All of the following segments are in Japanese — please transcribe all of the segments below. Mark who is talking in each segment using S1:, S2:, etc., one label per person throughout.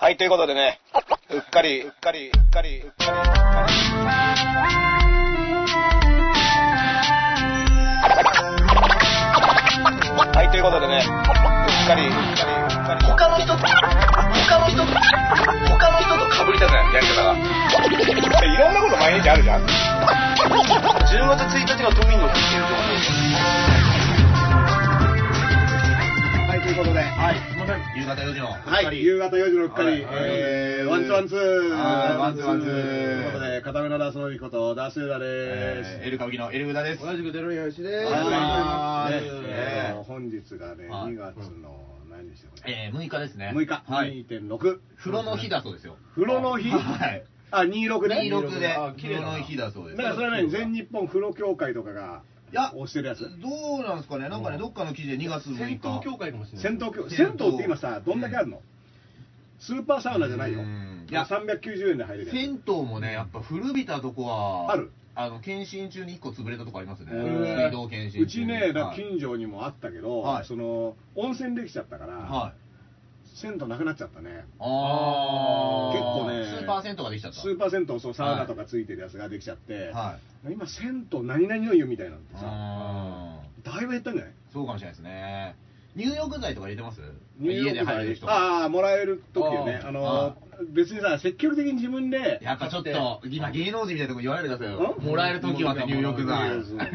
S1: はい、ということでね、うっかり、うっかり、うっかり、うっかり、うっかり。はい、ということでね、うっかり、うっかり、うっかり。
S2: 他の人と、他の人と、他の人と被りたくない、やり方が。
S1: いろんなこと毎日あるじゃん。
S2: 10月1日が都民の日っていうところで。
S3: はい、ということで、
S4: はい、すみません。夕方4時の。
S3: はい、夕方4時のうっかり、
S4: はい
S3: えー、ワンツーワンツー、
S4: はいワンツーワンツー
S3: ということで、片目のダースのみこと、ダースユーダで。
S4: えーエルカブキのエルウダです。
S5: 同じく出るよしですす。
S4: ありがとうございます
S3: ね
S4: えー
S3: えー本日がね、
S4: はい
S3: 2月の何でしたっけ、
S4: えー、6日ですね。
S3: 6日、
S4: はい。
S3: 2.6、
S4: 風呂の日だそうですよ。
S3: 風呂の日、
S4: はい。
S3: あ、26ね。
S4: 26で
S5: あ、綺
S4: 風呂
S5: 麗だな
S4: の日だそうです。
S3: だからそれはね、全日本風呂協会とかが
S4: いや
S3: 押してるやつ。
S4: どうなんですかね、なんかね、どっかの記事で2月6
S5: 戦
S4: 日。
S5: 闘協会かもしれない。
S3: 銭湯協
S4: 銭湯
S3: 銭湯って今さ、どんだけあるの、スーパーサウナじゃないよ
S4: うん。
S3: いや、390円で入れるやつ。
S4: 銭湯もね、やっぱ古びたとこは、
S3: ある
S4: あの、検診中に1個潰れたとこありますね。
S3: へー
S4: 水道検診
S3: うちね、だから
S4: はい
S3: 近所にもあったけど、
S4: はい
S3: その温泉できちゃったから、
S4: はい。
S3: 銭湯なくなっちゃったね。
S4: あー。
S3: 結構ね
S4: スーパー銭湯ができちゃった。
S3: スーパー銭湯、そうサウナとかついてるやつができちゃって、
S4: は
S3: 今、銭湯何々の湯みたいなのって
S4: い。
S3: さ、
S4: あー
S3: だいぶ減ったんじゃない
S4: そうかもしれないですね。入浴剤とか入れてます
S3: 入
S4: 家
S3: 浴
S4: で入
S3: 剤
S4: れる人。
S3: ああ、もらえる時よね。
S4: あー
S3: あの別にさ、積極的に自分で、
S4: やっぱちょっと、今芸能人みたいなとこ言わないでくださいよ。
S3: ん
S4: もらえる時はって入浴剤
S3: いやそうね。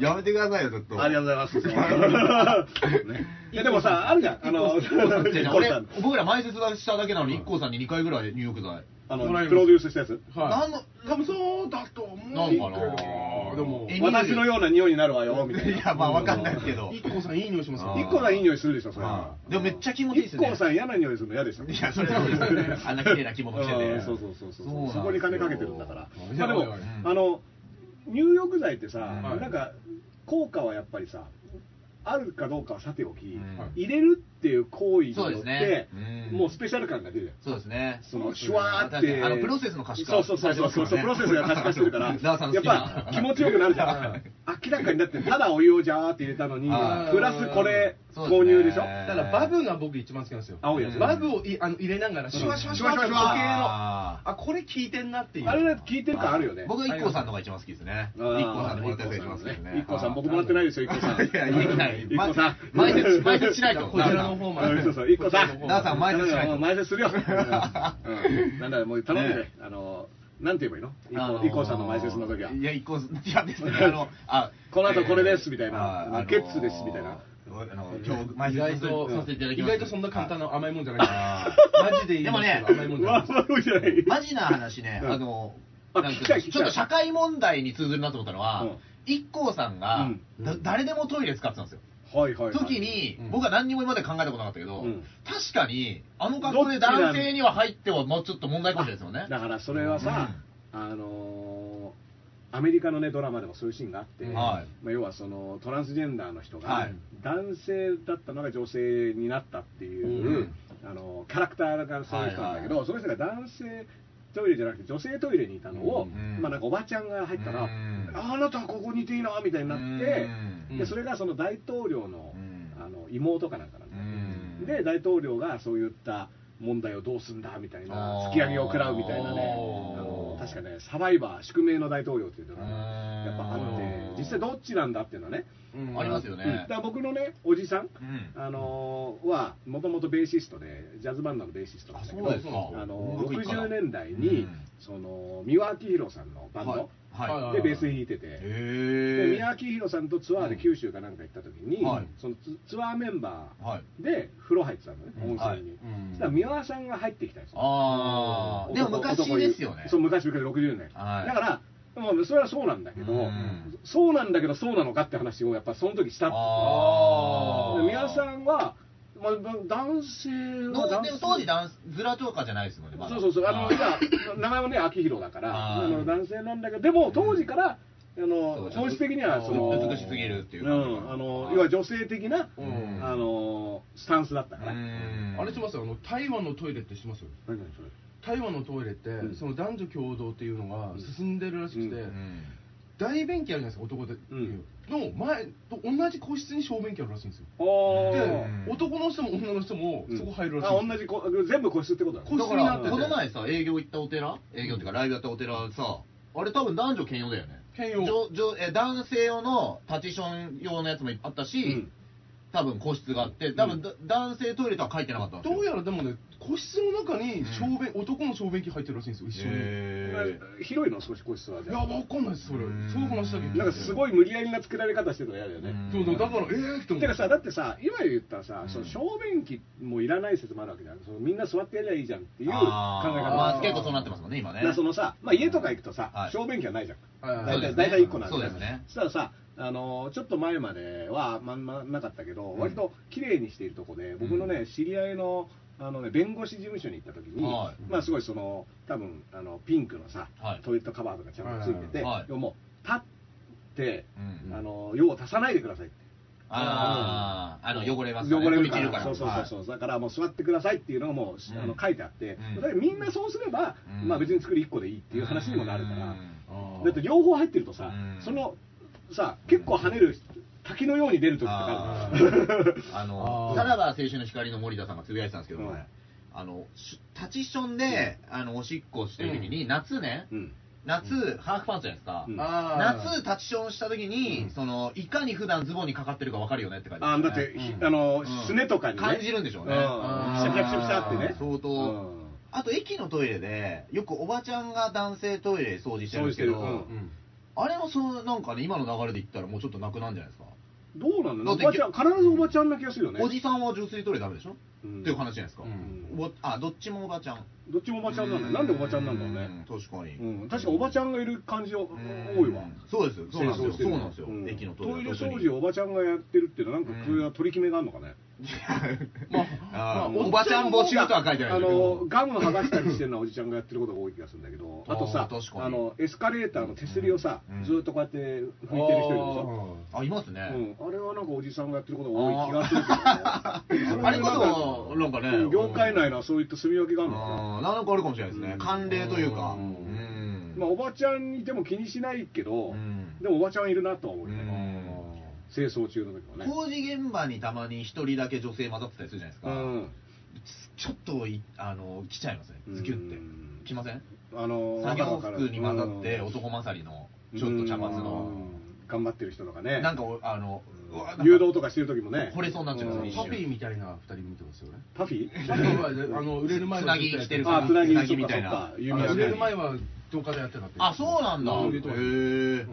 S4: やめてくださいよ、ちょっと。
S3: ありがとうございます。ねいやでもさ、あるじゃん、あの、
S4: 違う違う俺、僕ら前説しただけなのに、IKKO さんに2回ぐらい入浴剤。
S3: あ
S5: もら
S3: の
S5: える
S3: プロデュースしたやつ。
S5: は
S4: 何
S5: い。
S4: の、
S5: 多分そうだと思う。
S4: なんかな
S5: でも、
S4: え
S3: 私のような匂いになるわよ、みたいな。
S4: いや、まあわかんないですけど。
S5: 一個さんいい匂いしますよ。
S4: あー
S3: 一個がいい匂いするでしょ、それ
S4: あ
S3: は。
S4: ーでもめっちゃ気持ちいいですよね。
S3: 一個さん嫌な匂いするの嫌でしょ。
S4: いや、それはそうですよね。あんな綺麗な着物着て
S3: う
S4: て。
S3: ん そうそうそうそう
S4: なんです
S3: そ
S4: よ
S3: こに金かけてるんだから
S5: うん
S3: まあでも、
S5: うん
S3: あの入浴剤ってさ、
S4: はい
S3: なんか効果はやっぱりさあるかどうかはさておき、
S4: うん
S3: 入れるっていう行為によ
S4: そうで
S3: っ
S4: す
S3: て、
S4: ねうん
S3: もうスペシャル感が出るじゃん
S4: そうですね。
S3: そのシュワーって
S4: あのプロセスの可視化
S3: そうそうそうそうそう、
S4: されて
S3: プ
S4: ま
S3: ロ
S4: す
S3: セ
S4: からね
S3: スが可視化してるから
S4: ダーさん好
S3: やっ
S4: きな
S3: ぱ気持ちよくなるじゃ ん明らかにだってただお湯をジャーって入れたのに
S4: あ
S5: ー
S3: プラスこれ
S4: そうです
S3: 購
S4: ね
S3: 入でしょ
S5: だからバブが僕一番好きなんですよ。
S3: 青いやつ
S5: バブをいあの入れながら、シュワシュワシュワシュワ
S3: シュワシュワ
S5: 時
S3: シュワ
S5: 計の。
S4: あー
S5: あ、これ効いてんなっていう。
S3: あれだって聞いてる感あるよね
S4: 僕は IKKO さんのが一番好きですね。
S3: あー
S4: IKKO さんでもらったりしますけどね。
S3: IKKO さん、僕もらってないですよ、IKKO さん。
S4: いや、いやいやいや、
S3: IKKO さん。
S4: 前説、前説しないと。
S5: こちらの方まで。
S3: そうそう、IKKO さん。
S4: ダーさん前説しないと
S3: 前説 するよ。うんなんだ、もう頼んで
S4: ね
S3: ね。あの、なんて言えばいい
S4: あ
S3: の
S4: の
S3: ?IKKO さんの前説の時は。
S4: いや、IKKO さん、いやですね、あの、あ、
S3: この後これですみたいな
S4: あー
S3: ゲッツですみたいな。
S4: あの、今日、前
S5: 意外
S4: 説
S5: と
S4: させていただき
S5: 意
S4: ます。
S5: 外とそんな簡単
S4: な。
S5: な甘いもんじゃない
S4: あ
S5: マジで言いますけど
S4: でもね
S5: 甘いもんじゃな
S3: わ
S5: い
S3: わわじゃない。
S4: マジな話ね、
S3: うん
S4: あの、
S3: あ
S4: なんか
S3: 聞きたい聞
S4: ち
S3: きたい
S4: ょっと社会問題に通ずるなと思ったのは、
S3: う
S4: IKKO さんが、
S3: うん
S4: だ誰でもトイレ使ってたんですよ。
S3: はいはいはい。
S4: 時に、
S5: うん
S4: 僕は何にも今まで考えたことなかったけど、
S3: うん
S4: 確かに、あの格好で
S3: どっちなの
S4: 男性には入っては、もうちょっと問題かもしれないですよね。
S3: だからそれはさ、あのーアメリカのねドラマでもそういうシーンがあって、
S5: うん
S4: はい
S3: まあ、要はそのトランスジェンダーの人が、
S4: はい
S3: 男性だったのが女性になったっていう、あのキャラクターがそういう人なんだけ
S4: は
S3: ど、
S4: いは
S3: その人が男性トイレじゃなくて女性トイレにいたのを、
S4: うん
S3: まあ、なんかおばちゃんが入ったら、
S4: うん
S3: ああなたはここにいていいなみたいになって、
S5: うん
S3: でそれがその大統領の,、
S4: うん
S3: あの妹かなんかなんだよね
S4: うん
S3: で大統領がそういった問題をどうすんだみたいな
S4: あー
S3: 突き上げを食らうみたいなねあの確かねサバイバー宿命の大統領っていうのが
S4: うん
S3: やっぱあって実際どっちなんだっていうのはね
S4: ありますよ
S3: うん
S4: ね。
S3: だから僕のねおじさん
S4: うん
S3: あのーはもともとベーシストでジャズバンドのベーシストなんだけ
S4: あそう
S3: ど
S4: ですか
S3: あの
S4: 音楽一家だ
S3: 60年代に、
S4: うん
S3: その三輪明宏さんのバンド、
S4: はい。はい
S5: はい
S3: でベース弾いてて、
S4: へ
S3: で
S4: ー
S3: 宮城宏さんとツアーで九州かなんか行った時に、
S4: はい
S3: そのツツアーメンバ
S4: はい。
S3: ーで風呂入ってたのね、
S5: うん
S3: 温泉に、
S5: はいうん
S3: そしたら宮和さんが入ってきたんですよ
S4: ああ、でも
S3: 男
S4: 昔ですよね。
S3: そう昔昔60年、
S4: はい
S3: だからまあそれはそうなんだけど、
S4: うん
S3: そうなんだけどそうなのかって話をやっぱその時したって
S4: あー
S3: で宮和さんは、まあ、男性は
S4: の
S3: 男
S4: で
S3: 性
S4: も当時ダンス、ズラとかじゃないですもんね、まだ
S3: そうそうそう、あの、
S4: はい
S3: 今、名前はね、秋広だから、
S4: あー
S3: あの男性なんだけど、でも、当時から、あの、
S4: そう
S3: 本質的には、その。
S4: 美しすぎるっていう
S3: う
S4: か
S3: ん、あの、要は女性的な、
S5: うん
S3: あの、スタンスだったから。
S4: うん
S5: あれしますよ、あの台湾のトイレってしますよ。
S3: 何々それ
S5: 台湾のトイレって、
S3: うん
S5: その男女共同っていうのが進んでるらしくて、
S3: うん
S4: うん
S5: 大便器あるじゃないですか、男で、
S3: うん
S5: の前と同じ個室に小便器あるらしいんですよ
S3: お
S5: で
S3: ー
S5: 男の人も女の人もそこ入るらしい
S3: あ
S5: ん
S3: 同
S5: です
S3: じ
S5: よ
S3: こ全部個室ってことだ
S5: 個
S3: ね
S4: だ
S5: 室に
S4: か
S5: な
S4: ら
S5: ってて
S4: この前さ営業行ったお寺営業っていうかライブやったお寺さあれ多分男女兼用だよね
S5: 兼用
S4: 女女え男性用のパティション用のやつもあったし、
S3: うん
S4: 多分個室があって多
S3: う
S4: 分、
S3: ん
S4: だ男性トイレとは書いてなかったんですよ
S5: どうやらでもね個室の中に小便、男の小便器入ってるらしいんですよ一緒に、
S4: へ
S3: 広いの少し個室はい
S5: やわかんないですそれ
S4: うん
S5: そういう話だけ聞いて
S3: なんかすごい無理やりな作られ方してるのが嫌だよね、
S4: うん
S5: そうそうだからええー、って思って
S3: かさだってさ今言ったさ、
S4: うん
S3: その小便器もいらない説もあるわけじゃんそのみんな座ってやりゃいいじゃんっていう考え方
S4: あーまあ、結構そうなってますすもんね今
S3: だ
S4: ね
S3: からそのさ、まあ、家とか行くとさ、
S4: はい
S3: 小便器はないじゃん
S5: は
S4: そう
S3: 大
S5: い
S4: で
S3: 体
S4: すね
S3: 大体1個なんだよ
S4: そうですね
S3: そしたらさあのーちょっと前までは、まんまなかったけど、
S4: ん
S3: 割と綺麗にしているとこで僕のね、
S4: うん
S3: 知り合いのあの、ね、弁護士事務所に行った時に、
S4: はい
S3: まあすごいその多分あのピンクのさ、
S4: はい
S3: トイレットカバーとかちゃんとついてて、
S4: はい
S3: でももう立って、
S4: うん
S3: あの用を足さないでくださいって
S4: あああの汚れますね
S3: 汚れるか
S4: 飛び散
S3: ら
S4: るから
S3: そうそうそうそう、だからもう座ってくださいっていうのがもう、
S4: うん
S3: あの書いてあって、
S4: うん
S3: だからみんなそうすれば、
S4: うん
S3: まあ別に作り1個でいいっていう話にもなるから、
S5: あー
S3: だって両方入ってるとさ、
S4: うん
S3: そのさ結構跳ねる滝のように出る時とか
S4: あ
S3: ある
S4: ーあの
S5: あー
S4: さらば青春の光の森田さんがつぶやいてたんですけど、
S3: うん
S4: あのしタチションで、あのおしっこしてる時に、夏ね
S3: うん
S4: 夏、ハーフパンツじゃないですか、
S3: うん
S5: あー
S4: 夏タチションした時に、そのいかに普段ズボンにかかってるかわかるよねって書いて
S3: あ
S4: あ
S3: だって、ひあのすねとかに、ね、
S4: 感じるんでしょうね、
S3: うん
S5: あ
S3: シ
S5: ー
S3: ャキシャキシャキシャってね
S4: 相当、
S3: うん
S4: あと駅のトイレでよくおばちゃんが男性トイレ掃除してるんですけど、
S3: 掃除してるうん
S5: うん
S4: あれもそのなんかね今の流れで言ったらもうちょっとなくなるんじゃないですか
S3: どうなんだろうお
S4: だっ
S3: ば
S4: て
S3: ちゃん必ずおばちゃんな気がするよね
S4: おじさんは女性トイレダメでしょ、
S3: うん
S4: っていう話じゃないですか、
S3: うん
S4: おあどっちもおばちゃん
S3: どっちもおばちゃんなんだよなんでおばちゃんなんだろうね
S4: うん確かに、
S3: うん、確かおばちゃんがいる感じを
S4: うん
S3: 多いわ
S4: そうですよそうなんですよそうなんですよ、
S3: うん
S4: 駅のト
S3: ト
S4: イレ
S3: イレ
S4: は特に
S3: 掃除をおばちゃんがやってるっていうのはなんかそういう取り決めがあるのかね
S4: まあ、
S5: あ
S4: まあおばちゃん募集とは書いてあ
S3: あ
S4: るけど
S3: のガム剥がしたりしてるのはおじちゃんがやってることが多い気がするんだけど
S4: あー
S3: あとさ
S4: 確かに
S3: あのエスカレーターの手すりをさ、
S4: うん
S3: ずーっとこうやって拭いてる人いるでしょ
S4: あいます
S3: あ,、
S4: ね、
S3: う、ん、あれはなんかおじさんがやってることが多い気がするけど、ね
S4: あれこそなんかね
S3: うん業界内のそういった住み分けがあるのかな
S4: あーなんかあるかもしれないですね、
S3: うん
S4: 慣例というか
S3: う
S4: うんん、
S3: まあ、おばちゃんにでも気にしないけど、でもおばちゃんいるなとは思うよ
S4: う
S3: ね、
S4: ん
S3: 清掃中の時はね
S4: 工事現場にたまに一人だけ女性混ざってたりするじゃないですか、
S3: うん
S4: ちょっといあの来ちゃいますねズキュって
S3: うん
S4: 来ません
S3: あの
S4: 作業服に混ざっ
S3: う
S4: て
S3: ん
S4: 男勝りのちょっと茶髪の
S3: うん頑張ってる人とかね
S4: なんかおあのうわなんか
S3: 誘導とかしてる時もね
S4: 惚れそうになっちゃいますね
S3: ん
S4: 一
S5: パ
S4: 瞬
S5: ピーみたいな二人見てますよね
S3: パフィ
S5: あの売れる前は
S4: つなぎしてるから
S3: あつなぎ
S4: つなぎ
S3: み
S4: み
S3: た
S4: た
S3: い
S4: い
S3: な
S4: な
S5: あの
S3: 弓矢
S5: 売
S3: ね
S5: れる前は動画でやってたって
S4: あそうなんだ
S5: うん
S4: へえ
S5: うん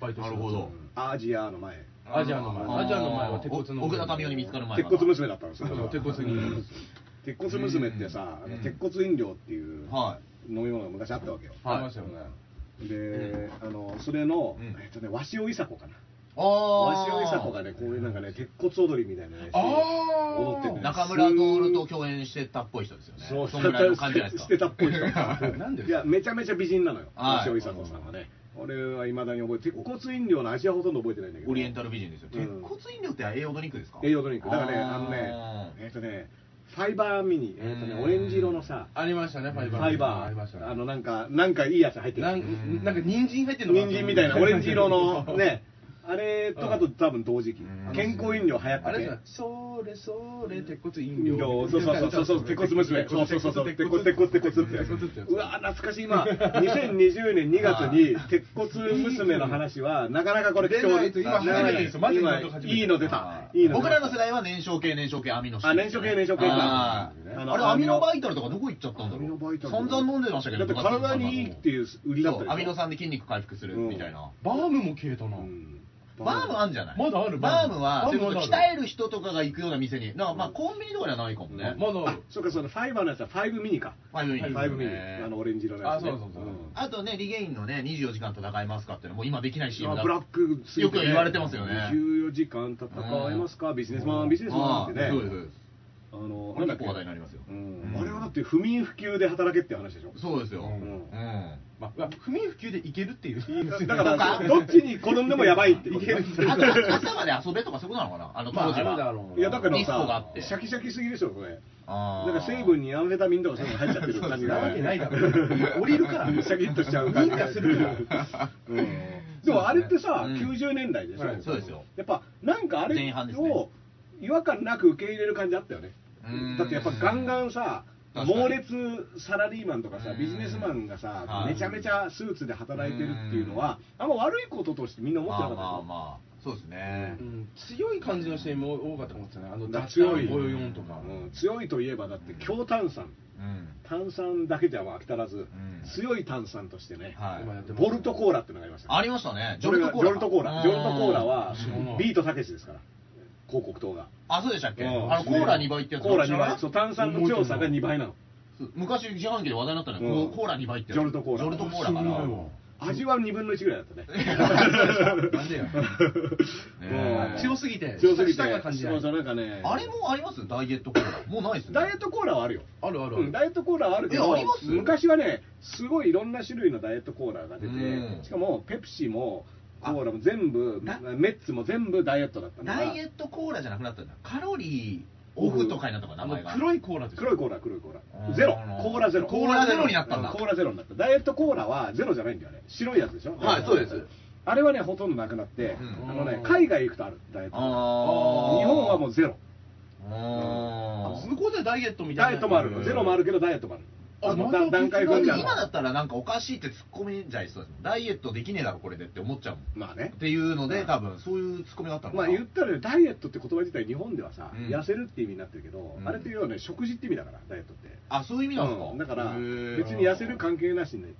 S5: バイトして
S4: な
S5: た
S4: るほど
S3: アジアの前
S5: アジアの前アジアの前は鉄骨の
S4: お奥田民生に見つかる前
S3: 鉄骨娘だったんです
S5: そ
S3: よ
S5: うそう鉄骨に
S3: 鉄骨娘ってさ、
S4: うん
S3: あの鉄骨飲料っていう
S4: は
S3: 飲み物が昔あったわけよ、
S5: ありましたよね
S3: であのそれの、
S4: うん
S3: えっとね鷲尾いさ子かない
S4: ああ
S3: 鷲尾いさ子がねこういうなんかね鉄骨踊りみたいなね
S5: あー
S3: 踊ってんだよ
S4: 中村徹と共演してたっぽい人ですよね
S3: そう、
S4: んぐらいの感じ じゃないですか
S3: し てたっぽい人。
S5: なんで
S3: いや、めちゃめちゃ美人なのよ。
S4: はい
S3: 西尾久子さんはね。俺は未だに覚えて、鉄骨飲料の味はほとんど覚えてないんだけど。
S4: オリエンタル美人ですよ、
S3: うん
S4: 鉄骨飲料って栄養ドリンクですか
S3: 栄養ドリンク。だからね、
S4: ー
S3: あのね、えっとね、ファイバーミニ、えっとね、
S4: うん
S3: オレンジ色のさ、
S5: ありましたねファイ
S3: フ
S5: バー
S3: ァイバー。
S5: ありましたね
S3: あの、なんか、なんかいいやつ入ってる
S5: な。んなんか人参入ってるのか
S3: 人参みたいな、オレンジ色 の、ね、あれとかと多分同時期
S4: うん。
S3: 健康飲料流行っ
S5: あ
S3: て
S5: れじ
S3: て
S5: ゃ。それそれ鉄骨飲
S3: 飲
S5: 料
S3: 料そうそうそう そう鉄骨娘そうそうそうそう鉄骨鉄骨鉄骨
S5: 鉄骨っ
S3: ってて
S5: やつ
S3: うわ懐かしい今2020年2月に鉄骨娘の話はなかなかこれ貴重
S5: 出ないと今初めてですよマジで今初めて
S3: いいの出たいいの出た
S4: 僕らの世代は燃焼系燃焼系アミノ
S3: あ燃焼系燃焼系
S4: あ
S3: か
S4: ーあれアミノバイタルとかどこ行っちゃったんだろう
S3: アミノバイタル
S4: 散々飲んでましたけ
S3: だ
S4: ど
S3: って体にいいっていう売りだったでしょ
S4: そうアミノ酸で筋肉回復するみたいな、
S5: バームも消えたな
S3: うん
S4: バームあんじゃない
S5: まだある
S4: バ
S5: バー
S4: ー
S5: ム
S4: ムは
S5: バー
S4: それ
S5: ム
S4: こ
S5: まだあ
S4: そ
S5: る
S4: 鍛える人とかが行くような店にだからまあコンビニとかじゃないかもね、
S5: まだある
S3: そうかそのファイバーのやつはファイブミニか
S4: ファイブミニ
S3: ファイブミニあのオレンジ色のやつね
S5: あそうそうそうん
S4: あとね、リゲインのね、24時間戦いますかってのもう今できない
S3: い
S4: CM
S3: や
S4: だ
S3: ブラックすぎ
S4: よく言われてますよね
S3: 14時間戦えますかビジネスマンビジネスマンってね
S4: あーそうですそうです。
S3: あの
S4: これ結構話題になりますよ。
S3: うんあれはだって不眠不休で働けって話でしょ
S4: そうですよ。
S5: う
S4: うんん。
S5: まあ不眠不休でいけるっていう
S3: だからどっちに転んでもやばいっていける
S4: あと、朝まで遊べとかそういうことなのかなあの、当時は。
S3: いやだけど
S4: ディスコがあ
S3: さ
S4: って
S3: シャキシャキすぎでしょこれ
S4: あ
S3: なんか成分にアンフェタミンとかそういうの入っちゃってる感じ
S5: な
S3: が
S5: わけないだろ降りるから
S3: シャキッとしちゃう感じがするうんでもあれってさ、
S4: うん
S3: 90年代でしょ、
S5: はい
S4: そうですよ
S3: やっぱなんかあれ
S4: 前半ですね
S3: を違和感なく受け入れる感じあったよね
S4: うん
S3: だってやっぱガンガンさ
S4: 確かに
S3: 猛烈サラリーマンとかさ
S4: うん
S3: ビジネスマンがさ
S4: はい
S3: めちゃめちゃスーツで働いてるっていうのはあんま悪いこととしてみんな思
S4: ま
S3: っ
S4: あ
S3: てなかった
S4: まあ
S3: よ
S4: まあそうですね
S5: うん強い感じの CM 多かったと思ってたねあの
S3: だか
S5: ダ
S3: ら
S5: ッ
S3: 強い
S5: 54とか、
S3: うん強いといえばだって強炭酸
S4: うん
S3: 炭酸だけじゃ飽き足らず
S4: ん
S3: 強い炭酸としてね
S5: 今やっ
S4: はい
S5: てます
S3: ボルトコーラってのがありました
S4: ありましたね
S3: ジョルトコーラジョルトコーラジョルトコーラは
S5: 知らない
S3: ビートたけしですから広告塔が
S4: あそうでしたっけあ
S3: うん
S4: のコーラ2倍ってやつ
S3: コーラ
S4: 知ら
S3: 2
S4: ない
S3: 倍そう炭酸の強さが2倍なの
S4: 昔自販機で話題になったね
S3: うん
S4: コーラ2倍ってやつ
S3: ジョルトコーラ
S4: ジョルトコーラか
S5: 知らないわ
S3: 味は2分の1ぐらいだったね
S4: らなんで よ
S3: うん
S5: 強すぎて
S3: 強すぎて
S5: 舌が感じない
S3: そうそうなんかね
S4: あれもありますダイエットコーラもうないですね
S3: ダイエットコーラはあるよ
S5: あるあるあ
S3: うん
S5: る
S3: ダイエットコーラはあるけ
S4: え
S3: ど
S4: あります
S3: 昔はねすごいいろんな種類のダイエットコーラが出
S4: うん
S3: てしかもペプシもコーラも全部メッツも全部ダイエットだったんだ
S4: ダイエットコーラじゃなくなったんだカロリーオフとかになったのか
S5: あ
S4: 名前
S5: の
S4: が
S5: 黒いコーラです
S3: 黒いコーラ黒いコー
S4: うん
S3: ラゼロコーラゼロ
S4: コーラゼロになったんだ
S3: うコーラゼロになったダイエットコーラはゼロじゃないんだよね白いやつでしょ
S4: はいそうです
S3: あれはねほとんどなくなって、
S4: うん
S3: あのね海外行くとあるダイエットコー
S4: あ
S3: ラ
S4: ー
S3: 日本はもうゼロ
S4: あー
S5: 向こうではダイエットみたいな
S3: ダイエットもある
S4: うん
S3: ゼロもあるけどダイエットもある
S5: あ
S3: あの
S5: ま
S3: だ
S5: た
S3: 段階
S4: だっ
S3: 分
S4: て
S3: で
S5: じゃ
S3: ある
S5: ん
S4: 今だったらなんかおかしいって突っ込みじゃいそうですもんダイエットできねえだろこれでって思っちゃうもん
S3: まあね
S4: っていうので多分そういうツッコミがあったのか
S3: ま
S4: な
S3: あ言ったらねダイエットって言葉自体日本ではさ、
S4: うん
S3: 痩せるって意味になってるけど、
S4: うん
S3: あれって要はね食事って意味だからダイエットって
S4: あそういう意味なんですか、
S3: うんだから
S4: へー
S3: 別に痩せる関係なしに、
S4: うん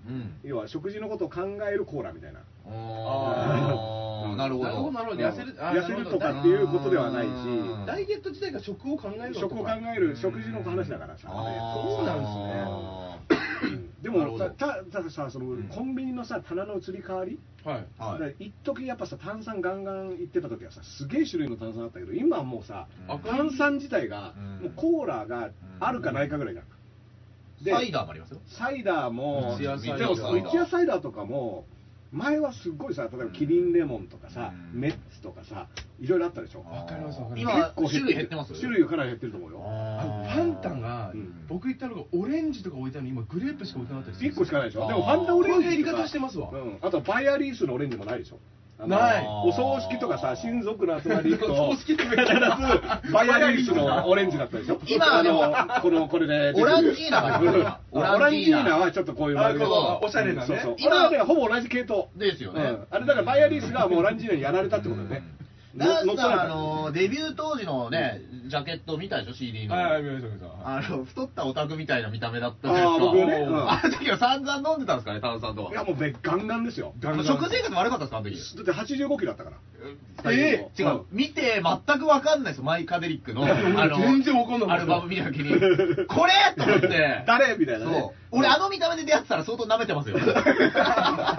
S3: 要は食事のことを考えるコーラみたいな
S4: あー
S3: うん
S4: なるほ
S5: なるほ
S4: ど
S5: どなるほど
S3: うん
S5: 痩せるあ
S3: 痩せると
S5: な
S3: かっ
S5: るほ
S3: ていうことではないし
S4: うん
S5: ダイエット自体が食を考える
S3: 食を考え
S5: る
S3: る食事の話だからさ
S4: あー
S5: そうなん
S3: うんで
S4: なるほ
S3: もた
S4: ど
S3: たたださその、
S4: うん
S3: コンビニのさ棚の移り変わり、
S5: はい
S4: は
S3: だから
S4: い
S3: 一時やっぱさ炭酸ガンガンいってた時はさすげえ種類の炭酸あったけど今はもうさ、
S4: うん
S3: 炭酸自体が、
S4: うん
S3: もうコーラがあるかないかぐらいじゃん、で
S4: サイダーもありますよ
S3: サイダーも
S5: 三ツ矢サイダー
S3: でもさ三ツ矢サイダーとかも前はすっごいさ例えばキリンレモンとかさ、
S4: うん
S3: メッツとかさいろいろあったでしょ
S5: わかりますわかり
S4: 今
S3: 結構
S4: 種類減ってます
S3: 種類がかなり減ってると思うよ
S5: あの
S4: あ
S5: ファンタが
S3: うん
S5: 僕行ったのがオレンジとか置いたのに今グレープしか置いてなかったりする
S3: 1個しかないでしょでもフ
S4: あー
S3: ァンタオレンジと
S5: こういうやり
S3: か
S5: 方してますわ
S3: うん、あとはバイアリースのオレンジもないでしょあの
S5: ない
S3: お葬式とかさ親族の集まり行くと
S5: お葬式
S3: 必
S5: とか
S3: ずバイアリースのオレンジだったでしょ
S4: 今はでも
S3: あのこのこれで
S4: オランジーナがいる
S3: うんオランジーナはちょっとこういう
S5: あこうおしゃれなね
S3: そうそう
S4: 今
S3: 今はねほぼ同じ系統
S4: ですよね
S3: うんあれだからバイアリースがもうオランジーナにやられたってことだよね
S4: だっ
S3: 乗った取
S4: ら
S3: ら
S4: あ
S3: れた
S4: のデビュー当時のねジャケット見たでしょ CD の
S5: はいはい見ました見ました
S4: あの太ったオタクみたいな見た目だったじゃ
S3: ああ僕
S4: ない
S3: ね
S4: です
S3: うん
S4: かあの時は散々飲んでたんですかね炭酸とはい
S3: やもうべガンガンですよ
S5: ガンガン
S4: 食生活悪かったですかあの時
S3: だって85キロだったから
S4: ええ違
S3: うん
S4: う、見て全くわかんないですマイカデリックの、あの、
S5: 全然わかんなかった
S4: アルバム見たときに、これと思って、
S3: 誰みたいな
S4: そう
S3: ね。
S4: 俺あの見た目で出会ってたら相当舐めてます よ。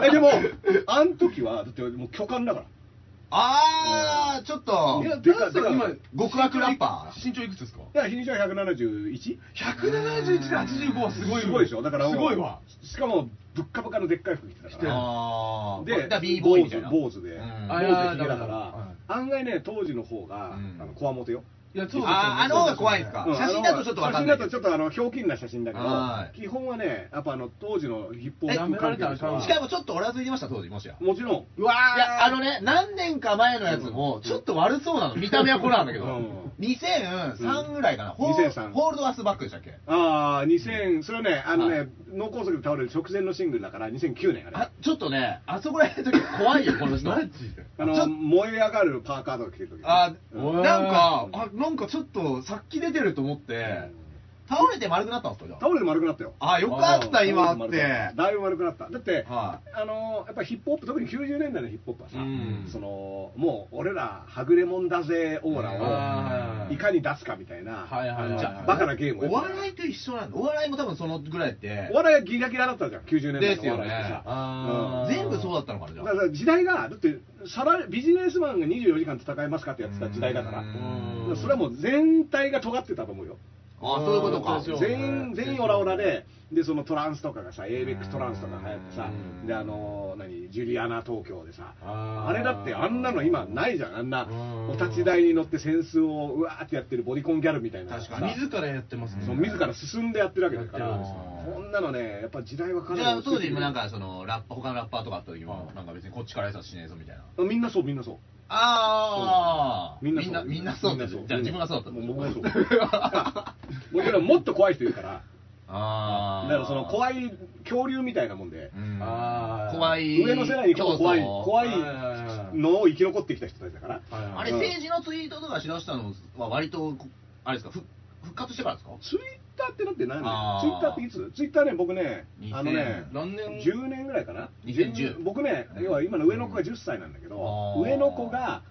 S3: えでもあの時はだってもう巨漢だから
S4: あー、ちょっと
S5: い、や
S3: でか
S5: ダンスは今
S4: 極悪ラッパー。
S5: 身長いくつですか
S3: だから日にちは 171?
S5: 171で85はすごい
S3: すごいでしょだからもう
S5: すごいわ
S3: しかもぶっかぶかのでっかい服着てたか
S5: 着てる
S3: ら
S4: あー、
S3: で
S4: だ b ボーイ
S3: 坊
S4: みたい
S3: 主
S4: な。
S3: 坊主で
S4: うん
S3: 坊主
S5: あ
S3: で
S5: いやー
S3: 髭だか
S5: は
S3: ら案外ね当時の方
S4: う
S3: が
S4: ん
S3: あのこわもてよ
S5: いやそうですよね
S4: あー、あの方が怖いですか
S3: うん。
S4: 写真だとちょっとわかんな
S3: 写真だ
S4: い
S3: と。ちょっとあのひょうきんな写真だけど
S4: はい
S3: 基本はねやっぱあの当時のヒップホップ
S5: え
S3: 関係の人は
S5: 舐められたらあ
S4: しかもちょっとおらついてました、当時、もしや。
S3: もちろん
S5: うわー
S4: いや、あのね、何年か前のやつも、ちょっと悪そうなの。見た目はこれなんだけど
S3: うん。
S4: 2003ぐらいかな。ホール
S3: 2003
S4: ホールドアスバックでしたっけ
S3: ああ2000それはねあの
S4: は
S3: ね
S4: い
S3: 脳梗塞で倒れる直前のシングルだから2009年あれ
S4: あちょっとね、あそこら辺の時怖いよ、この 人。
S5: マジで
S3: あ
S4: ちょ
S3: の
S4: っ
S3: 燃え上がるパーカーとか着てる時
S4: あ
S3: うん
S5: お
S4: な
S5: い
S4: んか、あなんかちょっと、さっき出てると思って、倒れて丸くなったんですか、じゃ
S3: タオルで丸くなったよ
S4: あ。あ、よかった、
S3: うん
S4: 今あっ
S3: タオル
S4: て。
S3: で丸くなっただいぶ丸くなっただって
S4: は
S3: あのやっぱヒップホップ特に90年代のヒップホップはさ、
S5: うん
S3: そのもう俺らはぐれもんだぜオーラ
S5: あ
S3: を
S5: ー
S3: いかに出すかみたいな、
S5: はいはいはい
S3: あの
S5: じゃあ
S3: バカなゲームを
S4: お
S3: やってた
S4: 笑いと一緒なんだ。お笑いも多分そのぐらいって
S3: お、笑いはギラギラだったじゃん90年代
S4: です
S3: のお
S4: よ
S3: 笑いっ
S4: ね
S3: てさ、。
S5: あー
S4: 全部そうだったのかな、じゃ
S3: だ
S4: あ
S3: か。ら時代がだってサラビジネスマンが24時間戦えますかってやってた時代だから
S4: うん
S3: だからそれはもう全体が尖ってたと思うよ
S4: あそういうことか。
S3: 全員全員オラオラででそのトランスとかがさ ABEX トランスとかが流行ってさ
S5: うん
S3: であの何ジュリアナ東京でさ
S5: あ
S3: あ
S5: ー
S3: れだってあんなの今ないじゃんあんな
S5: うん
S3: お立ち台に乗って扇子をうわーってやってるボディコンギャルみたいな
S4: 確か
S3: さ
S4: に
S5: 自らやってますね
S3: そう自ら進んでやってるわけだか
S5: や
S3: ら
S5: ってる
S4: わけです
S3: こんなのねやっぱ時代はか
S4: じ
S3: な
S4: ゃ
S3: り
S4: あ
S3: 落ち
S4: 当
S3: てきて
S4: 時
S3: る
S4: もなんかそのラッパ他のラッパーとかあった時もなんか別にこっちから挨拶しねえぞみたいな。
S3: みんなそうみんなそう
S4: ああ
S3: みんな
S4: みん
S3: そう
S4: なみんなそうだったじゃあ自分がそうだったんだ
S3: もう僕もそ う 僕らもっと怖い人いるから
S4: あ
S3: だ
S4: あ
S3: からその
S4: い、
S3: 怖い恐竜みたいなもんで、
S4: うん
S5: あー
S4: 怖い
S3: 上の世代にこう怖い怖い
S5: はいはいはい
S3: のを生き残ってきた人たちだから
S5: はいはい
S4: あれ政治のツイートとかしだしたのは割とあれですか復復活してからですか
S3: ツイッターってだって何
S4: あー
S3: ツイッターっていつツイッターね僕ね
S4: 2000
S3: あのね
S5: 何年
S3: 10年ぐらいかな
S4: 2010
S3: 僕ね要は今の上の子が10歳なんだけど
S4: あー
S3: 上の子が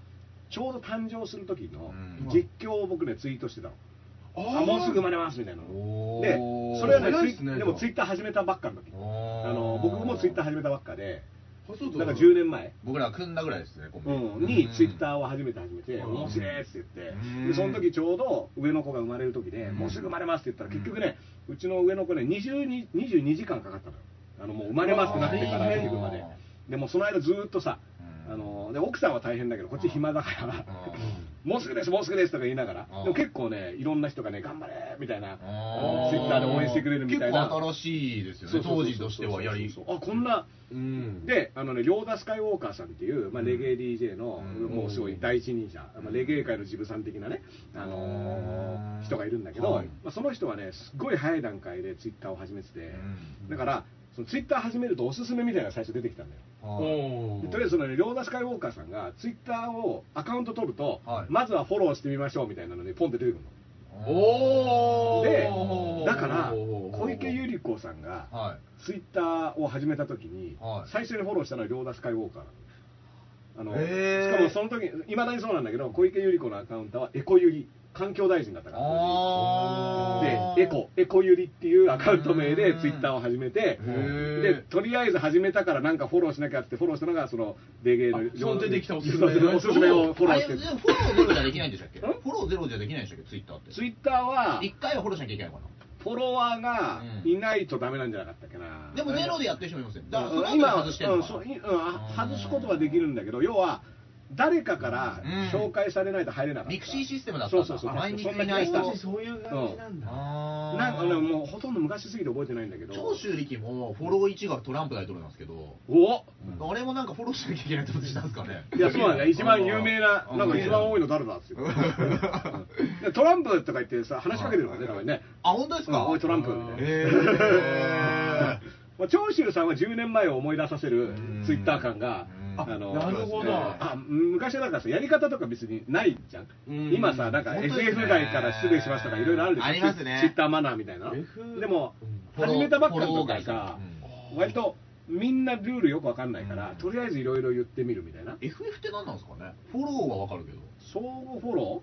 S3: ちょうど誕生する時の
S4: うん
S3: 実況を僕ねツイートしてたのあもうすぐ生まれますみたいなの
S4: お
S3: で
S4: ー
S3: それはね
S5: 早いっ
S3: ツ
S5: す
S3: イ
S5: ね
S3: でもツイッター始めたばっかの時
S4: おー
S3: あの僕もツイッター始めたばっかでなんか10
S5: 十
S3: 年前
S4: 僕らは組んだぐらいですねコンビ
S3: うん、にツイッ
S4: ー
S3: ターを初めて始めて、
S5: うん
S3: 面白いっつって言って、
S4: うん
S3: でその時ちょうど上の子が生まれる時で、
S4: うん
S3: もうすぐ生まれますって言ったら、結局ね、うちの上の子ね、22, 22時間かかったのよ、あのもう生まれますってなってから、
S5: うわー
S3: 結局まで、でもうその間ずーっとさ、
S4: うん
S3: あので奥さんは大変だけど、こっち暇だから、もうすぐです、もうすぐですとか言いながら
S4: う、ん
S3: でも結構ね、いろんな人がね、頑張れみたいな、ツイ
S4: あー
S3: ッターで応援してくれるみたいな。
S4: 結構新しいですよね当時としてはやり
S3: そうそうそうそうあこんな
S5: うん
S3: であのね、リョーダ・スカイウォーカーさんっていう、まあ、レゲエ DJ の、
S4: うん
S3: もうすごい第一人者、まあ、レゲエ界のジブさん的なね、あのー
S4: うん
S3: 人がいるんだけど、
S5: はい
S3: まあ、その人はね、すっごい早い段階でツイッターを始めてて、だから、そのツイッター始めるとおすすめみたいなのが最初出てきたんだよ。
S4: はい
S5: お
S3: でとりあえずその、ね、リョーダ・スカイウォーカーさんがツイッターをアカウント取ると、
S4: はい
S3: まずはフォローしてみましょうみたいなのでポンって出てくる
S5: お
S3: の。で、だから小池
S5: ゆ
S3: 百合子さんが
S4: はい
S3: ツイッターを始めた時に、
S4: はい
S3: 最初にフォローしたのは両田スカイウォーカーなのあの、
S5: へー
S3: しかもその時いまだにそうなんだけど小池百合子のアカウントはエコユリ環境大臣だったから
S4: あー
S3: でエコエコユリっていうアカウント名でツイッターを始めて
S5: へー
S3: でとりあえず始めたからなんかフォローしなきゃってフォローしたのがそのレゲエの
S5: あその出てきたおすすめ
S3: そうそうおすすめをフォローして
S4: あれでもフォローゼロじゃできないんでしたっけフォローゼロじゃできないんでしたっけツイッターって
S3: ツイッターは
S4: 一回はフォローしなきゃいけないのか
S3: フォロワーが
S4: うん
S3: いないとダメなんじゃなかったっけな
S4: なでもゼロでやってる人もいますよだからそ
S3: うん
S4: の後に
S3: 今
S4: 外してる
S3: う
S4: の
S3: ん
S4: か
S3: そういうん
S4: うん
S3: 外すことはできるんだけど要は誰かから紹介されないと入れなかった、
S4: ミクシーシステムだったんだ
S3: そうそうそう
S4: 毎日
S3: そんな
S4: 見ない
S3: 感
S4: 人
S3: じ
S5: そういう感じなんだ
S4: あー
S3: なんかねもうほとんど昔すぎて覚えてないんだけど
S4: 長州力もフォロー1がトランプ大統領なんですけど、
S3: お
S4: あれもなんかフォローしなきゃいけないってことしたんですかね。
S3: いやそうなんだよ一番有名な
S4: うん
S3: なんか一番多いの誰だっつってうんでトランプとか言ってさ話しかけてるからねだからね
S4: あ、本当ですか
S3: うんおいトランプみたいな
S4: へ
S3: まあ、長州さんは10年前を思い出させる
S4: うん
S3: ツイッター感が、
S4: うん
S5: なるほど
S3: あ昔はだからさやり方とか別にないじゃん、
S5: うん
S3: 今さなんか
S4: 本当ですね
S3: SF 外から失礼しましたとかいろいろあるでしょ
S4: ありますね
S3: ツイツイッターマナーみたいな
S5: F
S3: でも
S4: うん
S3: 始めたばっかの
S4: フォロー
S3: 時
S4: 外
S3: さ
S4: か、
S3: 割とみんなルールよくわかんないから、
S4: うん
S3: とりあえずいろいろ言ってみるみたいな
S4: ー FF って何なんですかねフォローはわかるけど。
S3: 相互フォロ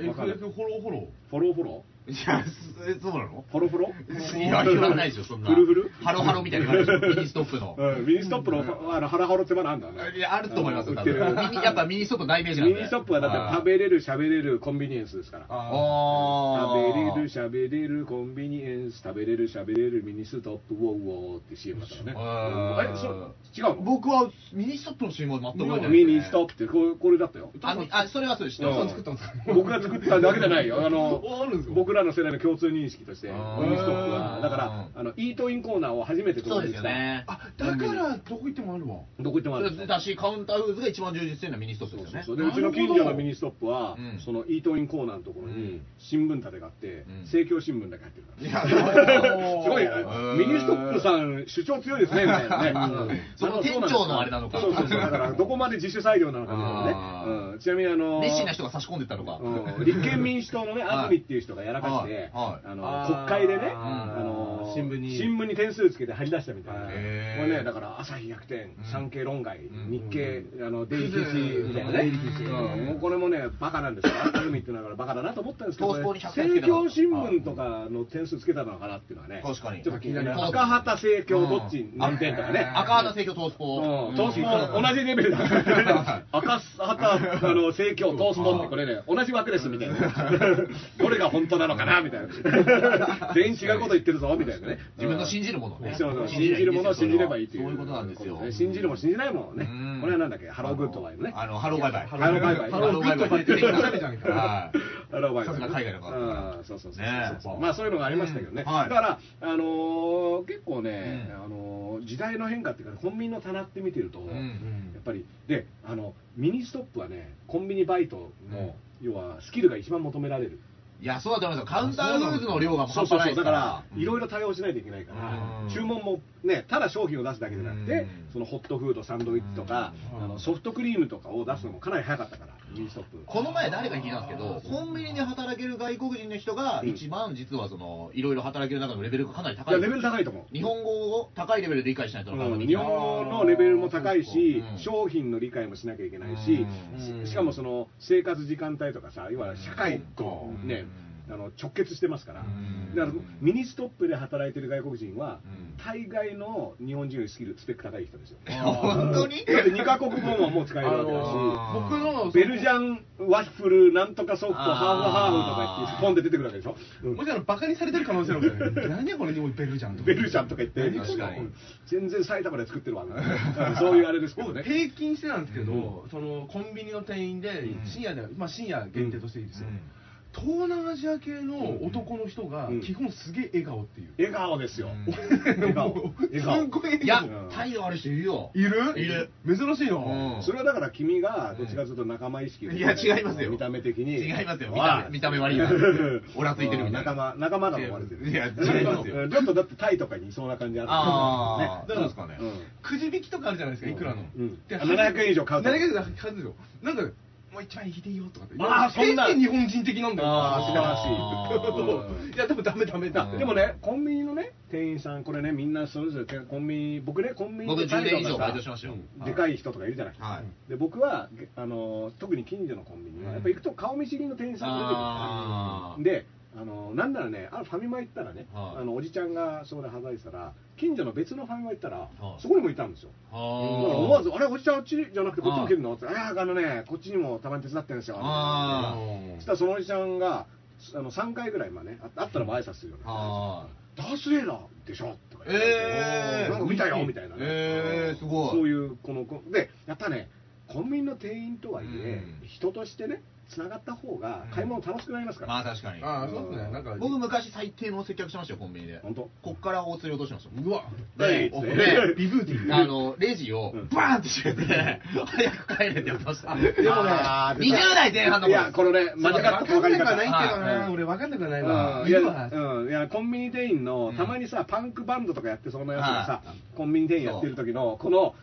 S4: え
S3: わかる
S5: FF フォローフォロ
S3: ーフォローフォロ
S4: いや、すそうなの
S3: ーフォローフォロー
S4: いや、言わないですよ、そんな。
S3: フルフル
S4: ハロハロみたいな感じでミニストップの。
S3: うん、ミニストップの、あのハラハロってまだあんだね
S4: いや、あると思いますよ、
S3: 売っ
S4: 多
S3: て
S4: 分。
S3: る
S4: ミニやっぱミニストップ大名ージなん
S3: ミ
S4: で。
S3: ニストップはだって食べれる、喋れる、コンビニエンスですから。
S4: あ
S5: あ
S4: ー
S3: 食べれる、喋れる、コンビニエンス、食べれる、喋れる、ミニストップ、ウォーウォーって CM だったね。
S4: あー
S3: え、そう、違うの
S4: 僕はミニストップの CM は全く覚えてない
S3: ミニスト
S4: ッ
S3: ップって、これこれだったよ。
S4: プあ、あそれはそうです。知って
S3: う
S4: ま
S3: ん
S4: す
S5: 作ったんですか
S3: 僕が作っただけじゃないよ。あの
S5: ああるんですか
S3: 僕らの世代の共通認識として、ミ
S4: あ
S3: ニ
S4: ー
S3: ストップは、だから、あの、イートインコーナーを初めて
S4: そうで
S3: 導入
S4: す
S3: し
S4: よ
S3: た
S4: ね。
S5: あだからどこ行ってもあるわ
S3: どこ行ってもあるでしょ
S4: だし、カウンターフーズが一番充実してるのはミニストップ
S3: そ
S4: で
S3: う
S4: す
S3: そ
S4: よ
S3: う
S4: ね。
S3: そうで
S5: な
S3: う
S5: る
S3: ち
S5: ほど
S3: の近所のミニストップは、
S4: うん
S3: そのイートインコーナーのところ
S4: う
S3: に
S4: ん
S3: 新聞立てがあって、
S4: うん
S3: 政教新聞だけ入ってるから。
S4: いや、
S3: すごい、
S4: うん
S3: ミニストップさん、主張強いですね、みたいなね。うん
S4: その店長のあれなのか
S3: そうそうそう、だから、どこまで自主裁量なのかみたいな
S4: あ
S3: ね。うんちなみに、あの、
S4: 熱心な人が差し込んでったのか。
S3: うん立憲民主党のね、
S4: はい
S3: 安住っていう人がやらかして、
S4: はい
S3: あ
S5: あ
S3: の
S5: ー
S3: 国会でね、
S5: あ
S3: あ
S5: ー
S3: の
S5: 新聞に
S3: 新聞に点数つけて張り出したみたいな、こ
S4: へー
S3: れね、だから朝日逆転
S4: ん、
S3: 産経論外、
S4: ん
S3: 日経、あのデイキシみた いなね、
S5: デイリー記事
S3: うんもうこれもね、バカなんですよ、安住っていうのはバカだなと思ったんですけど、
S4: トースポに100
S3: 政教新新聞とかの点数つけたのかなっていうのはね、
S4: 確かに
S3: ちょっと気になります
S4: うん
S3: 赤旗正教どっち何点とかね。
S4: 赤旗政教トースポ
S3: う
S4: ー
S3: んトースポ同じレベルだ。 赤旗、あの、正教、トースポってこれね、同じ枠ですみたい な。どれが本当なのかなみたい な。全員違うこと言ってるぞみたいなね。
S4: 自分の信じるものを
S3: うん
S4: ね
S3: そうそう信じるものを信じればいいという。
S4: そういうことなんですよ
S3: 信じるも信じないもんね
S4: うん。
S3: これはなんだっけ、ハローグッドバイのね。
S4: あのハローバイバイ
S3: ハローバイバイ
S4: ハローバイバイって言ってたじゃんはい
S3: ハローバイ
S4: さ
S3: バ
S4: す
S3: イ。
S4: が海外の方
S3: うんそうそうそうそう
S4: ねえ
S3: まあそういうのがありましたけどね。
S4: うんはい
S3: だから、あのー結構ね、
S4: うん
S3: あのー時代の変化っていうか、コンビニの棚って見てると、
S4: うん
S3: やっぱりであのミニストップはねコンビニバイトの、要はスキルが一番求められる
S4: いやそうだと思いますよカウンターフーズの量がもう
S3: そ
S4: 半
S3: うそう
S4: 端な
S3: そ
S4: いうで
S3: だ
S4: すか
S3: から
S4: ら
S3: いろいろ対応しないといけないから、
S4: うん
S3: 注文もねただ商品を出すだけじゃなくて、
S4: うん
S3: そのホットフードサンドイッチとか、
S5: うん
S3: あのソフトクリームとかを出すのもかなり早かったからミニストップ
S4: この前誰かに聞いたんですけどコンビニで働ける外国人の人が一番実はそのいろいろ働ける中のレベルがかなり
S3: い
S4: 高
S3: や
S4: い
S3: レベル高いと思う
S4: 日本語を高いレベルで理解しないとなかな
S3: う
S4: か
S3: ん
S4: で
S3: 日
S4: き
S3: 本
S4: ない
S3: 語のレベルも高いし、
S4: うん
S3: 商品の理解もしなきゃいけないし、
S5: うん
S3: ししかもその生活時間帯とかさ、いわゆる社会と
S4: うん
S3: ね、あの直結してますから、
S4: うん
S3: だからミニストップで働いてる外国人は、
S4: うん
S3: 大概の日本人よりスキル、スペック高い人ですよ。
S4: 本当に
S3: だって2カ国語ももう使えるわけだし。
S4: あ
S5: 僕の
S3: ベルジ
S5: ャ
S3: ャンワッフルなんとかソフト
S4: あー
S3: ハーフハーフとか言ってポンで出てくるわけでしょ、うん
S5: もしかしたらバカにされてる可能性あるからね何やこれ日本ベルジャンと か
S3: ベルジャンとか言って
S5: 何こ
S4: 確かに
S5: の
S3: 全然埼玉で作ってるわそういうあれですけど
S5: 僕
S3: ね
S5: 平均してなんですけど、そのコンビニの店員で深夜で、まあ深夜限定としていいですよ、東南アジア系の男の人が
S3: うん
S5: 基本すげえ笑顔っていう、
S3: 笑顔ですよ、
S5: 笑
S3: 笑顔笑顔
S5: すっごい笑顔
S4: いや態度ある人いるよ
S5: いる
S4: いる
S5: 珍しいな、
S4: うん
S3: それはだから君がどっちかというと仲間意識を
S4: いや違いますよ
S3: 見た目的に
S4: 違いますよ見
S3: わ
S4: た
S3: あ
S4: 目見た目悪いわオラついてるみたいな
S3: 仲間仲間だと思われてる
S4: いや違いますよ
S3: うんちょっとだってタイとかにいそうな感じある
S4: あー
S3: ねだ
S4: そうですかね
S5: くじ引きとかあるじゃないですかいくらの、
S3: うん
S5: で
S3: あ700円以上買うと
S5: 700円以上買うでしょなんかもう一枚引いていいよとかって
S3: あーそんな
S5: 変に日本人的なんだよ
S3: あー素晴らしい
S5: そう いやでもダメダメだ
S3: あでもねコンビニのね店員さんこれねみんなそれぞれ手コンビニ僕ねコンビニ
S4: 僕
S3: で
S4: 10年以
S3: 態
S4: 上
S3: 度
S4: バ
S3: が
S4: イ
S3: さ
S4: トしましたよ
S3: でかい人とかいるじゃない、
S4: はい
S3: で僕はげあの特に近所のコンビニはやっぱ行くと顔見知りの店員さんが出てくる
S4: あー
S3: であのなんならねあるファミマ行ったらね、
S4: はい
S3: あのおじちゃんがそこで働いてたら近所の別のファミマ行ったら、
S4: い
S3: そこにもいたんですよ
S4: あ
S3: だから思わず
S4: ー
S3: 「あれおじちゃんあっちじゃなくてこっちも来るの?」って「あああのねこっちにもたまに手伝ってるんですよ」
S4: あ
S3: そしたらそのおじちゃんがあの3回ぐらいまあねあ会ったらもう挨拶するよね
S4: あ
S3: ダース・レイダーでしょとか言って
S4: えー
S3: なんか見たよみたいなね、
S4: えーすごい
S3: そういうこのこでやっぱねコンビニの店員とはいえ、
S4: うん
S3: 人としてねつながった方が買い物楽しくなります
S4: ー
S3: から、
S4: まあ確かに
S5: ああそうですねなんか
S4: 僕昔最低の接客しましたよコンビニで
S3: 本当
S4: こっから大釣り落としましたもん
S5: うわ
S4: で
S3: はい
S4: で
S5: ビブーティー
S4: あのレジをバーンって閉めて早く帰れって言ってましたで
S3: ね
S4: 20代前半の頃
S3: いやこのね間違
S5: 分
S3: った
S5: か
S3: 分
S5: ん
S3: かり
S5: なく
S3: 方
S5: はないけど
S3: はい
S5: な俺分かんなくはないわ
S3: うんい
S5: い
S3: や
S5: るわ
S3: うん、いやコンビニ店員の、
S4: うん
S3: たまにさパンクバンドとかやってそうなやつがさ
S4: は
S3: コンビニ店員やってる時のこの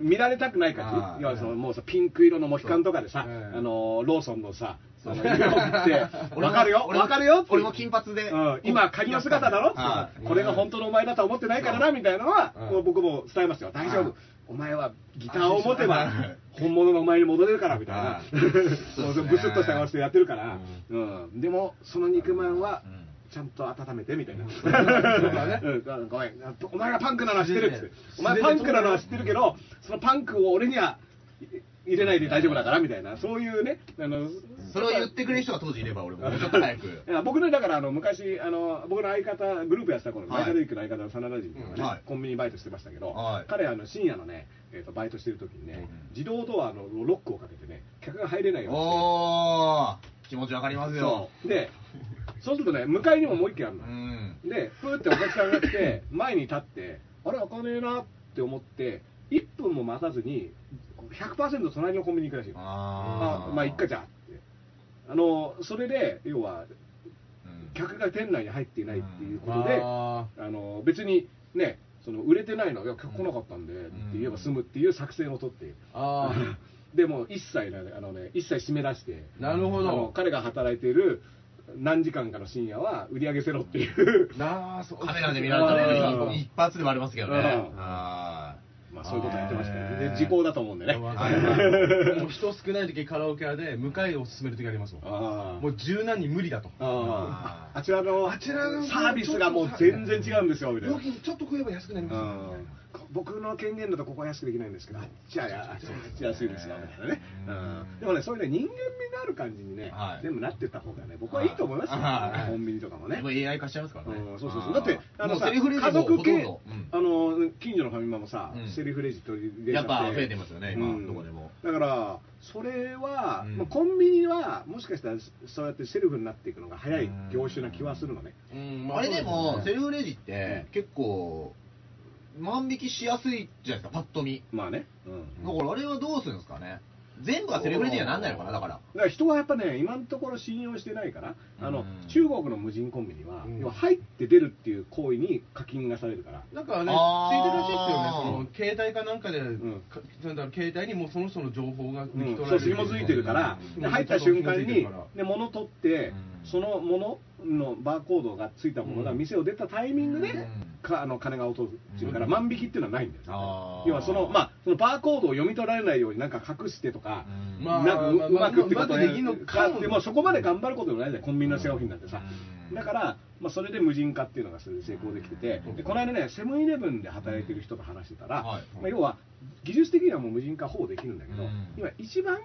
S3: 見られたくない
S4: は
S3: 感
S4: い
S3: じ要はそのもうさピンク色のモヒカンとかでさ、
S5: うん
S3: あのローソンのさ
S4: そう
S3: あの色を着 て分かるよ
S4: 俺も
S3: 分かるよって
S4: 俺も金髪で
S3: うん、今仮の姿だろって
S4: は
S3: これが本当のお前だとは思ってないからなみたいなのは
S5: うん
S3: こう僕も伝えますよ大丈
S5: は
S3: 夫
S5: い
S3: お前はギターを持てば
S4: はい
S3: 本物のお前に戻れるからみたい
S4: は
S3: ないそう
S4: そうですね
S3: ブスッとした顔してやってるから、うん、でもその肉まんは
S4: うん
S3: ちゃんと温めてみたいな、
S5: だね
S3: うんごめんお前がパンクなのは知ってるっつってお前パンクなのは知ってるけどそのパンクを俺にはい入れないで大丈夫だからみたいなそういうねあの
S4: それを言ってくれる人が当時いれば俺ももうちょっと早 く
S3: いや僕ねだからあの昔あの僕の相方グループやってた頃の
S4: はい
S3: マイカルイクの相方の真田人っていうのがね、
S4: はい
S3: コンビニバイトしてましたけど、
S4: はい
S3: 彼あの深夜のね、えーとバイトしてる時にね、
S4: うん
S3: 自動ドアのロックをかけてね客が入れないようにして
S4: おー気持ちわかりますよ
S3: そうでそうするとね向かいにももう一軒ある
S4: う
S3: の、
S4: ん
S3: でプーってお客さんが来て前に立ってあれ開かねえなって思って1分も待たずに100%隣のコンビニ行くらしいの
S4: あ
S3: あまあいっかじ
S4: ゃ
S3: ゃんってあのそれで要は客が店内に入っていないっていうことで、
S5: あ
S3: あの別にねその売れてないのいや客来なかったんで、って言えば済むっていう作戦を取って、
S5: ーあ
S3: でもう一切ねあのね一切締め出して
S5: ーなるほ
S3: あの
S5: ど
S3: 彼が働いている何時間かの深夜は売り上げせろって いう、
S5: なあそう
S4: カメラで見られた
S3: う
S4: ら
S3: ん
S4: 一発で割れますけどね
S3: うん
S4: あ
S3: まあそういうことやってましたよ
S5: へ
S3: ね
S5: ー
S3: で時効だと思うんでね
S5: わかるもう人少ない時カラオケ屋で向かいを勧める時ありますも ん
S3: あー
S5: もう柔軟に無理だと
S3: あーあちらの
S5: あちらの
S3: サービスがもう全然違うんですよみたいな
S5: 料金ちょっと食えば安くなりますよ
S3: うん僕の権限だとここは安くできないんですけど、あっちはやあっちは安いですよみたいなね、うんでもね、そういうね、人間味のある感じにね、
S4: はい
S3: 全部なってった方がね、僕はいいと思いますよ、
S4: はい
S3: コンビニとかもね。
S4: でも AI 化しちゃいますからね
S3: うん、そうそうそうだってあ
S4: あ
S3: の
S4: の
S3: さ
S4: セリフレジ
S3: 家
S4: もほと
S3: 族
S4: んど、う
S3: 系、
S4: ん
S3: あの近所のファミマもさ、
S4: うん
S3: セリフレジと入れちゃ
S4: やっぱ増えてますよね今どこでも
S3: だからそれは、
S4: うん
S3: まあ、コンビニはもしかしたらそうやってセルフになっていくのが早い業種な気はするのね、
S5: うんま
S4: あれでも、
S5: そう
S4: セ
S5: すね
S4: ルフレジって結構万引きしやすいじゃないですかパッと見
S3: まあね、うん、
S4: だからあれはどうするんですかね全部がセルフレジにはなんないのかなだから
S3: だから人はやっぱね、今のところ信用してないから、あ
S4: う
S3: の
S4: ん
S3: 中国の無人コンビニは、
S5: うん
S3: 要は入って出るっていう行為に課金がされるから、
S5: なんかあれ、つ
S4: あー
S5: いてるらしいですよね、その携帯かなんかで、
S3: ん
S5: かなんだろう携帯にもうその人の情報が抜き取られ
S3: そう紐づいてるから、
S5: うん
S3: で入った瞬間
S5: 紐づいて
S3: に
S5: るから、
S3: で物取って、
S4: うん
S3: その物のバーコードがついたものが、
S5: うん
S3: 店を出たタイミングで、
S4: うん
S3: かあの金が落とすっていうから、
S5: うん
S3: 万引きっていうのはないんだよ、
S4: あー
S3: 要はその,、まあ、そのバーコードを読み取られないように、なんか隠してとか。
S4: うん
S5: まあ
S3: なんかううまくってこと
S5: まあまあまあまあできんのかも
S3: でもそこまで頑張ることもないじゃんコンビニの商品なんてさ、
S4: うん
S3: だから、まあ、それで無人化っていうのがそれで成功できてて、でこの間ねセブンイレブンで働いてる人と話してたら、
S4: はい
S3: まあ、要は技術的にはもう無人化ほぼできるんだけど、
S4: うん
S3: 今一番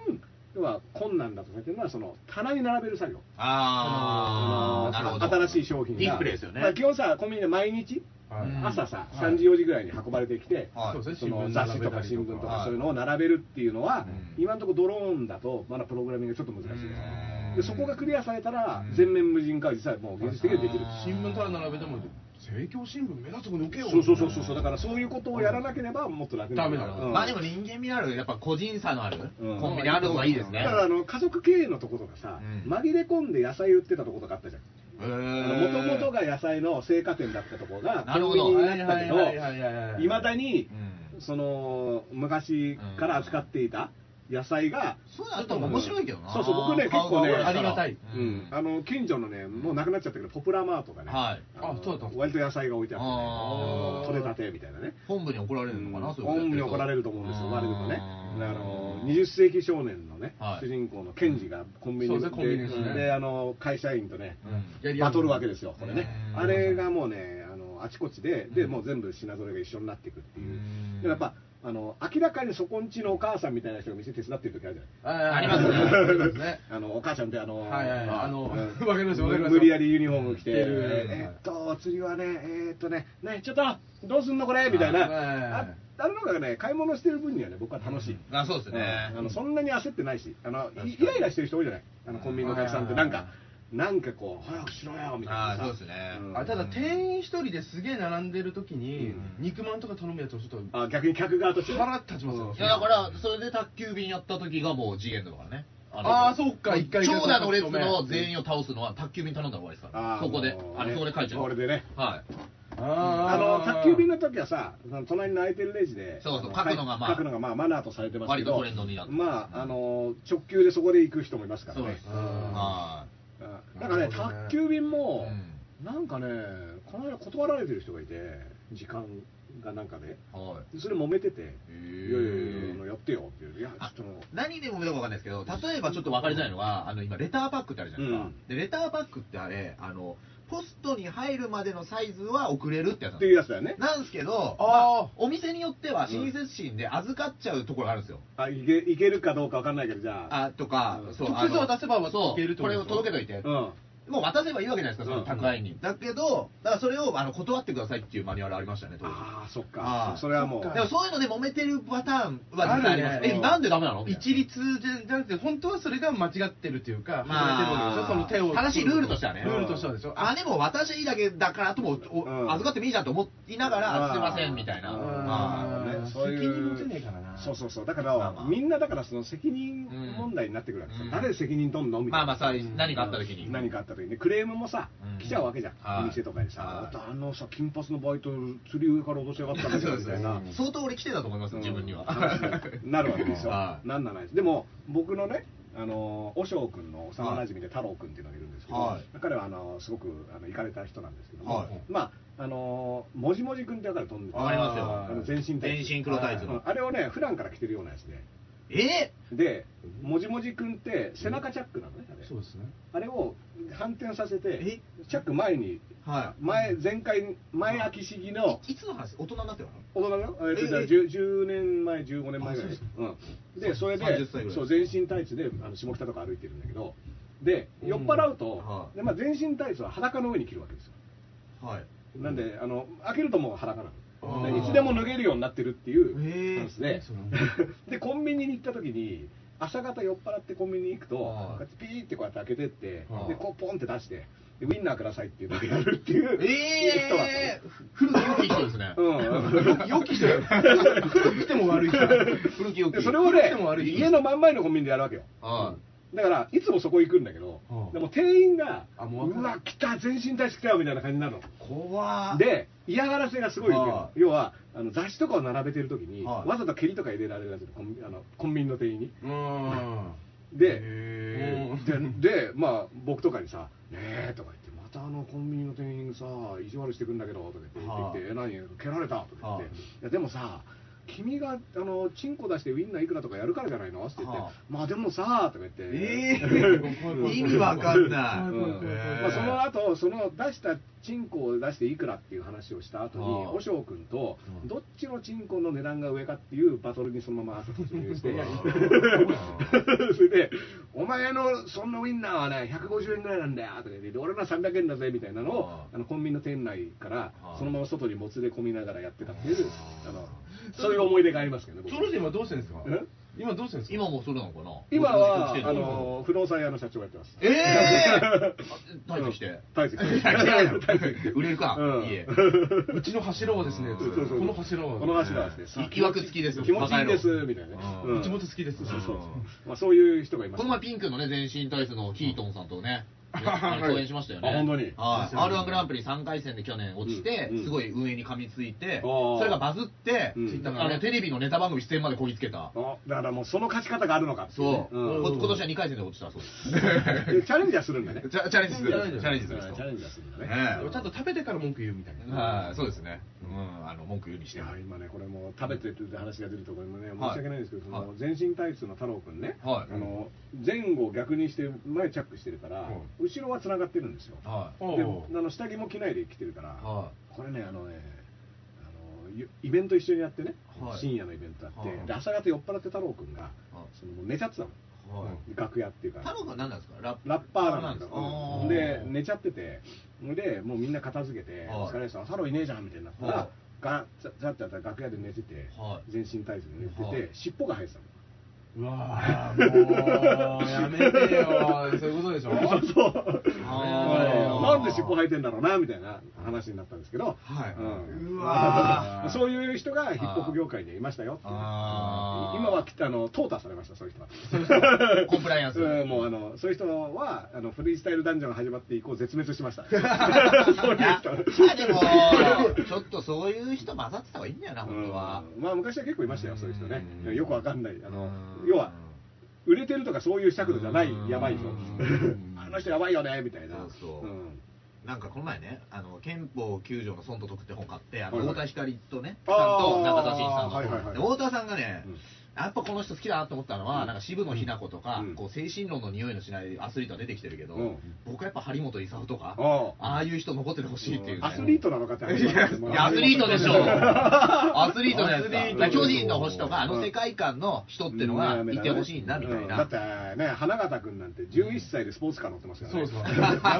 S3: 要は困難だとされてるのはその棚に並べる作業
S4: あーなるほど
S3: 新しい商品が
S4: ディスプレイですよね
S3: まあ基本さコンビニで毎日
S5: はい
S4: うん
S3: 朝さ、
S5: はい
S3: 3時4時ぐらいに運ばれてきて、
S4: はい
S5: そうです
S3: そ
S5: ね
S3: の
S5: 新聞
S3: 雑誌
S5: 並べ
S3: と
S5: た
S3: か
S5: り
S3: 新聞と
S4: はい
S3: かそういうのを並べるっていうのは、
S4: うん
S3: 今のところドローンだとまだプログラミングがちょっと難しいですね
S4: うん
S3: でそこがクリアされたら
S4: うん
S3: 全面無人化は実はもう現実的にはできる
S5: 新聞から並べても政教新聞目立つとこに受けよ
S3: そうそうそうそうそうだからそういうことをやらなければもっと楽になる
S5: ダメだな
S3: うん
S4: まあでも人間味のあるやっぱ個人差のある
S3: うん
S4: コンビニある方がいいですね
S3: だからあの家族経営のとことかさ、
S4: うん
S3: 紛れ込んで野菜売ってたとことかあったじゃん
S4: へ
S3: も
S4: ー
S3: ともとが野菜の青果店だったとこが
S4: なる
S3: コン
S4: ほ
S3: ビ
S4: ど
S3: ニになったけど
S5: はいはいはいはいはい
S3: いまだに
S4: うん
S3: その昔から扱っていた野菜が、
S4: そうなったら面白いけどな
S3: そうそう僕ね結構ね
S4: 顔が
S5: ありがたい
S3: うんあの近所のねもうなくなっちゃったけどポプラマートがね、
S4: はい
S3: の
S5: あそうだったんです
S3: 割と野菜が置いてあって、
S4: あ
S3: ね
S4: ー、
S3: 取れたてみたいなね
S4: 本部に怒られるのかな、そういうことや
S3: 本
S4: って
S3: 部
S4: る
S3: に
S4: と
S3: 怒られると思うんですよ、我々も
S4: う
S3: ね。
S4: ん
S3: あの20世紀少年のね、
S4: はい
S3: 主人公のケンジがコンビ
S5: そ
S3: ニ
S5: う
S3: で
S5: ですねコンビニですね
S3: であの会社員とね、
S4: うん
S5: やり合う
S3: バトるわけですよ、これね、
S4: うん
S3: あれがもうね、あのあちこちで、でもう全部品ぞれが一緒になっていくってい
S4: う
S3: う、
S4: ん
S3: でもやっぱあの、明らかにそこんちのお母さんみたいな人が店手伝ってる時あるじゃない。
S5: あ
S4: ありますね
S5: ありますね
S3: あのお母ちゃんってあの、
S5: はいはいはいあの
S3: うん
S5: わかりますわかります
S3: 無理やりユニフォーム着て、
S5: 着てる
S3: えーっと、釣りはね、えーっとね、ね、ちょっと、どうすんのこれみたいな、
S5: はいはいはい
S3: ああるのがね、買い物してる分にはね、僕は楽しい。
S4: あそうですね
S3: うんあのそんなに焦ってないし、あの
S4: か
S3: い
S4: に
S3: イライラしてる人多いじゃない、あのコンビニのお客さんって、なん
S5: は
S3: か、なんかこう、早くしろよみたい
S4: あ
S3: なさ
S4: ーそうですね
S3: ん
S5: あただ店員一人ですげえ並んでる時
S3: う
S5: に
S3: ん
S5: 肉まんとか頼むやつをちょっと
S3: あ逆に客側としてね
S5: 腹立ちますよ
S4: いやだからそれで宅急便やった時がもう次元だからね
S5: あーそっか一回
S4: 長蛇の列の全員を倒すのは宅急便頼んだ方がいいですから、
S3: あー
S4: そこで
S3: もう
S4: あれそこで書いちゃう
S3: これでね
S4: はい
S3: あの
S5: あー
S3: 宅急便の時はさ、その隣の空いてるレジで、
S4: そうそう
S3: あの
S4: 書くのがまあ
S3: 書くのがまあマナーとされてますけど、
S4: 割とトレンドになってます
S3: まああの直球でそこで行く人もいますから
S4: そう
S3: ね
S4: です。
S5: あ
S4: は
S3: うんなんかね
S5: なるほどね
S3: 宅急便も
S4: う
S3: なんかねこの間断られてる人がいて時間がなんかね
S4: いはい
S3: それ揉めてて「いや
S4: へ
S3: いやいやあ
S4: ー
S3: のやってよ」って言ういやちょっと
S4: 何でもよくわかんないですけど例えばちょっとわかりづらいのがあの今レターパックってあるじゃないですか、
S3: うん
S4: でレターパックってあれあのポストに入るまでのサイズは遅れるってやつなん
S3: っ
S4: です
S3: ていうやつだよね
S4: なんですけど、
S5: あー
S4: まあお店によっては親切心で預かっちゃうところがあるんですよ。
S3: あいけいけるかどうかわかんないけどじゃあ
S4: あとか、
S3: うん
S4: そう
S5: 直接
S4: あの
S5: 渡せば
S4: そう
S5: いけるっ
S4: こ
S5: てこと
S4: れ
S5: でしょ
S4: を届けといて、
S3: うん
S4: もう渡せばいいわけじゃないですか、その宅配に。だけど、だからそれをあの断ってくださいっていうマニュアルありましたね、当時
S3: ああそっ
S4: あ
S3: か
S4: ー
S3: それはもう
S5: そっか
S4: でもそういうので揉めてるパターンは実際あります。
S5: あるね
S4: え、なんでダメなのみたいな
S5: 一律じゃなくて本当はそれが間違ってるというか、
S4: まあ
S5: 外れてるわけでしょその手を
S4: 正しいルールとしてはね
S5: ルールとしてはでしょ
S4: あでも私いいだけだからとも、お
S3: うん
S4: 預かってもいいじゃんと思いなが
S3: あ
S4: ら
S3: ー
S4: すいませんみたいな、
S3: あー
S4: まあ
S3: ね
S5: うん
S3: そういう
S5: 責任持てねえからな
S3: そうそうそうだから、
S4: まあまあ
S3: みんなだからその責任問題になってくるわけさ、
S4: うん
S3: 誰責任取んのみたい
S4: まあ
S3: な
S4: まあさ何かあった時に、
S3: 何かあった時にクレームもさ、
S4: うん
S3: 来ちゃうわけじゃん、
S4: はい
S3: お店とかにさ、
S4: はい
S3: あのさ金髪のバイト釣り上から落としやがったんだけ
S4: そう
S3: ど
S4: で
S3: み
S4: す
S3: たいな
S4: ね相当俺来てたと思います、
S3: うん
S4: 自分には
S3: なるわけですよ
S4: は。い
S3: なんならないです。でも、僕のね、あの、おしょうくんの幼馴染で太郎くんっていうのがいるんですけど、
S4: はい
S3: 彼は、あの、すごく、あの、行かれた人なんですけども、
S4: はい
S3: まあ、あの、もじもじくんってわかると思うんです
S4: わかりますよ
S3: あの全身タイツ
S4: 全身黒タイツの
S3: あのあれをね、普段から着てるようなやつで、
S4: え
S3: でもじもじくんって背中チャックなのねあれ
S5: そうですね
S3: あれを反転させて
S4: え
S3: チャック前に
S4: は
S3: 前前回前開き式の
S4: い。いつの話大人になってから
S3: 大人だよ、えーと
S4: え
S3: じゃあ
S4: え
S3: 10, 10年前15年前ぐら
S4: あ
S3: いです
S4: そう
S3: うん、でそれで
S4: 30歳ぐらい
S3: そう全身タイツであの下北とか歩いてるんだけどで
S5: うん
S3: 酔っ払うと、
S4: はい
S3: でまあ、全身タイツは裸の上に着るわけですよ
S4: はい。
S3: なんであの開けるともう裸な
S4: あ
S3: の
S4: ー
S3: でいつでも脱げるようになってるっていう
S4: へー
S3: 話で
S5: そう
S3: でコンビニに行った時に朝方酔っ払ってコンビニに行くとこ
S4: はいう
S3: やってピーってこうやって開けてって
S4: はい
S3: でこうポンって出してでウインナーくださいっていうのをやるっていう 人だったの
S4: ええー、古き良き人ですね。
S3: う ん、
S5: 良き人よ古くても悪い人
S4: 古き良
S3: で
S4: き。
S3: それを
S5: 良く
S3: ね
S5: ても悪い
S3: 家の真ん前のコンビニでやるわけよ
S4: は
S3: だからいつもそこ行くんだけど、
S5: うん
S3: でも店員が「
S5: あもう分か
S3: う
S5: る
S3: わ来た全身大使来たよ」みたいな感じなの
S4: い。怖っ。
S3: で嫌がらせがすごい受ける
S4: はい
S3: 要はあの雑誌とかを並べてる時に、
S4: はい
S3: わざと蹴りとか入れられるやつコンビあのコンビニの店員に
S5: うーん
S3: で
S4: へ
S3: ででまあ僕とかにさ「ねえ」とか言って「またあのコンビニの店員さ意地悪してくんだけど」とか言って言って「え何蹴られた」とか言って
S4: はあ
S3: 「いやでもさ君があのチンコ出してウインナーいくらとかやるからじゃないの?」って言って
S4: はあ
S3: 「まあでもさ」とか言って
S4: え
S5: わかる
S4: ー、意味わかんな
S5: う
S4: い。
S3: うん
S5: へー
S3: まあ、その後その出したチンコを出していくらっていう話をした後に
S4: ああ
S3: 和尚君と
S4: うん
S3: どっちのチンコの値段が上かっていうバトルにそのまま朝突入して それで「お前のそんなウインナーはね150円ぐらいなんだよ」とか言って「俺のは300円だぜ」みたいなのを
S4: あ
S3: あのコンビニの店内から
S4: あ
S3: そのまま外にもつれ込みながらやってたっていう
S4: あ
S3: あのそういう思い出がありますけどね僕
S5: それで今どうしてるんですか
S3: え
S5: 今どうしてるんですか
S4: 今もそれなのかな
S3: 今は
S4: の
S3: あの不動産屋の社長やってます
S4: ええー、大丈して。
S3: 大勢
S4: いや違 うよ売れるか、
S3: うん
S4: いいえ。
S5: うちの柱はですね
S3: そうそうそう
S5: この柱は
S3: この柱はですね、
S4: いわくつきですよ
S3: 気持ちいいです
S4: バカ野郎
S3: みたいなね
S4: あー
S3: うん
S5: うちも好きで
S3: そ
S5: す
S3: うそうそう
S4: う
S3: まあそういう人がいま
S4: こ
S3: す
S4: の前ピンクのね、全身体操のヒートンさんとね、あの共演しましたよね。
S3: あ本当に
S4: はい。R1 グランプリ3回戦で去年落ちて、
S3: うんうん
S4: すごい運営に噛みついて、
S3: あー
S4: それがバズって、
S3: うん
S4: あのテレビのネタ番組出演までこぎつけた。
S3: あだからもうその勝ち方があるのかってい
S4: そう。
S3: ん
S4: こ今年は2回戦で落ちたそう
S3: でチャレンジはするんだね
S4: です。チャチャレンジする。チ
S5: うん
S4: ャレンジす
S3: チ
S4: る人。
S3: ャレンジはするんだね
S4: ね
S5: ちゃんと食べてから文句言うみたい
S4: え
S5: な
S4: はい、そうですね。うん、あの、文句言うにし
S3: い
S4: て
S3: や
S4: も。
S3: 今ねこれもう食べてるって話が出るところもね申し訳ないんですけど、
S4: はい
S3: その全身タイツの太郎くんね、
S4: はい
S3: あの前後逆にして前チャックしてるから、
S5: う
S3: 後ろは繋がってるんですよ、
S4: は
S5: お
S3: で
S5: う
S3: あの下着も着ないで来てるから、
S4: は
S3: これねあのねあのゆイベント一緒にやってね、
S4: はい
S3: 深夜のイベントやって、
S4: はい
S3: で朝方酔っ払って太郎くんが
S4: い。は
S3: そのもう寝ちゃってたの
S4: い。はい
S3: 楽屋っていう
S4: 太
S3: か
S4: 郎くんは何なんですかラッ
S3: ラッパーなんだけ
S4: あ
S3: ど
S4: ー
S3: で寝ちゃっててでもうみんな片付けて「
S4: はい
S3: お疲れさん太郎いねえじゃん」みたいになった
S4: は
S3: ら
S4: い
S3: ガッザッてやったら楽屋で寝てて
S4: は
S3: 全身体操で寝てて、
S4: はい
S3: 尻尾が生えてたの。
S5: うわーもうやめてよそういうことでしょ
S3: そう
S4: あー
S3: なんで尻尾生えてんだろうなみたいな話になったんですけど、
S4: はい
S3: う
S4: う
S3: ん
S4: わ
S5: ー
S3: そういう人がヒップホップ業界にはいましたよっていう
S4: あー
S3: 今はきっとあの淘汰されましたそういう人は
S4: コンプライアンス。
S3: うんもうあのそういう人はあのフリースタイルダンジョンが始まって以降絶滅しました そういう
S4: いや
S3: 人
S4: まあで も、ちょっとそういう人混ざってた方がいいんだよな、本当は。
S3: うんまあ昔は結構いましたよそういう人ね
S4: うん
S3: よくわかんないあの
S4: うん
S3: 要は売れてるとかそういう尺度じゃない
S4: うん
S3: やばい人
S4: うん
S3: あの人やばいよねみたいな
S4: そうそう
S3: うん
S4: なんかこの前ね、あの憲法9条の損と得って本買って、あの
S3: はいはい
S4: 太田光とね、
S3: あー
S4: さんと中田真一さんの、
S3: はいはいはい
S4: で太田さんがね、
S3: うん
S4: やっぱこの人好きだなと思ったのは、
S3: うん
S4: なんか渋野日向子とか、
S3: うん
S4: こう精神論の匂いのしないアスリートは出てきてるけど、
S3: うん
S4: 僕はやっぱ張本勲とか、
S3: あ
S4: ああいう人残っててほしいっていう、ね。
S3: アスリートなのかって話なんですけど
S4: いやアスリートでしょ アスリートじゃないです
S5: アス
S4: か
S5: リー
S4: だ
S5: ト
S4: から巨人の星とかあの世界観の人ってのがいてほしいなみたいな、
S3: うん だってね花形君なんて11歳でスポーツカー乗ってますからね
S5: そう そう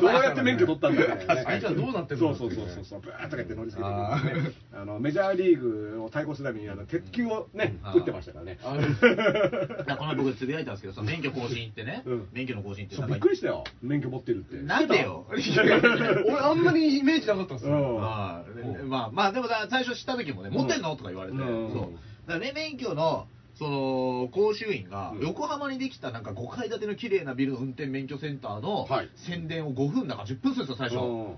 S3: どうやって免許取ったんだから ね
S5: 確かにじゃあどうなってるの
S3: そうそうそうそうそうブーッとかやって乗りつけてくるんですねあのメジャーリーグを対抗するためにあの鉄球をね
S4: うん
S3: 打ってましたからね
S5: あ
S4: だからこの前僕つぶやいたんですけどその免許更新ってね、
S3: うん
S4: 免許の更新って
S3: そ
S4: な
S3: うび
S4: ん
S3: っ
S4: か
S3: くりしたよ免許持ってるって
S4: なんでよ
S5: 俺あんまりイメージなかったっす
S3: う
S5: よ
S3: ん
S4: ああねまあまあでもさ最初知った時もね「持ってんの?」とか言われて、
S3: うん
S4: そうだからね免許のその講習員が
S3: うん
S4: 横浜にできたなんか5階建ての綺麗なビルの運転免許センターの
S3: はい
S4: 宣伝を5分だから10分するんですよ最初、
S3: うん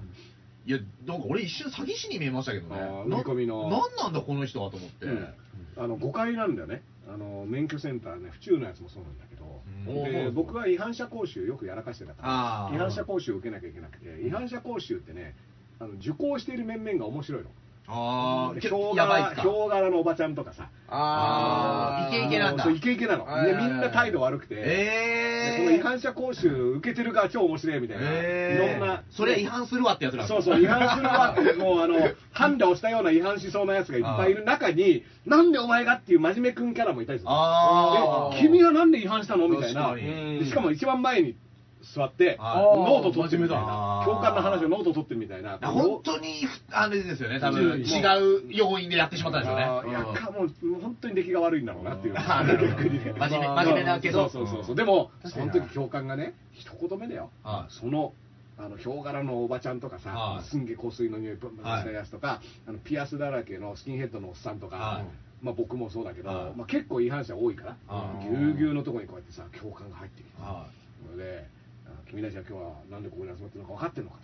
S4: いやなんか俺一瞬詐欺師に見えましたけどね
S3: あー
S4: な
S3: 売り込みの
S4: なんなんだこの人はと思って、
S3: うんあの誤解なんだよねあの免許センターね府中のやつもそうなんだけど、
S4: うん
S3: で僕は違反者講習よくやらかしてたか
S4: あー
S3: ら違反者講習を受けなきゃいけなくて違反者講習ってねあの受講している面々が面白いの
S4: ああ、
S3: ヒ
S4: 結
S3: ョ
S4: 構
S3: ウ
S4: やばいっ
S3: 柄
S4: すか。
S3: ヒョウ柄のおばちゃんとかさ
S4: あーイケイケなんだ
S3: あのそうイケイケなの
S5: はい
S3: で
S5: はいは
S3: み
S5: い
S3: んな態度悪くて、
S4: え
S3: で
S4: え
S3: この違反者講習受けてるから超面白いみたいな、い
S4: え
S3: ろんな
S4: それ違反するわってやつら。
S3: そうそう違反するわってもうあの判断をしたような違反しそうなやつがいっぱいいる中になんでお前がっていう真面目くんキャラもいたりする
S4: あー
S3: え君はなんで違反したのみた
S4: 確
S3: いな
S4: かに
S3: でしかも一番前に座って
S4: あー
S3: ノート取ってるみたいな
S4: あー
S3: 教官の話をノート取ってるみたいな
S4: 本当に、あれですよね、多分、
S3: うん
S4: 違う要因でやってしまったんですよね。
S3: あーいやかもう本当に出来が悪いんだろうなっていう
S4: あーなるほど
S3: ね
S4: 真面目真面目だけど
S3: そうそうそうそうでも
S5: 確
S3: そ
S5: かに
S3: の
S5: な
S3: 時教官がね一言目だよ
S4: は
S3: そのあのヒョウ柄のおばちゃんとか
S4: は
S3: さ
S4: い
S3: すんげえ香水の匂いブンブンしたやつとか、あのピアスだらけのスキンヘッドのおっさんとか、
S4: はい
S3: まあ、僕もそうだけど、
S4: はい
S3: まあ、結構違反者多いから
S4: あ
S3: ぎ
S4: ー
S3: ゅうぎゅうのとこにこうやってさ教官が入ってきて
S4: い。はい
S3: それであ君たちは今日はなんでここに集まってるのか分かってるのか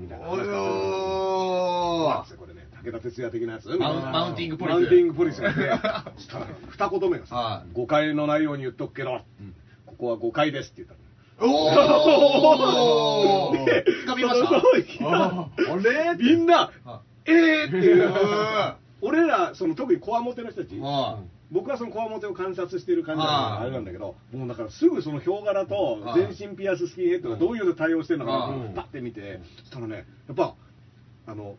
S3: みたいな話
S4: お
S3: がする
S4: よ
S3: これね武田鉄矢的なやつ
S4: マウンマウンティングポリス
S3: マウンティングポリスがいて そしたら二言目がさ
S4: は
S3: 誤解のないように言っとくけど、ここは誤解ですって言ったの
S4: ーおおつかみまし
S3: そ
S4: た
S3: の
S5: あーあれ
S3: みんな
S4: は
S3: えーっていう
S4: うん
S3: 俺らその特にこわもての人たち
S4: は
S3: 僕はそのこわもてを観察してる感じだから
S4: はい
S3: あれなんだけどもうだからすぐそのヒョウ柄と
S4: はい
S3: 全身ピアススキンヘッドがどういうの対応してるのかな
S4: は
S3: っ
S4: い
S3: てパッて見てそしたらねやっぱあの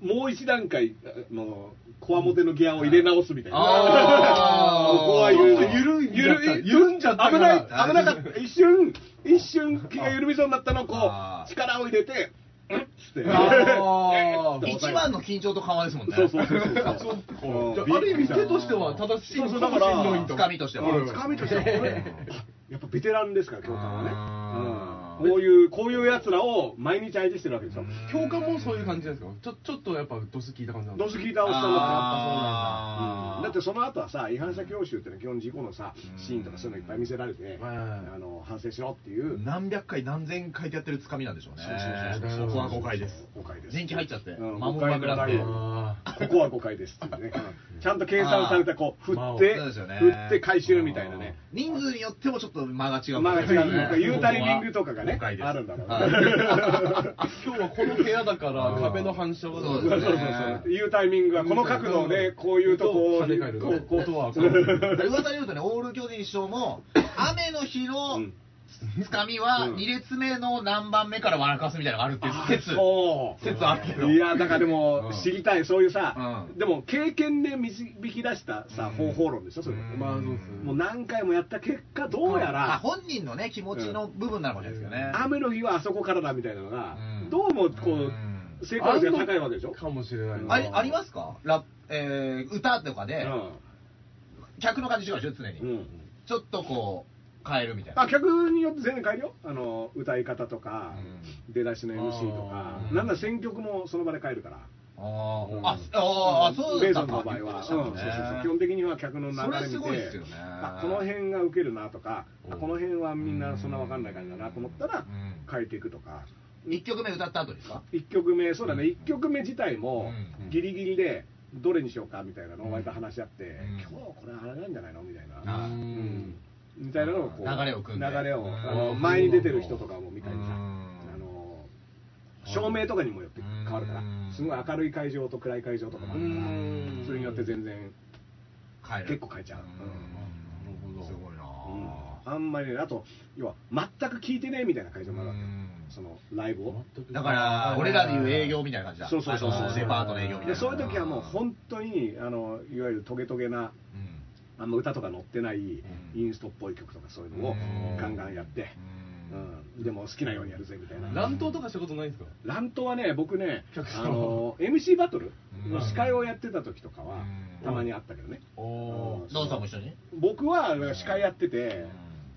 S3: もう一段階あのこわもてのギアを入れ直すみたいな。
S4: あー
S3: ここは緩い
S5: 緩いん
S3: 緩
S5: だった
S3: い
S5: 緩んじゃった
S3: 危
S5: か
S3: ない
S5: ら
S3: 危なかった一瞬一瞬気が緩みそうになったのをこ
S4: あ
S3: う
S4: ー
S3: 力を入れてうんっつって
S5: あー
S4: い一番の緊張と緩和ですもんね
S3: そうそうそうそう
S5: そう
S3: うん
S5: じゃあある意味手としては正しい
S3: そうそう
S5: かもしんないと
S4: だから掴みとしては
S3: うん掴みとしては
S5: うん
S3: やっぱベテランですから教官は
S4: あ
S3: ね、
S4: ー
S3: うんこういうこういうやつらを毎日相手してるわけですよ
S5: 教官もそういう感じなんですかちょちょっとやっぱドス聞いた感じなんで
S3: ド
S5: す
S3: ス
S5: か
S3: 聞いたおっさん
S4: あー
S3: だったからうんだってその後はさ違反者教習ってのは基本事故のさシーンとかそういうのいっぱい見せられて
S5: はい
S3: あの反省しろっていう
S4: 何百回何千回ってやってるつかみなんでしょうね
S5: そうそうそう
S4: ここは誤解です
S3: 誤解です
S4: 人気入っちゃって
S3: うん
S4: 守り枕って
S3: 誤解のない
S5: あ
S3: ここは誤解ですっていうね、ちゃんと計算された、こう、振
S5: ま
S3: っ
S5: あそう
S3: て、
S4: ですよね
S3: 振って回収みたいなね。
S4: 人数によってもちょっと間が違う
S3: まあ、違う、ユータイミングとかがね
S4: 誤解、です
S3: あるんだろう
S4: はい
S3: ね。
S5: ー今日はこの部屋だから壁の反射
S4: そ
S5: が
S4: う
S3: そ
S4: で
S3: うそう
S4: すね
S3: そう、言うタイミングは、この角度で、こういうとこを、
S5: 跳ね返る
S3: こう、こう
S5: 音は変わる
S4: 噂によるとね、オール巨人師匠も、雨の日の
S3: うん
S4: つかみは、
S3: うん
S4: 2列目の何番目から笑かすみたいなのがあるっていう説、
S3: そう
S4: 説あるけど。
S3: いやだからで
S4: う
S3: も
S4: ん
S3: 知りたいそういうさ、
S4: うん
S3: でも経験で導き出したさ、
S4: うん
S3: 方法論でしょそれ、
S4: うん
S5: まあそうですね
S3: もう何回もやった結果どうや
S4: あ
S3: ら、
S4: 本人のね、気持ちの部分なのかもしれないですけどね。
S3: 雨の日はあそこからだみたいなのが、
S4: うん
S3: どうもこう、
S4: うん
S3: 成功率が高いわけでしょ
S5: かもしれない
S4: ありありますすかラップえー歌とかで、客の感じ違うでしょ、常に、
S3: うんうん
S4: ちょっとこう、変えるみたいな。
S3: あ客によって全然変えるよあの歌い方とか、
S4: う
S3: 出だしの MC とか
S4: あ、ー
S3: なんなら選曲もその場で変えるから、
S4: あ
S3: う
S4: ー
S3: ん
S4: あ、あーそう
S3: ベ
S4: だ
S3: ー
S4: っ
S3: ス
S4: た
S3: の場合は、うんそうそうそう基本的には客の流
S4: そ
S3: れ
S4: れ
S3: 見
S4: す
S3: て
S4: ごいっすよね
S3: あこの辺がウケるなとか、あ
S5: うん
S3: この辺はみんなそんな分かんない感じだなと思ったら
S4: うん
S3: 変えていくとか、
S4: 1曲目歌った後ですか
S3: 1曲目そうだね1曲目自体も
S4: うん
S3: ギリギリでどれにしようかみたいなのを割と話し合って、
S4: ん
S3: 今日これあれなんじゃないのみたいな、
S4: あ
S5: う
S3: うんんみたいなのをこう
S4: 流れを組んで
S3: 流れを
S4: うん
S3: あの前に出てる人とかも見たりさ、
S4: うん
S3: あの照明とかにもよって変わるから、
S4: うん
S3: すごい明るい会場と暗い会場とかもあるから、
S5: うん
S3: それによって全然
S4: 変える
S3: 結構変えちゃう
S4: うん
S5: なるほど
S4: すごいな
S3: うんあんまりねあと要は全く聞いてねえみたいな会場もあるわけよ
S4: うん
S3: そのライブを
S5: 全く
S4: だから俺らでいう営業みたいな感じだ
S3: そうそうそうそう
S4: あのデパートの営業みたい
S3: で
S4: な
S3: そういう時はもう本当にあのいわゆるトゲトゲな
S4: うん
S3: あんま歌とか載ってないインストっぽい曲とかそういうのを
S4: うん
S3: ガンガンやって、うんでも好きなようにやるぜみたいな
S5: 乱闘とかしたことないんですか
S3: 乱闘はね僕ね
S5: 客
S3: あ
S5: さん
S3: の MC バトル
S4: う
S3: の
S4: ん
S3: 司会をやってた時とかは
S4: うん
S3: たまにあったけどね
S5: おお
S4: ノンさんも一緒に
S3: 僕は司会やってて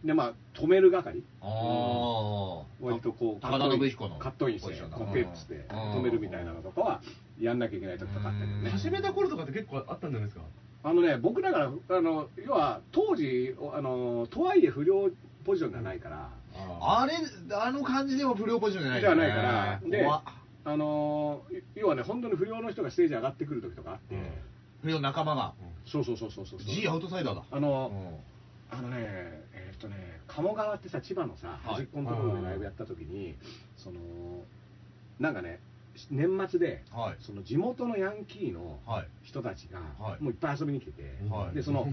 S3: でまあ止める係
S4: ああ
S3: 割とこう
S4: 高田信彦の
S3: カットインして
S4: ポジションだ
S3: こうペッつって止めるみたいなのとかはやんなきゃいけない時とかあったけどね
S5: 始めた頃とかって結構あったんじゃないですか
S3: あのね、僕だから、あの要は当時あの、とはいえ不良ポジションじゃないから、
S4: あれあの感じでも不良ポジションじゃない
S3: じゃないから、で
S4: 怖っ
S3: あの要はね、本当に不良の人がステージ上がってくる時とかあって、
S4: 不良仲間が
S3: そうそうそうそうそう、
S4: G アウトサイダーだ
S3: あ
S4: う
S3: の
S4: ん
S3: あのね、えーっとね、鴨川ってさ、千葉のさ、
S4: はい
S3: 端っこのところでライブやった時に、そのなんかね、年末で、
S4: はい
S3: その地元のヤンキーの
S4: はい
S3: 人たちが、
S4: はい
S3: もういっぱい遊びに来てて、
S4: はい
S3: でそ の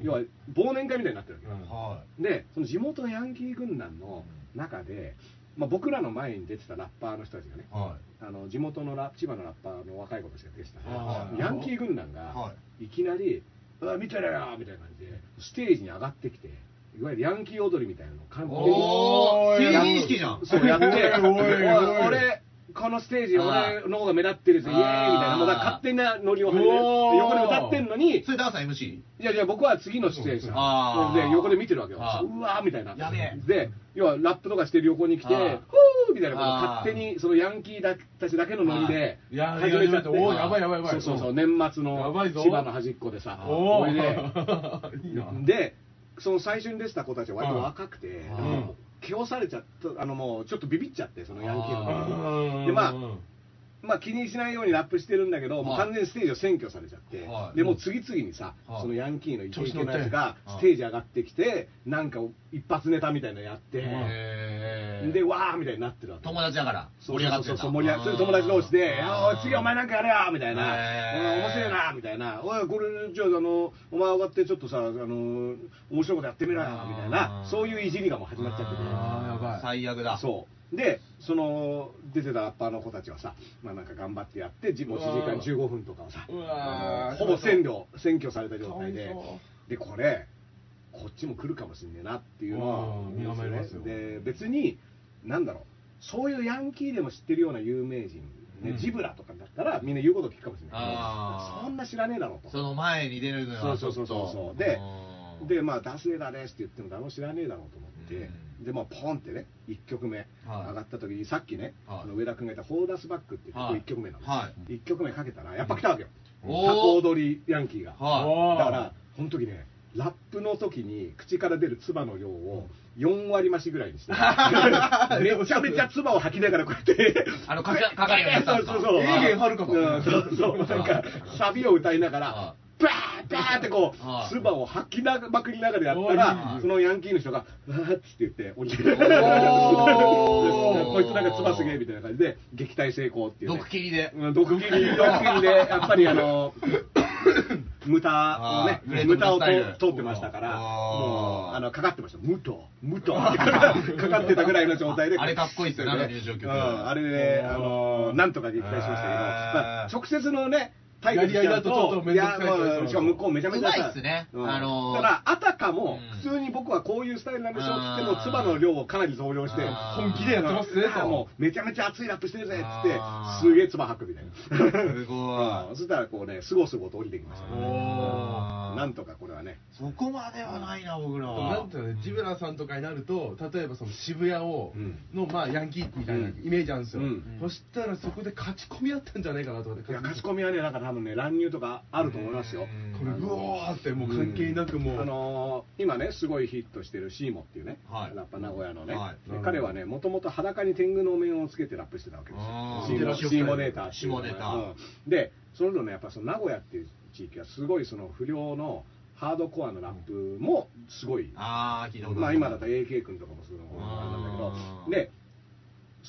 S3: 要は忘年会みたいになってるわけよ、
S4: は
S3: でその地元のヤンキー軍団の中で、まあ、僕らの前に出てたラッパーの人たちがね
S4: いは
S3: あの地元のラ千葉のラッパーの若い子たちが出てたら、
S4: はい
S3: ヤンキー軍団
S4: は
S3: がいきなり「うわ見てろよ!」みたいな感じでステージに上がってきていわゆるヤンキー踊りみたいなのを完璧
S4: おー
S3: に
S4: 成人式じゃん
S3: そうやって「お
S5: おいおい
S3: い俺このステージ俺の方が目立ってるぜイエーイ!」みたいなもうだから勝手なノリを始める
S5: おー
S3: 横で歌ってんの
S4: い
S3: に
S4: それダンさん MC?
S3: いやいや、僕は次の出演者
S4: あー
S3: で、横で見てるわけよ、
S4: あー
S3: うわーみたいな、
S4: やべえ
S3: で、要はラップとかしてる横に来て、
S4: あ
S3: ふ
S4: ー
S3: ーみたいなことを勝手にそのヤンキーだたちだけのノリで
S5: いや
S3: 始めちゃって、
S5: いやいやおーやばいやばいやばい
S3: そうそうそう、
S5: うん
S3: 年末の
S5: やばいぞ
S3: 千葉の端っこでさ、
S5: おお
S3: これで、
S5: いいな
S3: で、その最初に出てた子たちは割と若くて、
S4: あー
S3: でもう、汚されちゃった、あのもうちょっとビビっちゃって、そのヤンキー
S5: う
S3: の
S4: あ
S3: 時に。
S5: ん
S3: でまあまあ、気にしないようにラップしてるんだけど、もう
S4: はい
S3: 完全にステージを占拠されちゃって、
S4: はい
S3: でもう次々にさ、
S4: はい
S3: そのヤンキーのイケイケのやつ
S4: 調
S3: が
S4: 子乗って
S3: ステージ上がってきて、なんか一発ネタみたいなのやって、
S4: へー
S3: でわーみたいになってるわけ。
S4: 友達だから盛り上がって
S3: そ
S4: ん
S3: う
S4: だ
S3: そうそう盛り上がそれで友達同士で「いやお
S4: あ
S3: い
S4: ー
S3: 次お前なんかやれよ」みたいな
S4: へー
S3: おい「面白いな」みたいな「おいこれじゃああのお前上がってちょっとさあの面白いことやってみろよ」みたいな
S4: あー
S3: そういういじりがもう始まっちゃってて。
S5: あーやばい
S4: 最悪だ
S3: そうでその出てたラッパーの子たちはさ、まあ、なんか頑張ってやって自分1
S5: う
S3: 時
S5: わー
S3: 間15分とかをさ
S5: うわ
S3: あ
S5: ー
S3: のほぼ占領占拠された状
S5: かわ
S3: 態
S5: い
S3: で
S5: そ
S3: でこれこっちも来るかもしんねえなっていうのは
S5: うん身構えますよ
S3: で別になんだろうそういうヤンキーでも知ってるような有名人、ね
S5: うん
S3: ジブラとかだったらみんな言うこと聞くかもしれない
S4: あー
S3: けどそんな知らねえだろうと
S4: その前に出るのは
S3: そうそうそうそうそう
S4: ちょっと
S3: で
S4: うん
S3: でまあ出すねだですって言っても誰も知らねえだろうと思って、
S4: う
S3: でまあポンってね1曲目上がった時にさっきね、
S4: はい
S3: あの上田君が言った「ホーダスバック」っていう曲
S4: はい
S3: 1曲目なの、
S4: は
S3: 1曲目かけたらやっぱ来たわけよ
S4: おー
S3: タコ踊りヤンキーがだか
S4: は
S5: おー
S3: らこの時ねラップの時に口から出る唾の量を4割増しぐらいにし てめちゃめちゃ唾を吐きながらこうやって
S4: いあのかかかかるようになったん
S3: そう
S4: ですか
S3: そうそう。
S5: エーゲンはるかと
S3: うんそうそう。なんか、サビを歌いながら
S4: あ、
S3: バーバーってこ
S4: あ
S3: う、唾を吐きなまくりながらやった
S5: お
S3: ら
S5: い、
S3: そのヤンキーの人が、わーっつって言って、降りてくる。
S4: おー
S3: こいつなんか唾すげえみたいな感じで、撃退成功っていうね。
S4: 毒切りで
S3: うん毒切り、毒切りで、やっぱりあ の、無駄
S4: あ
S3: の
S4: ー
S3: ね、無駄を
S4: グレートブルースタイル
S3: と通ってましたから、
S4: あー
S3: もう、あの、かかってました。無と、無と、かかってたぐらいの状態で。
S4: あれかっこいいっすよねあの入場曲
S3: うんあれで、あの、なんとか撃退しましたけど、まあ直接のね、対決しち
S5: やり合い
S3: ゃう
S5: だとちょ
S3: と
S5: っと、
S3: い
S5: 面倒
S3: や、
S5: くさいから
S3: もうしかも向こうめちゃめちゃ
S4: うまいっすね
S3: うん
S4: あのー
S3: ただ、あたかも
S4: うん、
S3: 普通に僕はこういうスタイルなんでしょうってっ
S4: あ
S3: ても、
S4: ー
S3: 唾の量をかなり増量して、
S4: あー
S5: 本気でやってますね
S3: あー
S5: と
S3: もうめちゃめちゃ熱いラップしてるぜっつって
S4: あ、ー
S3: すげえ唾吐くみたいな。
S4: すご
S3: うんそしたらこうね、すごすごと降りてきました
S4: お
S3: ね。
S4: ー
S3: なんとかこれはね。
S4: そこまではないな僕らは
S5: なんていうのねジブラさんとかになると例えばその渋谷を
S3: うん
S5: のまあヤンキーみたいな
S3: うん
S5: イメージあるんですよ
S3: うん
S5: そしたらそこで勝ち込みあったんじゃないかなと思って
S3: いや、勝ち込みはね、なんか多分ね、乱入とかあると思いますよ。
S5: これうおーってもう関係なくもう
S3: あのー今ねすごいヒットしてるシーモっていうね、
S4: はい
S3: ラッパー名古屋のね、
S4: はい
S3: で彼はねもともと裸に天狗のお面をつけてラップしてたわけですよ
S5: あー
S3: シーモシーモネーターっていうの
S4: シーモ
S3: が
S4: ネーター
S3: うんでその人ねやっぱその名古屋っていう地域はすごいその不良のハードコアのラップもすごい、
S4: ああ聞いたこと
S3: まあ、今だと
S4: い
S3: AK 君とかもそうなんだけど
S4: あー
S3: で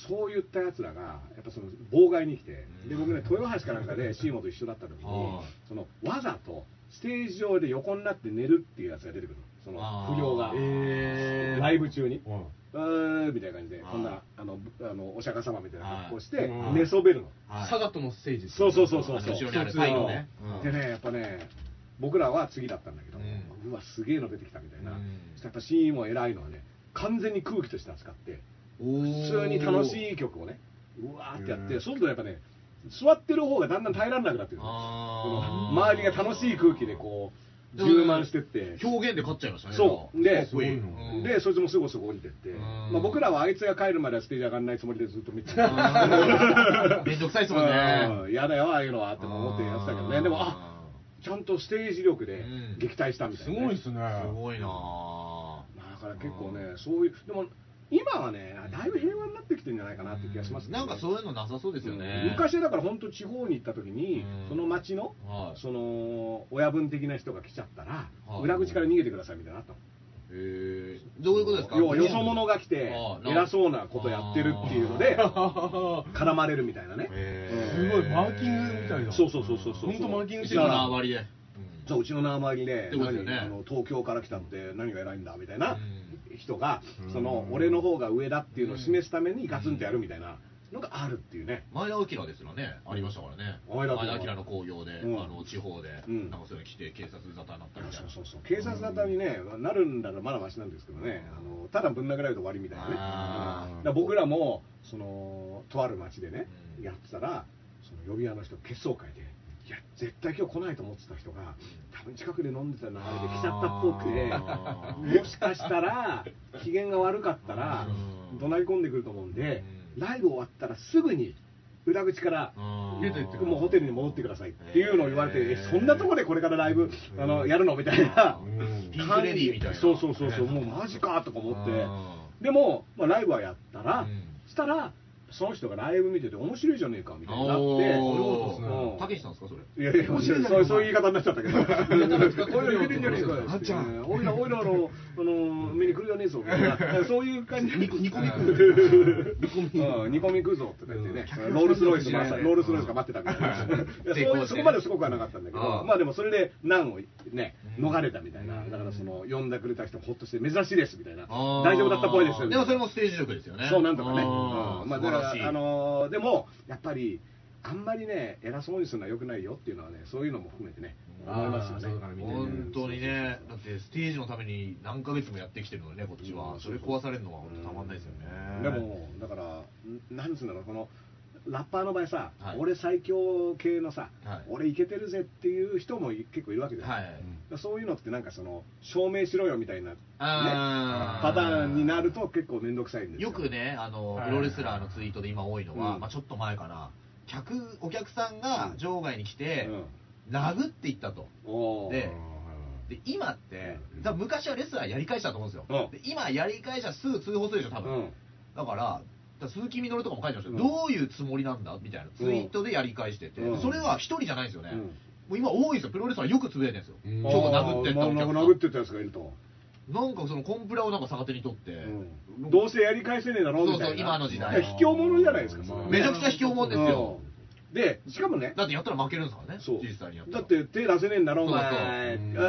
S3: そういったやつらがやっぱその妨害に来てで僕ね豊橋かなんかでシーモと一緒だった時に
S4: はい
S3: そのわざとステージ上で横になって寝るっていうやつが出てくるのそ
S4: あ
S3: の
S4: ー
S3: 不良が、
S5: えー
S3: ライブ中に
S5: うん
S3: うーんみたいな感じで
S4: あー
S3: こんなあのあのお釈迦様みたいな格好し
S5: は
S3: て
S5: いうん
S3: 寝そべるの、
S4: はい
S5: サガットのステージ
S3: そうそうそうそう
S4: あ
S3: そう
S4: の後ろにある太陽ねうん
S3: でねやっぱね僕らは次だったんだけど、う
S4: うん
S3: わすげえの出てきたみたいな、
S4: うん
S3: そしたらやっぱシーンも偉いのはね完全に空気として扱って普通に楽しい曲をねうわーってやって、そうするとやっぱね座ってる方がだんだん耐えられなくなってくる
S4: あー
S3: 周りが楽しい空気でこう
S4: でもね
S3: 充満してって
S4: 表現で勝っちゃいましたね
S3: そう
S4: 今
S3: で
S5: ごいの
S4: うん
S3: でそいつもすごいすぐ降りてって、
S4: うん
S3: まあ、僕らはあいつが帰るまではステージ上がんないつもりでずっと見てた
S4: あー めんどくさいっすもんね
S3: うん嫌だよああいうのはって思ってやってたけどねでもあちゃんとステージ力で
S4: うん
S3: 撃退したみたい
S5: す
S3: なね、
S5: ごいですね
S4: す ごいなあ
S3: まあだから結構ねそういうでも今はねだいぶ平和になってきてるんじゃないかなって気がしますけど
S4: な
S3: ね
S4: んかそういうのなさそうですよね
S3: うん昔はだから本当地方に行った時に、
S4: うん
S3: その町の
S4: はい
S3: その親分的な人が来ちゃったら、
S4: はい
S3: 裏口から逃げてくださいみたいなのあったの
S4: えー、どういうことですか
S3: 要はよそ者が来て
S4: あー
S3: 偉そうなことやってるっていうので絡まれるみたいなね
S5: すごいマーキングみたいな
S3: そうそうそうそうそう
S5: 本当マーキングして
S4: 今
S5: る
S4: の
S3: だから
S4: 縄張りで、
S3: そううちの名前にね
S4: てことだよね
S3: 何あの東京から来たので何が偉いんだみたいな人がその俺の方が上だっていうのを示すためにガツンとやるみたいなのがあるっていうね
S4: 前田明ですよねありましたからね前
S3: 前田
S4: 田
S3: 明
S4: 明の興行で、
S3: うん
S4: あの地方で、
S3: うん
S4: なんかそれ来て警察沙汰になったみたい
S3: そう
S4: な
S3: そうそう警察沙汰にねなるんだらまだマシなんですけどねあのただぶん殴られて終わりみたいなね
S4: あー
S3: うんだから僕らもそのとある町でね
S4: うん
S3: やってたらその呼び屋の人結奏会でいや絶対今日来ないと思ってた人が多分近くで飲んでた流れで来ちゃったっぽくて
S4: あ
S3: もしかしたら機嫌が悪かったら
S4: うん
S3: 怒鳴り込んでくると思うんで
S4: うん
S3: ライブ終わったらすぐに裏口から
S4: うん
S5: 出てって
S3: もうホテルに戻ってくださいっていうのを言われて、えそんなところでこれからライブあのやるのみたいな、
S4: ピンクレディーみたいな
S3: そうそうそうそう、もうマジかとか思って、でも、まあ、ライブはやったら、
S4: うん
S3: したら、その人がライブ見てて、面白いじゃねえかみたいになって、
S5: おー
S3: うん
S4: たけしさんですかそれ
S3: いやいや、面白いそうそういう言い方になっちゃったけど、おいらいけてんじゃねえ
S5: あっち
S3: か
S5: ゃん、
S3: おいら、おいらの、あの、目に来るじゃねえぞ、みたいなそういう感じ。
S4: ニコニコニコ
S3: うん煮込み食うぞって言ってね、
S5: うん
S3: ロールスロイスが、
S5: 客が
S3: ロールスロイスが待ってたみたいな、
S4: うん
S3: いやそういうそこまですごくはなかったんだけ
S4: あ
S3: ど
S4: あ、
S3: まあでもそれで難をね、
S4: うん
S3: 逃れたみたいな、だからその、呼んでくれた人もほっとして、珍しいですみたいな、
S4: あー
S3: 大丈夫だったっぽいですよみ
S4: で
S3: た
S4: も
S3: いな
S4: それもステージ力ですよね
S3: そうなんとかね、
S4: あー
S3: うんまあ
S4: 素
S3: だ
S4: 晴
S3: から
S4: しい
S3: ら、あのーでもやっぱり、あんまりね、偉そうにするのはよくないよっていうのはね、そういうのも含めてね、思いますよ
S5: あーそうだから
S3: ね。
S5: みんなね
S4: 本当にねだってステージのために何ヶ月もやってきてるのにね今年はそれ壊されるのは本当たまんないですよね
S3: でも、だから、んなんつうんだろう、このラッパーの場合さ、
S4: はい
S3: 俺最強系のさ、
S4: はい
S3: 俺いけてるぜっていう人もい結構いるわけじゃん
S4: はい
S3: そういうのってなんかその証明しろよみたいな、ね、
S4: あー
S3: パターンになると結構面倒くさいんですよ
S4: よくね、あの、
S5: はい
S4: プロレスラーのツイートで今多いのは、
S3: うん
S4: まあちょっと前かな、客、お客さんが場外に来
S3: う
S4: て、
S3: ん、
S4: 殴っていったと。
S3: おー
S4: でで、今って、
S3: うん
S4: 多分昔はレスラーやり返したと思うんです
S3: う
S4: よ。
S3: ん
S4: で今やり返したらすぐ通報するでしょ、多分。
S3: うん
S4: だから、だから鈴木みのるとかも書いてましたけど、
S3: うん
S4: どういうつもりなんだみたいなツイートでやり返してて、
S3: うん
S4: それは一人じゃないんですよね。
S3: うん
S4: もう今多いですよ、プロレスラーよくつぶやいてるんですよ。
S5: うん
S4: 今日殴ってったお客さん
S3: まあ殴ってったやつがいると、
S4: なんかそのコンプラをなんか逆手に取って、
S3: うんどうせやり返せねえだろみたいな
S4: そうそう今の時代
S3: 卑怯者じゃないですかそれ
S4: めちゃくちゃ卑怯者ですよ。
S3: うんでしかもね
S4: だってやったら負けるんですからね、
S3: そう
S4: 実際にやった
S3: だ
S4: ら。
S3: って手出せねえんだろお
S4: そうそう
S3: 前
S5: うん
S3: おいお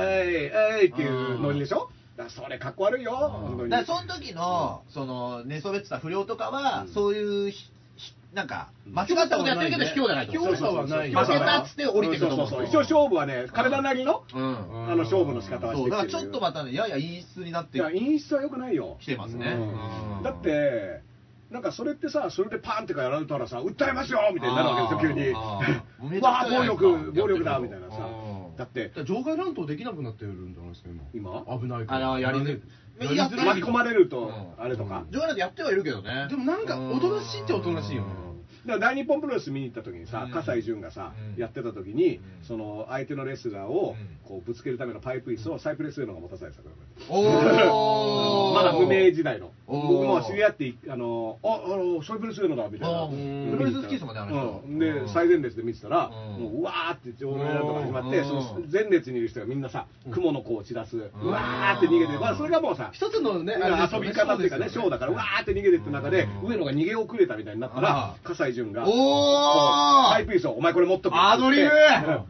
S3: いっていうノリでしょだからそれかっこ悪いよ本当に
S4: だからその時の、その寝そべってた不良とかは、
S3: うん
S4: そういうひひなんか間違ったことやってるけど卑怯じゃないと
S5: 強さはない
S4: 負けたっつって降りてくると思う
S3: そうそうそう一応勝負はね体なりの
S4: うん
S3: あの勝負の仕方はし
S4: そう
S3: てき
S4: だ
S3: て
S4: から
S3: る
S4: ちょっとまたねやや陰湿になって
S3: いや演出は良くないよ
S4: きてますね、
S3: うん
S4: うん
S3: だってなんかそれってさそれでパンってかやられたらさ訴えますよみたいになるわけですよ急に
S4: あーめちゃ
S3: わ
S4: く
S3: あ
S4: ちゃ
S3: 暴
S4: やる
S3: 力暴力だみたいな
S4: や
S3: さ
S4: うん
S3: だって
S5: だから場外乱闘できなくなってるんじゃないですか今
S3: 今
S5: 危ないか
S4: あ
S5: ら
S4: のやりづ
S5: やりづらい
S3: 巻き込まれると
S4: うん
S3: あれとか
S4: ジョイランドやってはいるけどね
S5: でもなんかおとなしいっちゃおとなしいよね
S3: だから大日本プロレス見に行った時にさ
S4: うん
S3: 葛西潤がさ
S4: うん
S3: やってた時に
S4: うん
S3: その相手のレスラーを
S4: うん
S3: こうぶつけるためのパイプ椅子をサイプレスウェイの方が持たされてたから
S4: お お
S3: まだ無名時代の
S4: おー
S3: 僕も知り合ってあのああのサイプレスウェイのだみたい
S4: あ
S3: な
S4: ーうんプロレス好きですもんねあの人
S3: うんで
S4: うん
S3: 最前列で見てたら
S4: うん
S3: もううわーって上映なんとか始まって
S4: うん
S3: その前列にいる人がみんなさ雲の子を散らすうわーって逃げてまあそれがもうさ
S5: 一つのねあれです
S3: 遊
S5: よね
S3: び方っていうかね、ショーだから、わーって逃げてった中で、
S4: うん
S3: 上野が逃げ遅れたみたいになった
S4: あ
S3: ら
S4: ー、
S3: 葛西潤が、
S4: おー
S3: こうタイプ椅子を、お前これ持っとけって言って。
S4: アドリブ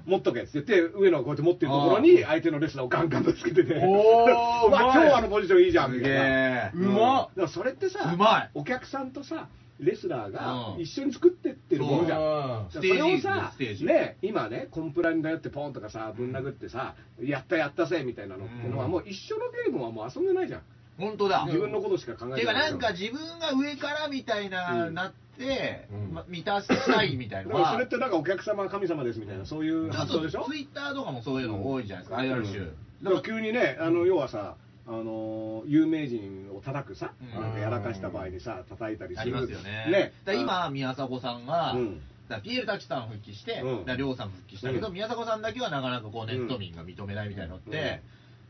S3: うん持っとけって言って、上野がこうやって持ってるところに、相手のレスラーをガンガンぶつけてて、
S5: おー
S3: うわ
S5: うまい
S3: 今日あのポジションいいじゃん、み
S4: す
S3: た
S4: げ
S3: いな。
S4: え
S5: うまっ
S3: だからそれってさ
S4: うまい
S3: お客さんとさレスラーが
S4: うん
S3: 一緒に作ってってるものじゃん、
S5: うん
S3: それをさ
S4: ステージステー、ジ
S3: ね、今ね、コンプラに頼ってポンとかさ、ぶん殴ってさ、やったやったぜみたいなのってのは、もう一緒のゲームはもう遊んでないじゃん。
S4: 本当だ
S3: 自分のことしか考え
S4: て
S3: て
S4: いうか
S3: ない
S4: なんか自分が上からみたいな、
S3: うん
S4: なって、
S5: うん
S4: ま満たしたいみた
S3: だ
S4: い
S3: か
S4: なの
S3: ら
S4: は
S3: それってなんかお客様は神様ですみたいなそういう
S4: ちょっ
S3: 発
S4: と
S3: 想でしょ
S4: ツイッターとかもそういうの多いじゃないですか、アイドル集、
S3: だから急にねあの要はさあの有名人を叩くさ、
S4: うん
S3: なんかやらかした場合にさ叩いたりす
S4: あ
S3: る
S4: りますよね
S3: ね
S4: だから今宮迫さんが、
S3: うん
S4: だからピエール滝さん復帰して、
S3: うん
S4: だから亮さん復帰したけど、
S3: うん
S4: 宮迫さんだけはなかなかこうネット民が認めないみたいなのって、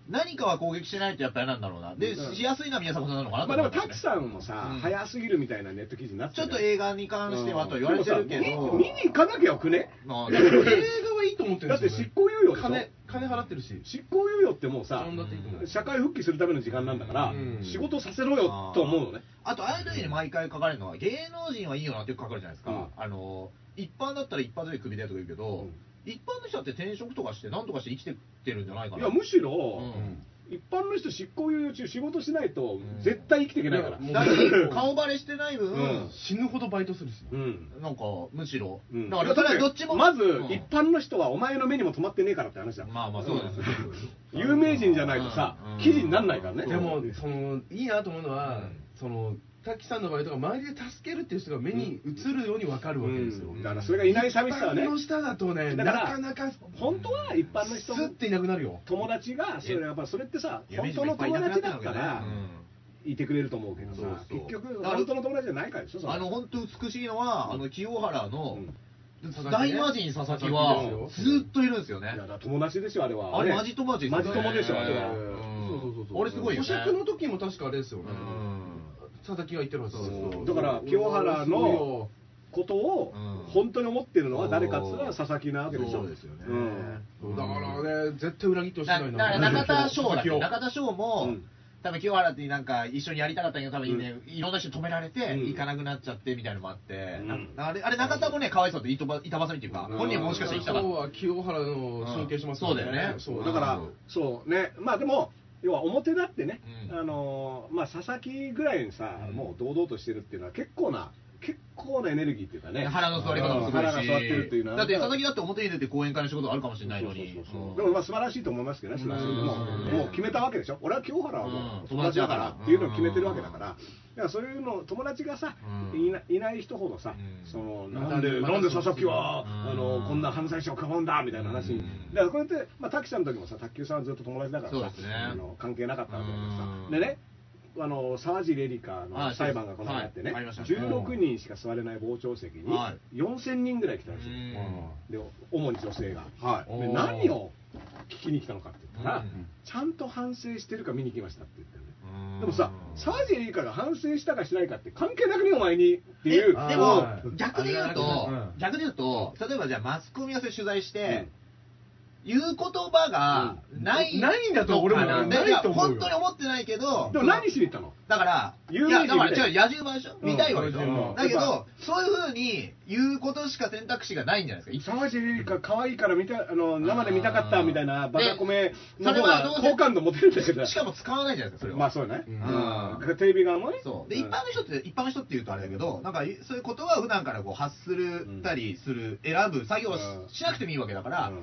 S4: 何かは攻撃しないとやっぱりなんだろうなで、
S3: うん
S4: しやすいのは宮迫さんなのかな
S3: ま
S4: と
S3: あ
S4: 思
S3: でも
S4: います
S3: 滝さんもさ、
S4: うん
S3: 早すぎるみたいなネット記事になって
S4: ちょ
S3: た
S4: っ
S3: じ
S4: と
S3: ゃん
S4: 映画に関してはとは言われてるけど、
S3: でもさ見見に行かなきゃよくね
S4: まあ
S5: 映画はいいと思ってる
S3: だ
S5: ん
S3: って
S5: です
S3: 執
S5: よね
S3: 行猶予でしょ
S5: 金金払ってるし、
S3: 執行猶予ってもうさ
S5: そんなっていくもん
S3: 社会復帰するための時間なんだから、
S5: うん
S3: 仕事させろよと思うのね
S4: あと、ああいう時に毎回書かれるのは、芸能人はいいよなってよく書かれるじゃないですか。
S3: うん
S4: あの、一般だったら一発でクビだとか言うけど、
S3: うん
S4: 一般の人だって転職とかして、なんとかして生きてってるんじゃないか
S3: い
S4: な。
S3: やむしろ、
S4: うん
S3: 一般の人執行猶予中仕事しないと
S4: ん
S3: 絶対生きていけないから、
S5: いや
S4: だって顔バレしてない分、
S3: うん
S5: 死ぬほどバイトするし、
S3: うん
S4: なんか、むしろ。
S3: うん
S4: だから、それはどっちも。
S3: まず、
S4: うん
S3: 一般の人はお前の目にも止まってねえからって話だ、
S4: まあまあ、そうですよ。
S3: 有名人じゃないとさ、
S4: うん
S3: 記事になんないからね、
S5: でもそのいいなと思うのは、その滝さんの場合とか周りで助けるっていう人が目に映るように分かるわけですよ、
S3: うんだからそれがいない寂しさはね
S5: 一般の下だとね
S3: だ
S5: な
S3: か
S5: からなか
S3: 本当は一般の人
S5: スッていなくなるよ
S3: 友達がそれやっぱそれってさ本当の友達だったらいてくれると思うけどさ、
S4: そうそう
S3: 結局
S4: だから
S3: 本当の友達じゃないからでしょそれ
S4: あの、本当美しいのは、あの、清原の、
S3: うん
S4: 大魔神佐々木は、ずっといるんですよ
S3: いや
S4: ね
S3: だ。から友達ですよあれは
S4: あれ、
S3: ね
S4: マジ友達
S3: マジ友でしょあれは
S4: うん
S5: そうそうそうそう
S4: あれすごいよね
S5: 保釈の時も確かあれですよね
S4: うん
S5: 佐々木が言ってるはずですよ
S3: そうだから清原のことを
S4: うん
S3: 本当に思ってるのは誰かっつうのは佐々木なわけでしょ
S4: そうですよね
S3: うん
S5: そうだからね絶対裏切ってほしく
S4: だ
S5: な
S4: だ
S5: い
S4: か
S5: な
S4: ら中田翔だっけ
S5: 佐々木を
S4: 中田翔も、
S3: うん
S4: 多分清原ってなんか一緒にやりたかったけど多分ね、いろんな人止められて、
S3: うん
S4: 行かなくなっちゃってみたいなのもあって、
S3: うん
S4: なあれあれ中田もねかわいそうだって板ば板挟みっていうか、
S3: うん
S4: 本人ももしかして行きたかっ
S5: 今日
S4: た
S5: は清原の尊敬します
S4: うんそうだよね
S5: そう
S3: だからそうねまあでも要は表だってね、
S4: うん
S3: あのーまあ佐々木ぐらいにさ、
S4: うん
S3: もう堂々としてるっていうのは結構な結構なエネルギーっていうかね
S4: 腹の座り方もすごいし
S3: 腹が座ってるっていうのは
S4: だって佐々木だって表に出て講演会の仕事あるかもしれないのに
S3: そうそうそうそう
S4: うん
S3: でもまあ素晴らしいと思いますけどね、素晴らしい
S5: うん
S3: もう
S5: うん
S3: もう決めたわけでしょ、俺は清原はも
S4: う
S3: うん友達だからっていうのを決めてるわけだから、
S4: う
S3: だからそういうの、友達がさ、
S4: うん
S3: いないない人ほどさ、
S4: うん
S3: その
S5: また
S3: なんで、
S5: また
S3: なんで佐々木は、
S4: うん
S3: あのこんな犯罪者をかばうんだみたいな話に、
S4: うん
S3: だからこれって、まあ、滝さんの時もさ、卓球さんはずっと友達だから
S4: そう
S3: さ、
S4: ですね
S3: あの関係なかったわけだけどさ、
S4: うん
S3: でね、あの沢尻エリカの
S4: はい
S3: 裁判がこの間あってね、
S4: はいありましたね
S3: 16人しか座れない傍聴席に
S4: は、
S3: 4000人ぐらい来たらしい。
S4: うん
S3: で主に女性が、
S4: はい
S3: で
S4: おー
S3: 何を聞きに来たのかって言ったら、
S4: うん
S3: ちゃんと反省してるか見に来ましたって言ったよね
S4: うん
S3: でもさ、サージェリーから反省したかしないかって関係なくね、お前にっていう、
S4: えでも
S5: あー
S4: 逆で言うと、
S5: うん
S4: 逆で言うと例えばじゃあマスコミを取材して、言う言葉がない、
S5: うんないんだと俺も
S4: のか
S5: ないと思う
S4: い
S5: よ
S4: や本当に思ってないけど
S3: でも何しに行ったの
S4: だから、い
S3: 有名人
S4: や、だから、
S3: みたい
S4: 違う、野獣馬でしょ
S3: うん
S4: 見たいわけでし
S5: 野獣
S4: ょ
S5: 馬
S4: だけ
S3: やっ
S4: ど、そういうふうに言うことしか選択肢がないんじゃないですか。
S3: サージェリーか可愛いから見たあの生で見たかったみたいなバカコメの方
S4: それはどう
S3: が
S4: せ
S3: 好感度持てるんだけど
S4: し、かも使わないじゃないですか、それを。
S3: まあそうね、
S5: う
S3: うんん、だからテレビ側もね、
S4: そう。で、
S3: うん
S4: 一般の人って、一般の人って言うとあれだけど、なんか、そういうことは普段からこう発するたりする、選ぶ作業をし
S3: うん
S4: しなくてもいいわけだから、
S3: うん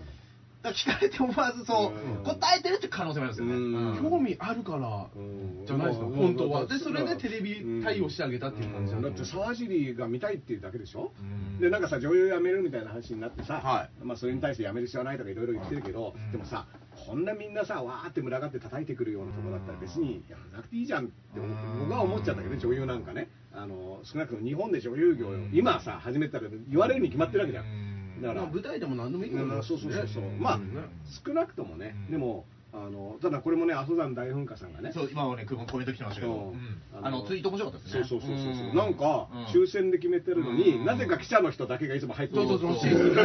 S4: だから聞かれて思わずそうう、
S3: ん
S4: 答えてるって可能性もありますよね。
S3: うん
S4: うん
S5: 興味あるから
S3: うん
S5: じゃないですか
S3: うん
S5: 本当は
S3: うん
S5: でそれでテレビ対応してあげたっていう感じなん
S3: だ
S5: だ
S3: っ
S5: と
S3: て
S5: 思う
S3: 沢尻が見たいっていうだけでしょ、
S4: うん
S3: でなんかさ女優辞めるみたいな話になってさ、
S4: は
S3: まあ、それに対して辞める必要はないとかいろいろ言ってるけど、
S4: うん
S3: でもさこんなみんなさわーって群がって叩いてくるようなとこだったら別にやらなくていいじゃんって思
S4: うん
S3: 僕は思っちゃったけどね女優なんかねあの少なくとも日本で女優業を
S4: うん
S3: 今さ始めたら言われるに決まってるわけじゃん、
S4: うん
S3: だか
S5: ま
S3: ら
S5: あ舞台でも何でもいいと
S3: う
S5: 思
S3: んそうそうそうそう、
S5: ね
S3: まあ
S5: うん
S3: 少なくともね、
S4: うん
S3: でもあのただこれもね阿蘇山大噴火さんがね
S4: そう、今はね、コメント来てましたけど、
S3: そう
S4: うん
S3: あの
S4: あの、ツイート面白かったです
S3: そう
S4: ね。
S3: そうそうそうそううなんか
S4: うん
S3: 抽選で決めてるのに
S4: うん
S3: なぜか記者の人だけがいつも入ってく
S5: そ
S3: る
S5: うそうそう
S4: そう
S3: こ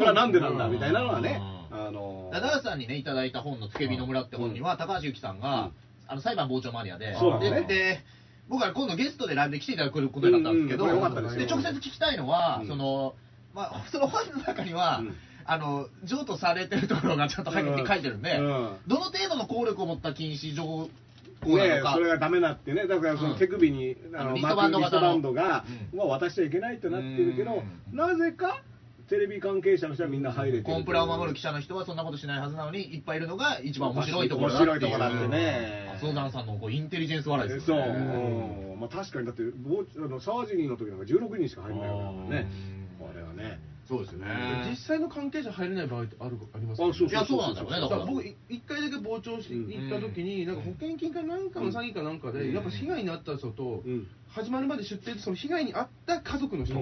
S3: れはなんでなんだみたいなのはね
S4: う
S3: あの
S4: ダダさんにね、いただいた本の、つけびの村って本には、高橋由紀さんが、
S3: うん
S4: あの裁判傍聴マニアで、
S3: そうだね
S4: でで僕は今度ゲストでライブで来ていただくことになったんですけど、
S3: うんうん
S5: これ良かったですよ
S4: 直接聞きたいのは、
S3: うん
S4: その、まあ、その本の中には、
S3: うん
S4: あの、譲渡されてるところがちゃんと入って書いてるんで、
S3: うんうん
S4: どの程度の効力を持った禁止条項な
S3: ね
S4: のか、
S3: それがダメだってねだからその手首に
S4: ん
S3: あの
S4: リスト
S3: 巻
S4: バン
S3: く
S4: ド
S3: リ
S4: 型
S3: スト
S4: の
S3: バンドが
S4: う
S3: もう渡しちゃいけないってなってるけど
S4: うん
S3: なぜかテレビ関係者の人はみんな入れてる
S4: コンプラを守る記者の人はそんなことしないはずなのに、いっぱいいるのが一番面白いところだ
S3: 面白いところだってね
S4: そうださんのこうインテリジェンス笑いです
S3: そう、
S4: よね。
S3: うんまあ、確かにだって傍あの沢尻の時なんか16人しか入らないわけだからね
S4: うん
S3: これはね
S4: そうですよ
S5: 実
S4: ね。
S5: 際の関係者入れない場合ってあるあります
S3: あそう
S4: いや、そうなんだよね、
S5: だ
S4: だ
S5: か
S4: からら。
S5: 僕い一回だけ傍聴し
S3: うん
S5: に行った時に、なんか保険金かなんかの詐欺かなんかで、
S4: うん
S5: やっぱ被害に遭った人と、
S3: うん
S5: 始まるまで出廷その被害に遭った家族の人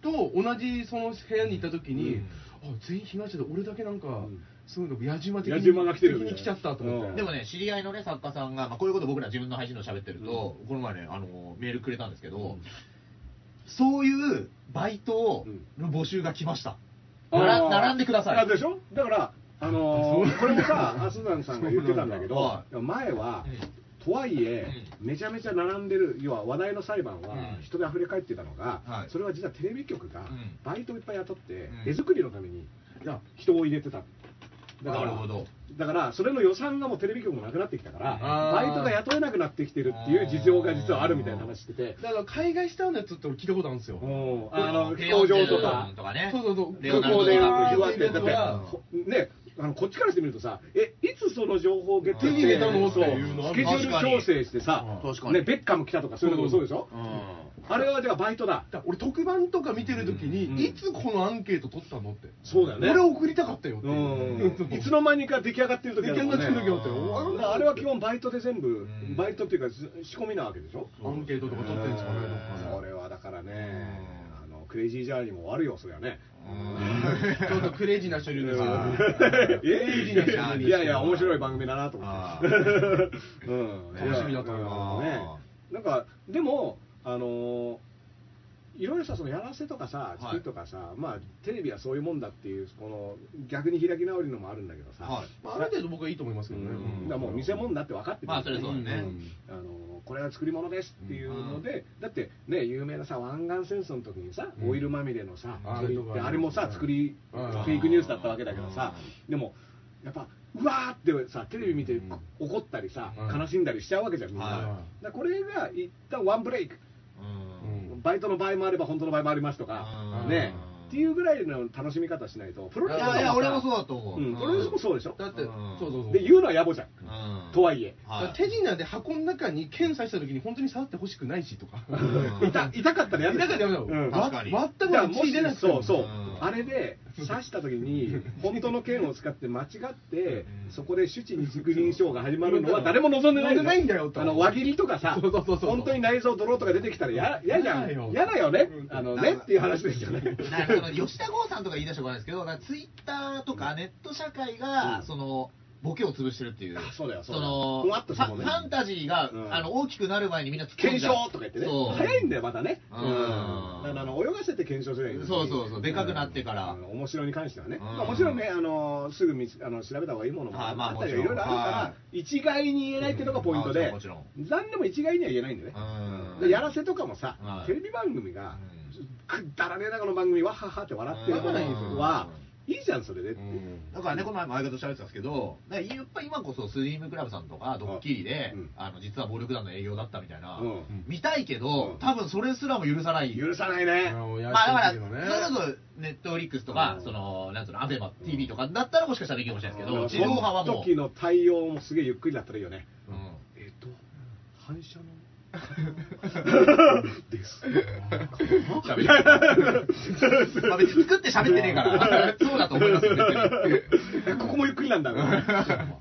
S5: と同じその部屋に行った時に、
S4: うん
S5: あ全員被害者で俺だけなんか、
S3: うん
S5: そういうの矢島的
S3: 矢
S5: に
S3: 島が来てるよね
S5: 的に来ちゃったと思って、
S3: うん
S4: でもね、知り合いのね、作家さんが、まあ、こういうこと僕ら自分の配信でも喋ってると、この前ね、あの、メールくれたんですけど、そういうバイトを
S3: うん
S4: の募集が来ました。
S3: あー
S4: なら並んでくださ
S3: あ
S4: い。
S3: でしょだからあのーこれもさ、アスダンさんが言ってたんだけど、前は、とはいえ、めちゃめちゃ並んでる、要は話題の裁判は
S2: うん
S3: 人で溢れ返ってたのが、
S4: はい
S3: それは実はテレビ局が
S2: ん
S3: バイトをいっぱい雇って、
S2: うん
S3: 手作りのために
S5: いや
S3: 人を入れてた。だから
S4: なるほど
S3: だからそれの予算がもうテレビ局もなくなってきたから
S5: あー
S3: バイトが雇えなくなってきてるっていう事情が実はあるみたいな話してて
S5: だから海外スターのやつって俺聞いたことあるんですよ
S3: うんあの
S4: レ
S3: 飛
S4: オ
S3: 行
S4: ン
S3: 場とか
S4: とかね
S5: そうそうそう
S4: レオナル
S3: 空
S4: ド
S3: 港で
S4: と
S5: あ
S4: か
S5: ー
S3: 言われて
S5: レオ
S3: だ
S5: ナ
S3: って
S5: ルドと
S4: か
S3: ほねあのこっちからしてみるとさえいつその情報をゲット
S5: 手
S3: し
S5: に
S3: て
S5: 入れたの
S3: そう
S5: っていうのあ
S3: ス
S5: る
S3: ケジュール調整してさ
S5: 確かに
S6: 確かに
S3: ねベッカム来たとかそういうのもそうでしょあれはじゃあバイトだ
S5: だから俺特番とか見てる時に、
S3: うん
S5: いつこのアンケート取ったのって
S3: そうだよね
S5: 俺送りたかったよって
S3: う
S5: い
S3: ん
S5: う
S3: いつの間にか出来上がってる時
S5: 出来
S3: ある
S5: 上
S3: も
S5: が
S3: ん
S5: って
S3: ね
S5: る時あったよ
S3: だからあれは基本バイトで全部バイトっていうか仕込みなわけでしょ
S5: アンケートとか取ってんですかね
S3: これはだからね、あのクレイジージャーニーも終わるよ、そりゃね。
S5: ちょっとクレイジーな人いるんですけど
S3: えいやいや、面白い番組だなと思 って。うん
S5: 楽しみだと思い
S4: ます
S3: ね。なんか、でも、あのいろいろさそのやらせとかさ
S4: い
S3: 作りとかさ、まあテレビはそういうもんだっていうこの逆に開き直りのもあるんだけどさ、
S4: はい
S5: まあ、ある程度僕はいいと思いますけどね、
S3: うんだからもう見せ物だって分かってる
S4: まあそれはそうだね
S3: あのこれは作り物ですっていうので、だってね有名なさ湾岸戦争の時にさ、
S5: うん
S3: オイルまみれのさ
S5: あ
S3: 作り
S5: あれと
S3: っ
S5: か
S3: て
S5: ね
S3: あれもさ作りフ
S5: うん
S3: ェイクニュースだったわけだけどさでもやっぱうわーってさテレビ見てこ怒ったりさ
S5: うん
S3: 悲しんだりしちゃうわけじゃんみんな、
S4: はい
S3: だからこれが一旦ワンブレイク
S5: うん
S3: バイトの場合もあれば本当の場合もありますとか
S5: うん
S3: ねっていうぐらいの楽しみ方しないとプロ
S4: い
S3: レスも
S4: やいや俺もそうだと思う、
S3: うん、プロレスもそうでしょ
S5: だって、
S4: うん
S5: そうそうそう
S3: で言うのは野暮じゃん
S4: うん
S3: とはいえ
S5: だから手品で箱の中に検査した時に本当に触ってほしくないしとか
S4: うん
S3: 痛痛かったらやめ
S5: 痛かったらやめろ
S3: うん
S4: 確かに
S5: わ全
S3: じゃあ
S5: く
S3: も
S5: 血
S3: し
S5: 出なくて
S3: そ
S5: も
S3: うそう、
S4: うん
S3: あれで刺した時に本当の剣を使って間違ってそこで手地に軸認証が始まるのは誰も望んでない
S5: 望んでないんだよと
S3: あの輪切りとかさ
S5: そうそうそうそう
S3: 本当に内臓ドローとか出てきたらや嫌じゃん
S5: 嫌だよ
S3: 嫌だよねあのね
S4: うん
S3: っていう話ですよね
S4: なんかその吉田剛さんとか言い出したことないですけど、なんかツイッターとかネット社会が、
S3: うん
S4: そのボケを潰してるっていう、
S3: あそうだよそうだよ
S4: の
S3: ふわっとした
S4: フ
S3: もん
S4: ァ
S3: ね
S4: ファンタジーが、
S3: うん
S4: あの大きくなる前にみんな突っ込ん
S3: 検
S4: じゃう
S3: 証とか言ってね
S4: そう
S3: 早いんだよまたね
S4: う
S3: うんんだからあの泳がせて検証すればいいのに
S4: そうそうそうでかくなってから
S3: うん面白に関してはね
S4: うん
S3: まあもちろんねあのすぐ見つあの調べた方がいいものも
S4: あ
S3: あ
S4: ーまあ
S3: ったりい
S4: もちろ
S3: ろ
S4: ん
S3: いろある
S4: は
S3: から一概に言えないっていうのがポイント
S4: うん
S3: で
S4: もちろんも
S3: 残念も一概には言えないんだよね
S4: うん
S3: でやらせとかもさ
S4: はい
S3: テレビ番組が
S4: う
S3: くだらねえなこの番組わははって笑ってるも
S4: うん
S3: のはいいじゃんそれでって
S5: う
S3: いうん
S4: だからね、この前も相方と喋ってたんですけど、だからやっぱ今こそスリムクラブさんとかドッキリで、
S3: うん
S4: あの実は暴力団の営業だったみたいな、
S3: うん
S4: 見たいけど、
S3: うん
S4: 多分それすらも許さない。
S3: 許さないね
S4: まあだ
S5: やってるけど
S4: か
S5: ね
S4: ら、それこそネットフリックスとか
S3: う、ん
S4: その、なんつうの、アベマ TV とかだったらもしかしたらできるかもしれないですけ
S3: う
S4: ど、
S3: ん
S4: 地上波は
S3: そ
S4: も
S3: の
S4: う。
S3: 時の対応もすげえゆっくりだったらいい よね
S4: うん
S3: えっと、反射の。 です。
S4: 喋るまあ別に作って喋ってねえ から、そうだと思いますよ、
S3: いやここもゆっくり なんだ。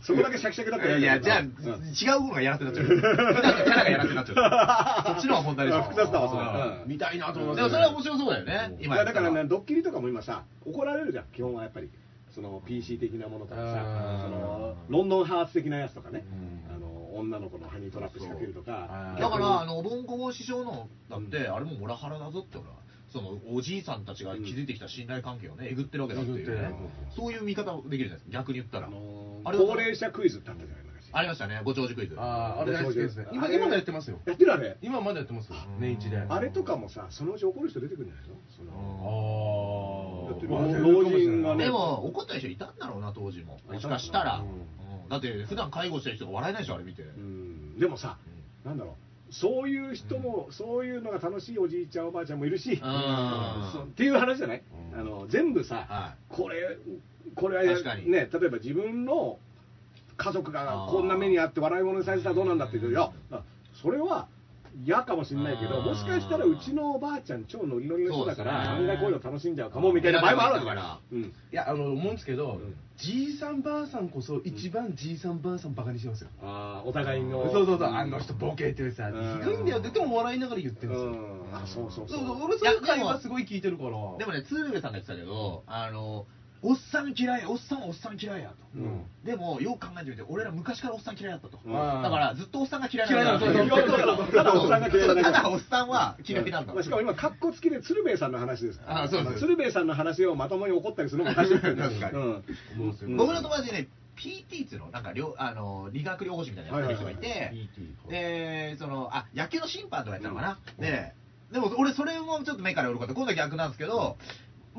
S3: そこだけシャキシャキだった
S4: 別
S3: ら
S4: に。いや、じゃあ、
S3: う
S4: 違
S3: ん
S4: う方がやらせになっちゃう。普段のキャラがやらせになっちゃう。そっちの方が本題でしょ。
S3: 複雑だわ、そ
S5: あー
S3: れ。
S5: 見たいなと思います
S4: でもそれは面白そうだよね、
S3: 今
S4: 今や
S3: だ
S4: っ
S3: か
S4: た
S3: らね、ドッキリとかも今さ、怒られるじゃん、基本はやっぱり。その PC 的なものとかさそ
S5: あ、ー
S3: のロンドンハーツ的なやつとかね
S5: う、ん
S3: あの女の子のハニートラップ仕掛けるとか、
S4: だから、あの、おぼんこぼ師匠の、だって、あれもモラハラだぞって、俺は。その、おじいさんたちが築いてきた信頼関係をね、えぐってるわけだっていう
S5: えぐ
S4: ね
S5: ってる。
S4: そういう見方もできるじゃないですか、逆に言った
S3: あ
S4: ら。
S3: の
S4: あれ
S3: 高齢者クイズってあったじゃない昔
S4: ありましたね、ご長寿クイズ。
S5: あーあれ大好きですね今今もやってますよ
S3: やってるあれ。
S5: 今までやってますよ年一で
S3: あれとかもさ、そのうち怒る人出てくるんじゃないのそ
S5: あ
S3: の
S5: あ
S3: だって
S5: まあ
S3: 老人がね
S4: でも、怒った人いたんだろうな、当時も。もしかしたら。うんだって、普段介護してる人が笑えないでしょ、あれ見て。
S3: うん、でもさ、なんだろう、そういう人も、そういうのが楽しいおじいちゃん、おばあちゃんもいるし、
S4: ん
S3: そうっていう話じゃない、
S5: うん
S3: あの全部さ、
S4: は
S3: これ、これは
S4: 確かに
S3: ね、例えば自分の家族がこんな目にあって笑い物にされてたらどうなんだって言うけど、いや、それは嫌かもしれないけど、
S4: うん
S3: もしかしたらうちのおばあちゃん、超ノリノリの人だから、
S4: そうですね
S3: 案外こういうの楽しんじゃうかもみたいな場合もあるわけだから。うん
S5: いやあの思うんですけど
S3: ん
S5: じいさんばあさんこそ一番じいさんばあさんバカにしてますよ
S3: あーお互いの
S5: そうそうそうあの人ボケってさ
S3: うん
S5: ひどいんだよって言っても笑いながら言ってるんですよ
S3: うんあそうそうそ
S5: そううそう俺その会話すごい聞いてるから
S4: でもね、鶴瓶さんが言ってたけど、あの、おっさん嫌いおっさんはおっさん嫌いやと、
S3: うん
S4: でもよく考えてみて俺ら昔からおっさん嫌いだったと、
S3: うん
S4: だからずっとおっさんが嫌いんだ
S5: 嫌いなんだそうそう
S3: ただおっさんが嫌いなんだ
S4: ただおっさんは嫌いなんだ、
S3: まあしかも今、かっこつきで鶴瓶さんの話ですから、
S4: あそうそう
S3: ま鶴瓶さんの話をまともに怒ったりするのもおかしいですよね
S4: 確かに
S3: うん
S5: 思うんですよ
S3: うん
S4: 僕の友達でね PT っていうのなんか療あの理学療法士みたいなのやってる人がいて、
S5: はいはいはい PT
S4: でそのあ野球の審判とかやったのかな、ででも俺それもちょっと目から鱗で今度は逆なんですけど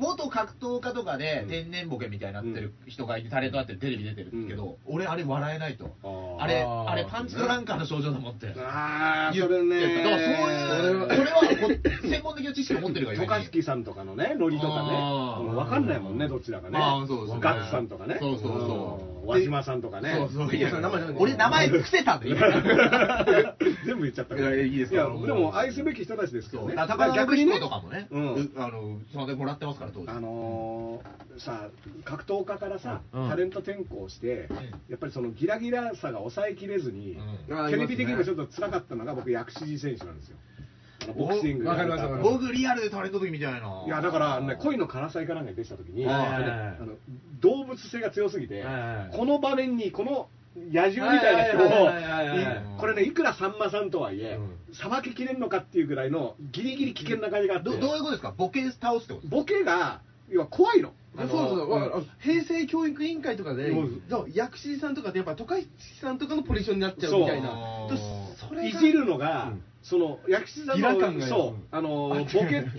S4: 元格闘家とかで天然ボケみたいになってる人がいて、タレントあってテレビ出てるんですけど、俺あれ笑えないと
S3: あー
S4: あれ
S5: あー
S4: あれパンチドランカーの症状だもんって
S3: ああ、
S4: 言
S3: そ
S4: って
S3: れね、
S4: だからそういうそれはこ う専門的な知識を持ってるがゆえ
S3: 渡
S4: に
S3: 嘉敷さんとかのね、ノリとかね、
S4: あー
S3: もう分かんないもんね、どちらかね、
S4: あーそうそう
S3: ガッツさんとかね、
S4: そうそうそう
S3: うん輪島さんとかね、
S4: そうそういや
S5: それ名前じゃない
S4: 俺名前伏せたんだよ
S3: 全部言っちゃった
S4: いやいいですよ
S3: でも愛すべき人たちですけどね
S4: だから逆にとかもね、
S3: うん
S4: うあのそのでもらってますから当時。
S3: あのーさ格闘家からさ、
S5: うん
S3: タレント転向し
S4: ん
S3: て、やっぱりそのギラギラさが抑えきれずに、
S4: うん
S5: あー
S3: テレビ的にも
S5: います
S3: ちょ
S5: ね
S3: っと辛かったのが僕薬師寺選手なんですよあのボクシング
S5: わかりますわかります
S4: 僕リアルでタレント時みたいな。
S3: いやだから、ね、恋のからさいかなんかに出てた時に、
S5: はいはいはい
S3: あの動物性が強すぎて、
S5: はいはいはい
S3: この場面にこの野獣みたいな人を、
S5: はいはいはいはい
S4: はい
S3: いこれねいくらさんまさんとはいえ
S5: う
S3: さば、ききれんのかっていうぐらいのギリギリ危険な感じがあって
S4: どどういうことですかボケ倒すってことですか。
S3: ボケが要は怖いの
S5: そうそうそう、わかるあの平成教育委員会とかで
S3: もう、
S5: 薬師さんとかって、やっぱ、渡嘉敷さんとかのポジションになっちゃうみたいな
S4: そう、
S5: とそれ
S3: い
S5: が
S3: じるのが、
S5: うん
S3: その薬師さん
S5: イラ感
S3: の
S5: が
S3: そうあのボケ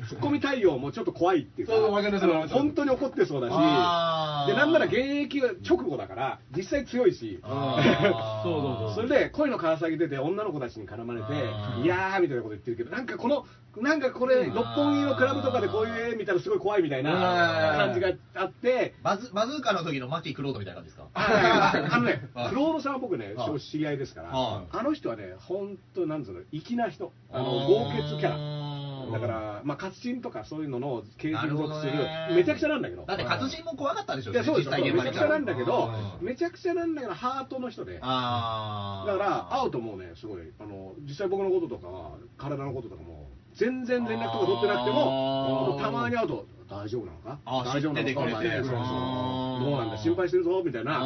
S3: ツッコミ対応もちょっと怖いっていうか
S5: そうわかります
S3: あの
S5: わかります
S3: 本当に怒ってそうだし
S4: あー
S3: でなんなら現役は直後だから実際強いし
S4: あー
S5: そうそうそう
S3: それで恋の川崎出て女の子たちに絡まれ
S4: あー
S3: ていやーみたいなこと言ってるけどなんかこのなんかこれ六本木のクラブとかでこういう絵見たらすごい怖いみたいな
S5: あ
S3: 感
S5: ー
S3: じがあって
S4: バズバズーカの時のマキクロードみたいな感じですか。
S3: ああのね
S4: あ、
S3: クロードさんは僕ね、
S4: あ
S3: 少し知り合いですから、
S4: あ
S3: あの人はね、本当なんつうの、粋な人、あの
S4: あー
S3: 豪傑キャラ。だから、まあ、活人とかそういうのの形人属す
S4: なるほ
S3: る
S4: どね、
S3: めちゃくちゃなんだけど。
S4: だって活人も怖かったでしょ。
S3: いや、そうです
S4: 実
S3: よ
S4: 際
S3: め
S4: 現場
S3: ちゃ
S4: に
S3: くちゃなんだけど
S4: あ、ー
S3: めちゃくちゃなんだけど、ハートの人で。だ
S4: あー
S3: から、会うともうね、すごい、あの、実際僕のこととかは、体のこととかも、全然連絡とか取ってなくて
S4: あー
S3: も、あのたまに会うと、大丈夫なのか
S4: あー
S3: 大丈夫な
S4: 知ってて
S3: の
S4: く
S3: か
S4: れて
S3: お前そうそう
S4: あー
S3: どうなんだ心配してるぞみたい
S4: あ
S3: な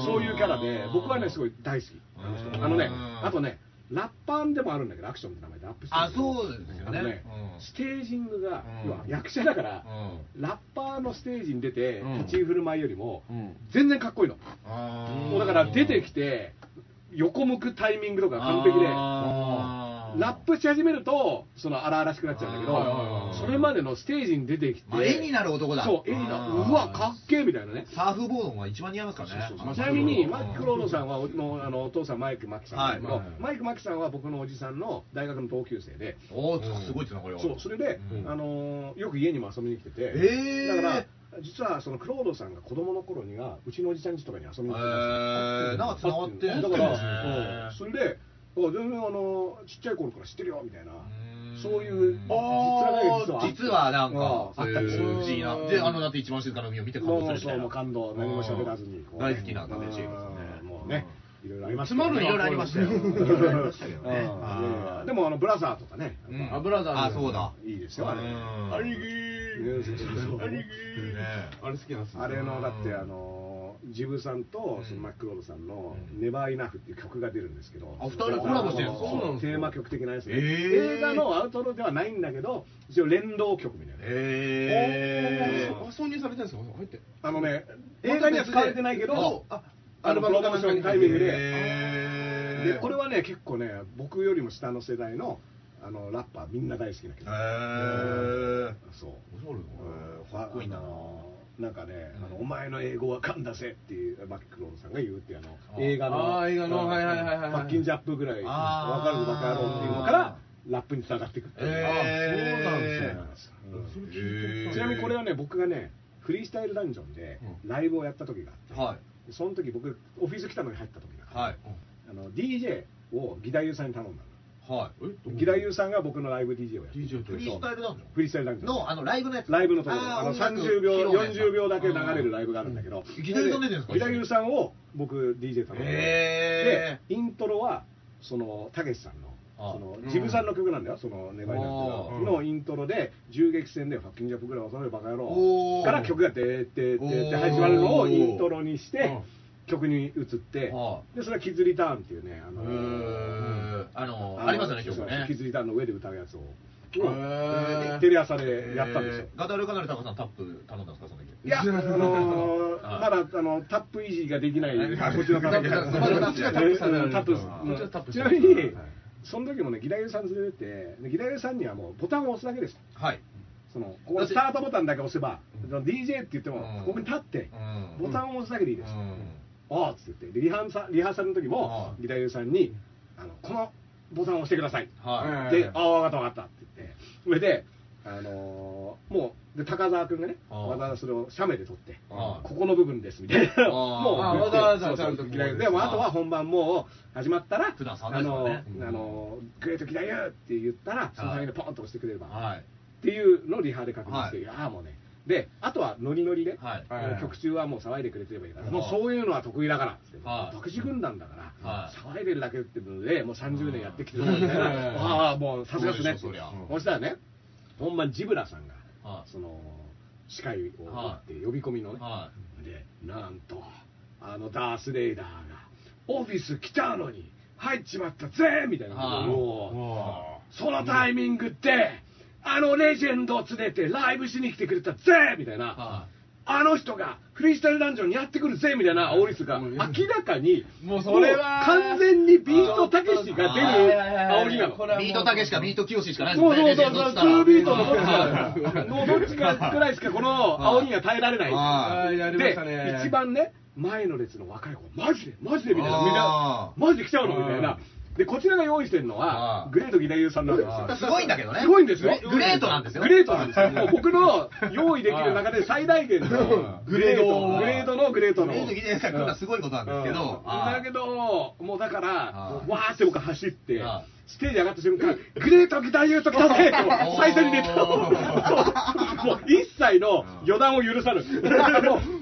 S4: ー
S3: そういうキャラで僕はねすごい大好きあの人あのね
S4: うん
S3: あとねラッパーでもあるんだけどアクションって名前でアップしてる
S4: あそうですよね
S3: あのね
S4: うん
S3: ステージングが
S4: うん
S3: 要は役者だから
S4: うん
S3: ラッパーのステージに出て
S5: うん
S3: 立ち居振る舞いよりも
S5: うん
S3: 全然かっこいいの
S4: あー
S3: もうだから出てきて横向くタイミングとか完璧で
S4: あー
S3: ラップし始めるとその荒々しくなっちゃうんだけ
S5: はいはいはい
S3: どそれまでのステージに出てき
S4: まあ
S3: て
S4: 絵になる男だ
S3: そう絵にな
S4: あー
S3: うわかっけえみたいなね
S4: サーフボードが一番似合いますからね
S3: そうそう
S4: あの
S3: ちなみに
S4: うん
S3: マイク・ロードさんはおのあのお父さんマイク・マキさんなんだけど、
S5: はいはい
S3: マイク・マキさんは僕のおじさんの大学の同級生で、
S4: おーすごいつながりがある
S3: そうそれで、
S5: うん
S3: あのーよく家にも遊びに来てて、
S4: えー
S3: だから実はそのクロードさんが子供の頃にはうちのおじさん家とかに遊びに来てたんですよ
S4: へーなんかつながってん
S3: だ
S4: の
S3: から、うんそれであ全然あのちっちゃい頃から知ってるよみたいなそういう
S4: あ
S3: 実は
S4: ー実はなんかそ
S3: あ
S4: う
S3: っ
S4: い
S3: たりする
S4: う不思議なであのだって一番静かな海を見て感動するみたい
S3: も
S4: な
S3: う感動何も喋らずにこうね
S4: 大好きな感じで
S3: うんもうねいろいろありました
S5: つま
S4: い
S5: る
S4: ろいろありましたよい
S5: うん
S4: ろいろありましたけどね
S3: うんでもあのブラザーとかね、
S4: うん
S5: あブラザーズ
S4: あそうだ
S3: いいですよあれ。
S4: うん
S5: 兄貴
S3: ねそうそうそう
S4: ね
S5: あれ好きなんですよ
S3: あれのだってあのジブさんとそのマックロードさんの「ネバーイナフっていう曲が出るんですけど、
S4: あ二人コラボしてるんですか
S3: そう
S5: そうなんです
S3: テ
S5: よ
S3: ーマ曲的なやつ、
S4: えー
S3: 映画のアウトロではないんだけど一応連動曲みたいな、
S4: へ
S5: あ挿入されてるんですか入って
S3: あのね映画には使われてないけど
S5: あ
S3: アルバムの
S5: かなんかに
S3: タイミング
S4: え
S3: で
S4: へ
S3: でこれはね結構ね僕よりも下の世代のあのラッパーみんな大好きな曲、
S4: え
S3: そう
S4: おしゃれだねかっこいいな
S3: あのなんかね、あのお前の英語は噛んだぜっていうマックロードさんが言うっていうあの
S4: あ
S3: 映画の
S5: あー映画の
S3: うん
S5: はいはいはいはい
S3: パッキンジャップぐらい分
S4: あー
S3: かるぞバカ野郎っていうのからラップにつながっていくっていう、
S4: へー
S3: あそうなんですね
S4: へー
S3: ちなみにこれはね僕がねフリースタイルダンジョンでライブをやった時があって、
S4: はい
S3: その時僕オフィス来たのに入った時だから、
S4: はい
S3: あの DJ を義太夫さんに頼んだ
S4: は
S3: の義太夫さんが僕のライブ DJ をやって
S5: DJ
S4: いフリースタイルダンジョン
S3: フリースタイルダンジョン
S4: のあのライブのやつ
S3: ライブのところ
S4: ー
S3: あの
S4: 音楽
S3: 30秒
S4: 披露のやつ
S3: 40秒だけ流れるライブがあるんだけど
S4: うんギタリスト出てるんですか
S3: ギタリストさんを僕 DJ 頼んで
S4: へ
S3: でイントロはそのたけしさんの
S4: あ
S2: ああ
S3: そのジブさんの曲なんだよ、その「願いなんてのは
S2: あ
S5: あ
S3: のイントロで銃撃戦で「ファッキンジャップぐらい恐れるバカ野
S4: お
S3: 郎」
S4: ー
S3: から曲が「でーてーてー」って始まるの
S4: お
S3: を
S4: ー
S3: イントロにして曲に移って
S2: あ
S3: でそれは「キズリターン」っていうねあ
S2: う
S3: の
S2: ーんあのありますよね曲ね
S3: キズリターンの上で歌うやつを
S4: へー
S3: テレ朝でやったんですよ
S4: えーガタルカナルタコさんタップ頼んだんですかその時
S3: いや、あのーまだあのタップ維持ができない、こっちの方
S4: タップタップタップされる
S3: タップ
S5: こっちはタップ
S3: ちなみに、その時もね、ギダユさん連れてって、でギダユさんにはもうボタンを押すだけでした。
S4: はい
S3: そのここのスタートボタンだけ押せば、その DJ って言っても
S4: うん、
S3: ここに立って、
S4: うん
S3: ボタンを押すだけでいいです。
S4: う
S3: おーっつって言って、リハーサリハーサルの時も、
S4: うん
S3: ギダユさんにあの、このボタンを押してください。
S4: んはい
S5: うん
S3: で、ああ、わかったわかったって言って、それで、あのーもう、で高澤君がね、
S4: あー
S3: わざわざそれを写メで撮って、
S4: あー
S3: ここの部分ですみたいなのを
S4: あー
S3: もう
S5: あー
S3: 言って
S5: わざわざ
S3: そうそう
S5: ちゃんと
S3: 嫌いでも
S4: あー
S3: あとは本番もう始まったら、
S4: 普段触んな
S3: あ
S4: いですからね
S3: のーあのーグレート嫌いよって言ったら、その辺でポンと押してくれれば、
S4: はい
S3: っていうのをリハで確認して、
S4: はい
S3: い、やーもうね、で、あとはノリノリで、
S4: はい
S5: はい
S3: 曲中はもう騒いでくれてればいいから、
S4: はい
S3: もうそういうのは得意だからっつって、
S4: はい
S3: 独自軍団だから、
S4: はい
S3: 騒いでるだけっていうので、もう30年やってきてる
S4: うん
S3: みたいな、ああ、もうさすがですねって
S4: そうでしょそりゃ
S3: そしたらね、本番ジブラさんが、
S4: はい
S3: その、司会を打って呼び込みのね、
S4: は
S3: でなんとあのダース・レイダーがオフィス来たのに入っちまったぜみたいな
S4: はい
S3: もうそのタイミングであのレジェンドを連れてライブしに来てくれたぜみたい
S4: いは
S3: なあの人がフリースタイルダンジョンにやってくるぜみたいなオーリスが明らかに
S5: もうそれは
S3: もう完全にビートたけしが出る
S5: あー
S3: 煽りなの
S5: これはもう
S4: ビートたけしかビートきよししかない
S3: そうそうそう、そう、
S4: レジェンドっつったら
S3: 2ビートのどっちか、のどっちかぐらいしかこの煽りには耐えられない。
S4: あ
S5: ーやりましたね
S3: で、一番ね、前の列の若い子、マジで、マジでみたいな、みん
S4: あ
S3: な、
S4: ー
S3: マジで来ちゃうのみたいな。で、こちらが用意してるの
S4: あ
S3: は
S4: ー、
S3: グレートギダユーさんなんですよ。
S4: すごいんだけどね
S3: すごいんですよ。
S4: グレートなんですよ
S3: グレートなんですよ。もう僕の用意できる中で最大限の
S5: あー
S3: グレー
S4: あ
S3: ド、
S4: ー
S3: グレードのグレートの。
S4: グレートギネさん来るのはすごいことなんですけど
S3: うん
S4: あー
S3: だけど、もうだから、
S4: あー
S3: わーって僕走って
S4: あ、
S3: ステージ上がった瞬間、グレートギター言うときたぜと
S4: おー
S3: 最初に出た。 もう一切の予断を許 さぬ。もう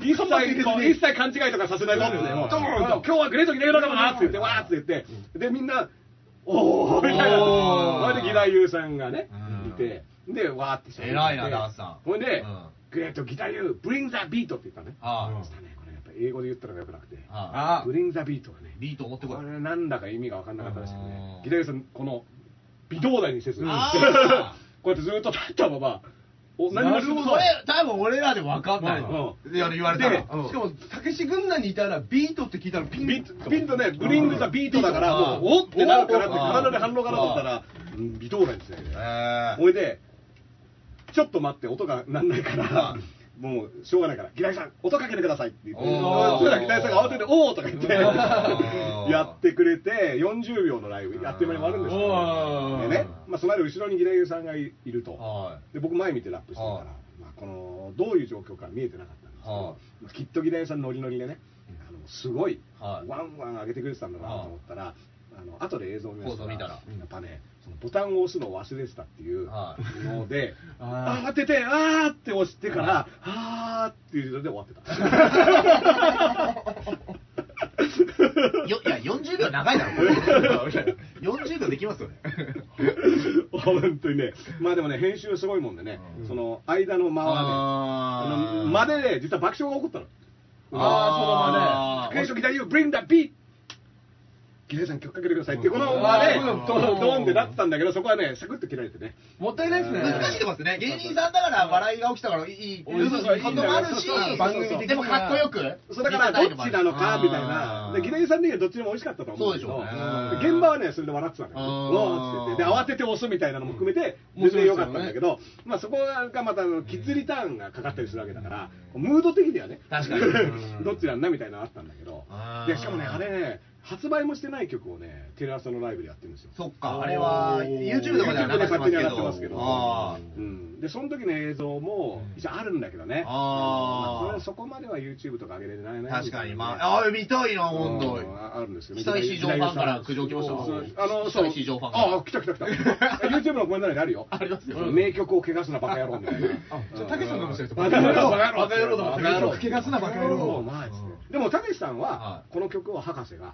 S3: 一切こう、一切勘違いとかさせないぞって、もう
S4: ドーンと
S3: 今日はグレートギター言うときだなって言って、わーって言って、で、みんな、おーみたいな。
S4: おー
S3: それでギターユーさんがね
S4: うん、
S3: いて、で、わーって喋って
S4: 偉いなダンスさん
S3: ほいで
S4: うん、
S3: グレートギターユー、ブリンザビートって言ったのね。
S4: は
S3: したねこれやっぱ英語で言ったのがよくなくて、
S4: あ
S5: あ
S3: ブリンザビートがね、
S4: ビート持ってこい
S3: これなんだか意味が分かんなかったらしくて
S4: う
S3: ね
S4: ん、
S3: ギタリさん、この微動だにせず、こう
S4: あ
S3: や ってずっと立ったまま、お何もするこ
S4: それ多分俺らで分かんないの
S3: う
S4: いや言われたら
S3: で
S5: しかもたけし軍団にいたらビートって聞いたらピン
S3: ビッピンとね、ブリングザビートだから、
S4: うん
S3: もう、おってなるからって、
S4: うん
S3: 体で反応かなと思ったら、うん微動だにせず
S4: え
S3: ね。
S4: ー
S3: ほいで、ちょっと待って、音が鳴んないから、もうしょうがないから、ギライさん、音かけてくださいって言って、
S4: お
S3: そ
S4: ー
S3: したらギライさんが慌てて、おーとか言って、
S4: ー
S3: やってくれて、40秒のライブ、やってもらわれるんです
S5: おー
S3: よ。でね、まあ、その間、後ろにギライさんがいいると、
S4: は
S3: で僕、前見てラップしてるから
S4: はい、
S3: まあ、このどういう状況か見えてなかったんですけ
S4: はい
S3: ど、まあきっとギライさん、ノリノリでね、あのすごい、
S4: は
S3: ワ
S4: い
S3: ンワン上げてくれてたんだなと思ったら、あの後で映像を見ました
S4: 放送見
S3: ら、
S4: たら
S3: やっぱね、そのボタンを押すのを忘れてたってい う
S4: は
S3: ので、
S5: あー
S3: 慌てて、あーって押してから、あーっていうので終わってた。
S4: よいや40秒長いだろこれ40秒できますよね
S3: 本当にね、まあでもね、編集すごいもんでね、
S4: うん
S3: その間の間はね、
S4: あー
S3: あの間でね、実は爆笑が起こったの。
S5: あ
S4: あー
S3: クレイションギターユー、ブリンダビーギターさん曲かけてくださいって、この間で、
S5: うん
S3: ドーンドーンってなってたんだけど、そこはね、サクッと切られてね。
S5: もったいないですね
S4: 難しいとこですね芸人さんだから笑いが起きたからいいこと
S5: おいそうそう
S4: もあるし
S5: いいんだよ番組的には
S4: でもかっこよく
S3: そうだから、どっちなのかみたいな、でギターさん的にはどっちでも美味しかったと思うんだけど、
S4: そうでしょうね
S3: で現場はね、それで笑ってたから、
S4: あー
S3: わーって言って、で慌てて押すみたいなのも含めて、
S5: うん
S3: 全然良かったんだけど、まあ、そこがまたあのキッズリターンがかかったりするわけだから、ムード的にはね、
S4: 確 かに
S3: どっちなんだみたいなのあったんだけど
S4: あ、ー
S3: でしかもね、あれね、発売もしてない曲をね、テレ朝のライブでやってるんですよ。
S4: そっかあれは YouTube とかでは
S3: YouTube
S4: 流してま
S3: で勝手
S4: す
S3: に
S4: け
S3: 上が
S4: ど
S3: ってますけど、
S4: あー
S3: うん、でその時の映像も一応あるんだけどね、
S4: あー
S3: まそれそこまでは YouTube とか上げれないね
S4: 確かにまああー見たいな本当に
S3: ああるんですよね。
S4: 久石譲ファンから苦情来ました
S3: そうあの、そう。
S4: 久石譲ファンから
S3: ああ、来た来た 来た。YouTube のコメント欄にあるよ。ありますよ。名曲を汚すなバカ野郎みたいな。
S5: あじゃあたけしさんかもしれない
S3: バカ野郎、
S5: バカ野郎だ
S3: バカ野郎。
S5: 汚すなバカ野郎
S3: お前っつってでも、たけしさん
S4: は
S3: は、この曲を博士が、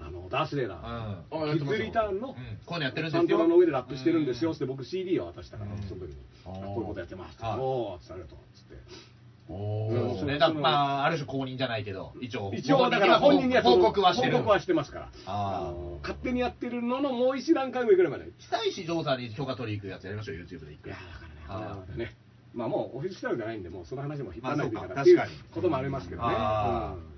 S3: ああのダースレーダー、
S4: あ
S5: あや
S3: キ
S5: っ
S3: ッ
S5: てます
S3: ズリターンの、
S4: うんこういうのやってるん
S3: サ
S4: で
S3: ン
S4: す
S3: ト
S4: よ
S3: ラの上でラップしてるんですよ、つって僕 CD を渡したから、
S4: うん
S3: その時に
S5: あ
S3: あ
S5: ー
S3: こういうことやってます、
S4: はい
S3: おおつってありがとうつって
S5: お
S4: そうです
S5: ー
S4: ねだからまあある種公認じゃないけど一応
S3: 一応だから本人には
S4: 報告はしてる
S3: 報告はしてますから
S4: あー
S3: の勝手にやってるののもう一段階上ぐらいまでい
S4: 久石譲さんに許可取り行くやつやりましょう YouTube で一回
S3: やだからね
S4: あー
S3: あのねまあもうオフィスタイルじゃないんでもうその話も引っ張らないといけ
S4: ま
S3: な
S4: あ
S3: い
S4: そう
S3: ってい
S4: か
S3: う
S4: 確かに
S3: こともありますけどね、
S4: あー
S3: うん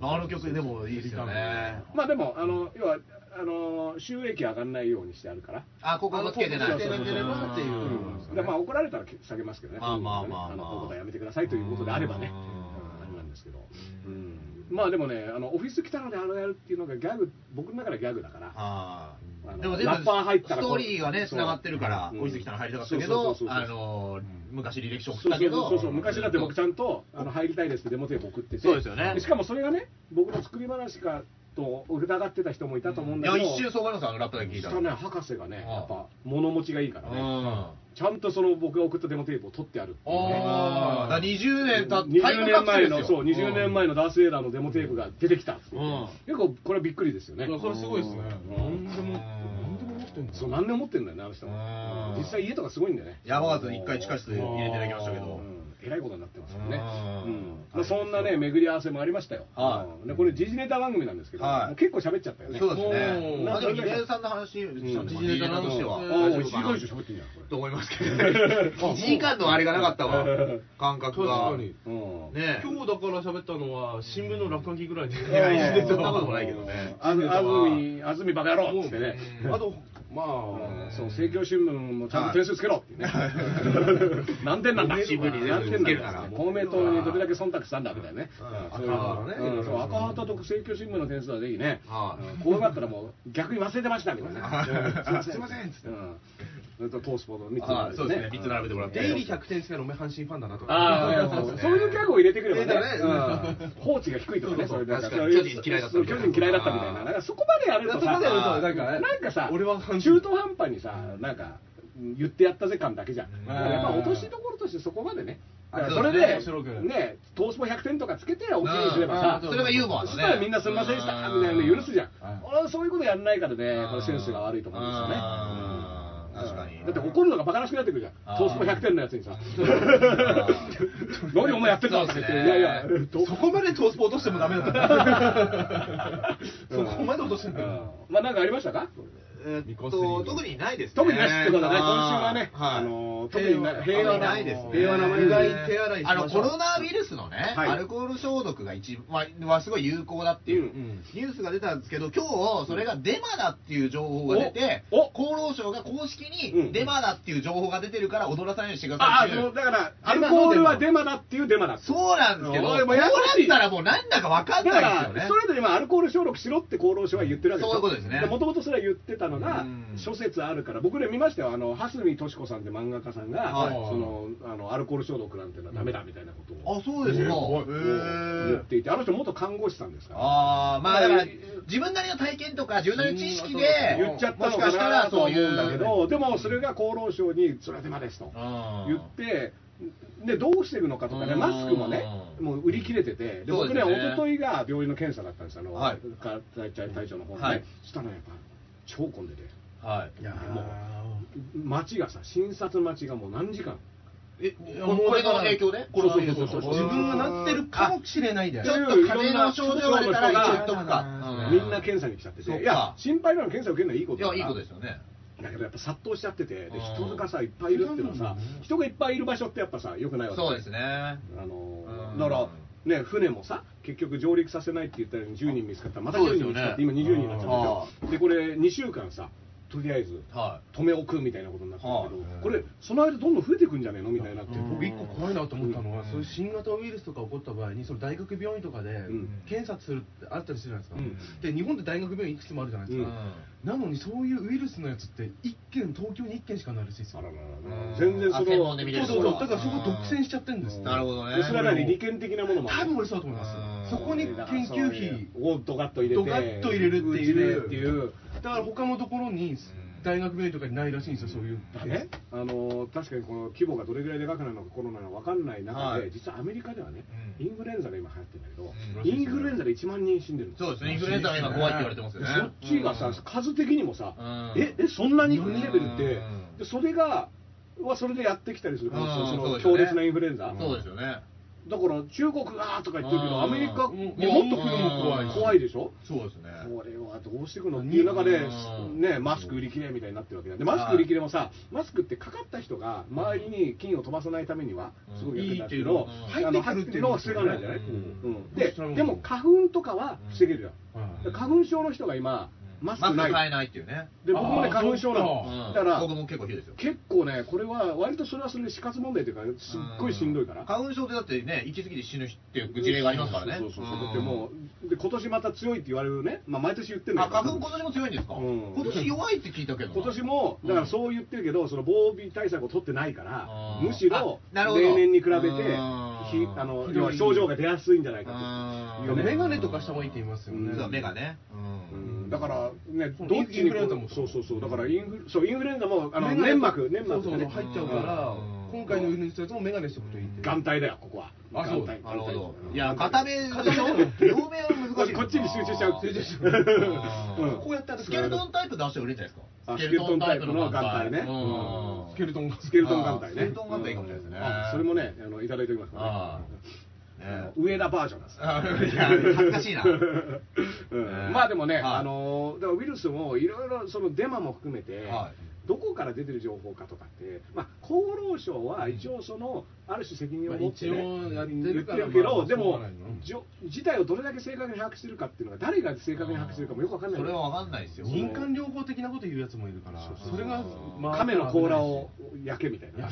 S4: あの曲でもいいですよね
S3: まあでもあの要はあの収益上がんないようにしてあるから
S4: あ広告をつけてない
S5: あの広告つけてなければっていう
S4: うん
S5: そう
S3: でまあ怒られたら下げますけどね、
S4: まあまあまあまあ
S3: のこういうことはやめてくださいということであればね、
S4: うん
S3: うんあれなんですけど、
S4: う
S3: うんんまあでもね、あのオフィス来たのであのやるっていうのがギャグ、僕の中ではギャグだから、
S4: あ
S3: あ
S4: あ
S3: の
S4: でも全
S3: ラッパー入ったら
S4: ストーリーがね
S3: そ
S4: つ
S3: う
S4: ながってるから
S3: うん
S4: 小泉さんの入りたかったけど
S3: そうそうそうそうそう
S4: あの昔履歴書送
S3: そ
S4: っ
S3: う
S4: た
S3: そ
S4: け
S3: う
S4: ど
S3: そうそう昔だって僕ちゃ
S4: ん
S3: んとあの入りたいですってデモテープ送ってて、
S4: そうですよね
S3: しかもそれがね、僕の作り話かと疑ってた人もいたと思うん
S4: い
S3: だ
S4: や
S3: けど、
S4: 一瞬そう思いますあのラップだけ聞いた
S3: したね、博士がね、
S4: ああ
S3: やっぱ物持ちがいいから
S4: う
S3: ね、
S4: ん
S3: ちゃんとその僕が送ったデモテープを取ってあるっていうね。
S4: ああ、だから20年たって、
S3: 20年前の、そう、20年前
S4: の。
S3: のダース・エーダーのデモテープが出てきたって言
S4: うん
S3: って結構、これはびっくりですよね。
S5: それすごいですね
S3: うん
S5: 何でも何でも持ってんだ
S3: そう、何年持ってんだよね、あの人
S4: うん
S3: も。実際、家とかすごいんだよね。
S4: やばかったです一回地下室入れていただきましたけ
S3: う
S4: ど。
S3: んえらいことになってますよね。
S4: う
S3: うんんまあそんなね、巡り合わせもありましたよ。
S4: はい
S3: うんでこれ、時事ネタ番組なんですけど、
S4: はい
S3: もう結構喋っちゃったよね。
S4: そうですね。
S5: もう
S4: まあでも、ヒデさんの話、ヒデさんの話は。
S3: ああ、
S4: 大丈
S3: おい
S4: 夫
S3: し
S4: か
S3: い
S4: な
S3: でしょ、喋ってんじゃん、
S4: と思いますけど。1時 間のあれがなかったわ。感覚
S5: 確
S4: が
S5: か。に
S3: これ。
S4: ね
S5: 今日だから喋ったのは新聞の落書きぐらいでい
S4: いやいや
S5: や
S4: いやそんなこともないけどね
S3: あず、あずみ、あずみバカ野郎っつってね。
S5: あとま
S3: うん
S5: あ
S3: そう、政教新聞もちゃんと点数つけろっていうね。何点なんだ、
S4: 新聞にね
S3: 何点
S4: つける
S3: な
S4: なんら
S3: だ、公明党にどれだけ忖度したんだみたいなね。
S5: う
S3: そ
S5: ん
S3: ういうの
S5: 赤旗ね
S3: うんそう赤旗と政教新聞の点数はぜひね
S4: は、い
S3: うんこうなったらもう逆に忘れてましたみたいなね。
S5: すいませんっつって
S3: うんそれとトースポの三つ
S4: ああそうですね。
S3: 並べて
S4: 3つ並べてもらって。
S5: 出入り100点しかのめ阪神ファンだなとか
S3: ああ、いや
S4: そう
S3: そ
S4: ですね
S3: うそういうギャグを入れてくれば
S5: 入れ
S3: ね
S5: たらね、
S3: うん 放置が低いとかね、それで
S4: 確かに巨人嫌いだったみたいな
S3: 巨人嫌いだったみたいな、なんかそこまでやると
S5: そこ
S3: さ、
S5: までやるとなんかね
S3: なんかさ、
S5: 俺は阪神
S3: 中途半端にさ、なんか言ってやったぜ感だけじゃん、
S4: うん
S3: だからやっぱ落としどころとしてそこまでね、
S5: あ
S3: だから
S5: そ
S3: そうれ
S5: で
S3: です
S5: ね面白く
S3: ね、投資も100点とかつけて、おきにすれば
S4: あ
S3: さ
S4: ー、それがユーモア
S3: そ
S4: だね。
S3: したらみんなすみませんでしたみたいなの許すじゃん、俺はそういうことやんないからね、これ、センスが悪いと思うんですよね。
S4: あー確かに。
S3: だって怒るのがバカらしくなってくるじゃ
S4: あー
S3: ん、トースポ100点のやつにさ
S4: あ、
S3: 何お前やってんだって言って、いやいや、
S5: そこまでトースポ落としてもダ メだった。そこまで落としてんだ
S3: うんまあ、なんかありましたか
S4: えっと、特にないですね。
S3: 特になしってことはね、今週はね、
S4: はい
S3: あのー特にな平和な、
S4: ないですね
S3: 平和な
S5: うがい手洗いし
S4: あ
S5: ま
S4: の
S5: しょ
S4: コ
S5: う
S4: ロナウイルスのね、
S3: はい
S4: アルコール消毒が一番はすごい有効だっていう、
S3: うん
S5: うん
S4: ニュースが出たんですけど、今日それがデマだっていう情報が出て、
S3: おお
S4: 厚労省が公式
S3: う
S4: に
S3: ん
S4: デマだっていう情報が出てるから踊らさないようにしてください
S3: ああ、
S4: ってい
S3: そうの、だから、アルコールはデマだっていうデマだっていう
S4: そうなんですけど、こ
S3: お
S4: う
S3: いも
S4: な
S3: うや
S4: っ
S3: やこしい
S4: たらもうなんだかわかん
S3: だか
S4: ないです
S3: ら、スト
S4: よね。
S3: レートに今、アルコール消毒しろって厚労省は言ってるわけ
S4: そういうことですね
S3: もともとそれは言ってたの
S4: う
S3: が
S4: ん、
S3: 諸説あるから、僕ね、見ましたよ、あの、蓮見敏子さんって漫画家さんが、
S4: はい
S3: その、あの、アルコール消毒なんてのはダメだみたいなことを
S4: あ、そうですか。へ
S3: 言っ
S4: ー
S3: ていて、あの人元看護師さんですから。
S4: ああ、まあだから、自分なりの体験とか、自分なりの知識で
S5: うん、
S3: 言っちゃった
S4: も
S3: の
S4: しか
S3: か
S4: した
S3: な
S4: ら
S3: と
S4: そ
S3: は
S4: う
S3: 思
S4: いう
S3: うんだけど、でもそれが厚労省に、それはデマですと言って、でどうしていくのかとかね、
S4: うん
S3: マスクもね、もう売り切れてて、で
S4: そう
S3: 僕
S4: で
S3: ね、
S4: すね
S3: 一昨日が病院の検査だったんですよ、あの、
S4: はい
S3: か大体隊長の方でね、
S4: はい
S3: そしたらね、やっぱ超混んでて、
S4: はい。
S5: いや
S3: もう街がさ、診察待ちがもう何時間。
S5: え
S4: これの影響で
S3: そうそうそうそう
S5: 自分がなってるかもしれないで
S4: ちょっと風邪の症状が出たら一応言っとくか。
S3: みんな検査に来ちゃって
S4: そっか
S3: て、いや、心配なの検査受けるのはいいこと
S4: いや、
S3: から
S4: いいことですよね。
S3: だけどやっぱ殺到しちゃってて、で
S4: うん
S3: 人がさ、いっぱいいるっていうのはさ
S5: うん、
S3: 人がいっぱいいる場所ってやっぱさ、よくないわけ
S4: そうですね。
S3: あの
S4: うん
S3: だから、ね、船もさ、結局上陸させないって言ったように10人見つかったら、また10人見つかって、
S4: そう
S3: 今
S4: です
S5: よ
S3: 20人
S5: ね
S3: になっちゃったでしょ、でこれ、2週間さ、とりあえず
S4: は
S3: 止め置くみたいなことになってるけ
S4: は
S3: ど
S4: い、
S3: これ、その間、どんどん増えていくんじゃねえのみたいになって、
S5: 僕一個怖いなと思ったのは、
S4: うん
S5: そういう新型ウイルスとか起こった場合にその大学病院とかで
S3: ん
S5: 検査するってあったりするじゃないです
S3: う
S5: か、
S3: ん
S5: で日本って大学病院いくつもあるじゃないです
S4: い。
S5: か、なのにそういうウイルスのやつって一軒東京に一軒しかないらしいですよ
S3: あららら
S4: うん
S3: ら全然そ
S4: あ専門
S3: の
S4: で見れ
S5: そ
S4: る
S5: うそうそうだからそこ独占しちゃってるんですって
S4: なるほどね。
S3: それは何利権的なものもあ
S5: 多
S3: る
S5: 分俺そうだと思います
S4: うん
S5: そこに研究費
S3: をドガッと入れて
S5: ドガッと入れるって
S3: う
S5: いう
S3: ちでっていう
S5: だから他のところに大学病院とかにないらしいんですよそういう
S3: ね、あのー確かにこの規模がどれぐらいでかくなるのかコロナの分かんない中で、
S4: はい
S3: 実はアメリカではね、
S1: うん
S3: インフルエンザが今流行ってるんだけど、
S1: うん
S3: インフルエンザで1万人死んでるの
S4: そうですね、インフルエンザが今怖いって言われてますよ
S3: で
S4: ね。
S3: そっちがさ、数的にもさ、
S4: うん
S3: ええそんなにレベルって、
S4: うん
S3: でそれがはそれでやってきたりするから、
S4: うん
S3: そ
S4: そう
S3: の
S4: ですよ
S3: 強
S4: ね
S3: 烈なインフルエンザ、
S4: そうですよね。
S3: だから中国がとか言ってるけ
S4: うん
S3: ど、アメリカ、
S4: うん
S3: いやもっと来るの怖い、
S4: うん
S3: 怖いでしょ。
S4: そうですね。
S3: これはどうしていくのっていう中で
S4: う、ん
S3: ね、マスク売り切れみたいになってるわけだでマスク売り切れもさ、マスクってかかった人が周りに菌を飛ばさないためには
S4: うん、
S3: すごい役に立つけ
S5: いい
S3: ど
S5: って
S4: いう、
S3: あ
S5: のうん
S3: の入ってくるのは防がないじゃない、
S4: う
S3: うん
S5: ん
S3: で
S5: それは
S3: でも花粉とかは防げるじゃん、
S5: はい
S3: だから花粉症の人が今、マスクない、
S4: 買えないっていうね。
S3: で僕もね、
S5: あー
S3: 花粉症な
S5: そ
S3: の
S4: う、ん
S3: だから
S4: 僕も結構ひどいですよ。
S3: 結構ね、これは割とそれはそれで死活問題というか、すっごいしんどいから。
S4: 花粉症ってだってね、息継ぎで死ぬ人っていう事例がありますからね。
S3: そうそうそう。
S4: ん
S3: だってもう、で今年また強いって言われるね。まあ毎年言ってるんだ
S4: あ、
S3: けど。
S4: 花粉今年も強いんですか
S3: うん
S4: 今年弱いって聞いたけどな。
S3: 今年もだからそう言ってるけど、その防備対策を取ってないから
S4: あ、ー
S3: むしろ
S4: あなるほど
S3: 例年に比べてひ
S4: あー
S3: あの
S5: ひどい
S3: 要は症状が出やすいんじゃないか
S4: あ
S3: い
S5: い
S3: や
S5: や
S4: ー
S5: メガネとかした方がいいって言いますよ
S3: う
S5: ね
S3: ん
S4: そう、目がね。う
S3: と、うんんだからね
S5: そ
S3: ど
S5: う
S3: っちに
S5: インフルエンザも
S3: そうそうそうだからインフルそうインフルエンザもあの
S5: メガネ
S3: 粘膜粘膜
S5: そう
S3: が
S5: そう
S3: ね
S5: そう入っちゃうから
S4: うん
S5: 今回のウイルスやつもメガネしておくといいって
S3: 眼帯だよここは
S5: あそう
S3: 眼帯
S4: なるほど
S3: 眼。帯
S4: いや、片目、両面は難しい。
S3: こっちに集中しちゃう
S4: 集中しちゃ
S3: うん
S4: う。
S5: こうやったら
S4: スケルトンタイプ出して売れるんじゃないですか。
S3: あスケルトンタイプの眼帯ね
S4: うん
S5: スケルトンが
S3: スケルトン眼帯ね
S4: スケルトン眼帯いいかもしれないですね
S3: あそれもねあのいただいておきますから
S4: あ
S3: ね
S4: あ
S3: あの
S4: ね
S3: 上田バージョンなんです
S4: あ いや恥ずかしいな。
S3: うんまあでもね、
S4: はい
S3: あのーだからウイルスもいろいろそのデマも含めて、
S4: は
S3: どこから出てる情報かとかって、まあ、厚労省は一応その、ある種責任を持って、ね
S5: まあ一応やってるから
S3: 言ってるけど、
S5: まあ
S3: でも
S5: しょうがないの
S3: じょ事態をどれだけ正確に把握してるかっていうのが誰が正確に把握してるかもよくわかんない
S4: それはわかんないですよ。
S5: 民間療法的なこと言うやつもいるからそれが
S3: 亀の甲羅を焼けみたいな。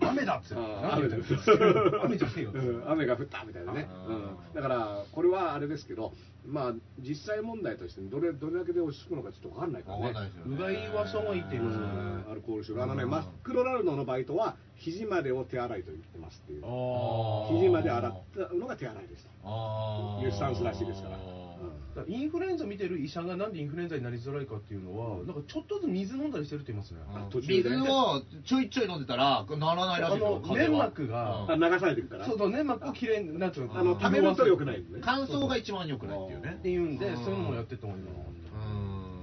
S5: 雨だっつって
S3: あー
S5: 雨だ よ雨じゃねえよ
S3: うん雨が降ったみたいなね、うん、だからこれはあれですけど、まあ、実際問題としてどれどれだけで落ち着くのかちょっと分かんないからね、
S4: わかんないですよね。
S5: うがいはした方がいいって言いますよね
S3: うんアルコール臭があのね、
S4: うん
S3: マックドナルドのバイトは肘までを手洗いと言ってますっていう
S5: あ
S4: ー
S3: 肘まで洗ったのが手洗いです
S4: あ
S3: と
S4: ー
S3: いうスタンスらしいですから、うん
S5: だからインフルエンザ見てる医者がなんでインフルエンザになりづらいかっていうのはなんかちょっとずつ水飲んだりしてるって言いますね
S3: あ途中で
S4: 水をちょいちょい飲んでたら、ならないらしいですよ
S5: あの
S4: 風邪は
S5: 粘膜が
S3: あ
S4: うん
S3: 流されてるから
S5: そうそう粘膜をきれいになんつう
S3: あの
S4: うん
S3: 溜めると良くないんでね
S4: 乾燥が一番良くないっていうね
S5: っ。ていうんで
S4: うん
S5: そういうのもやってった方がいいな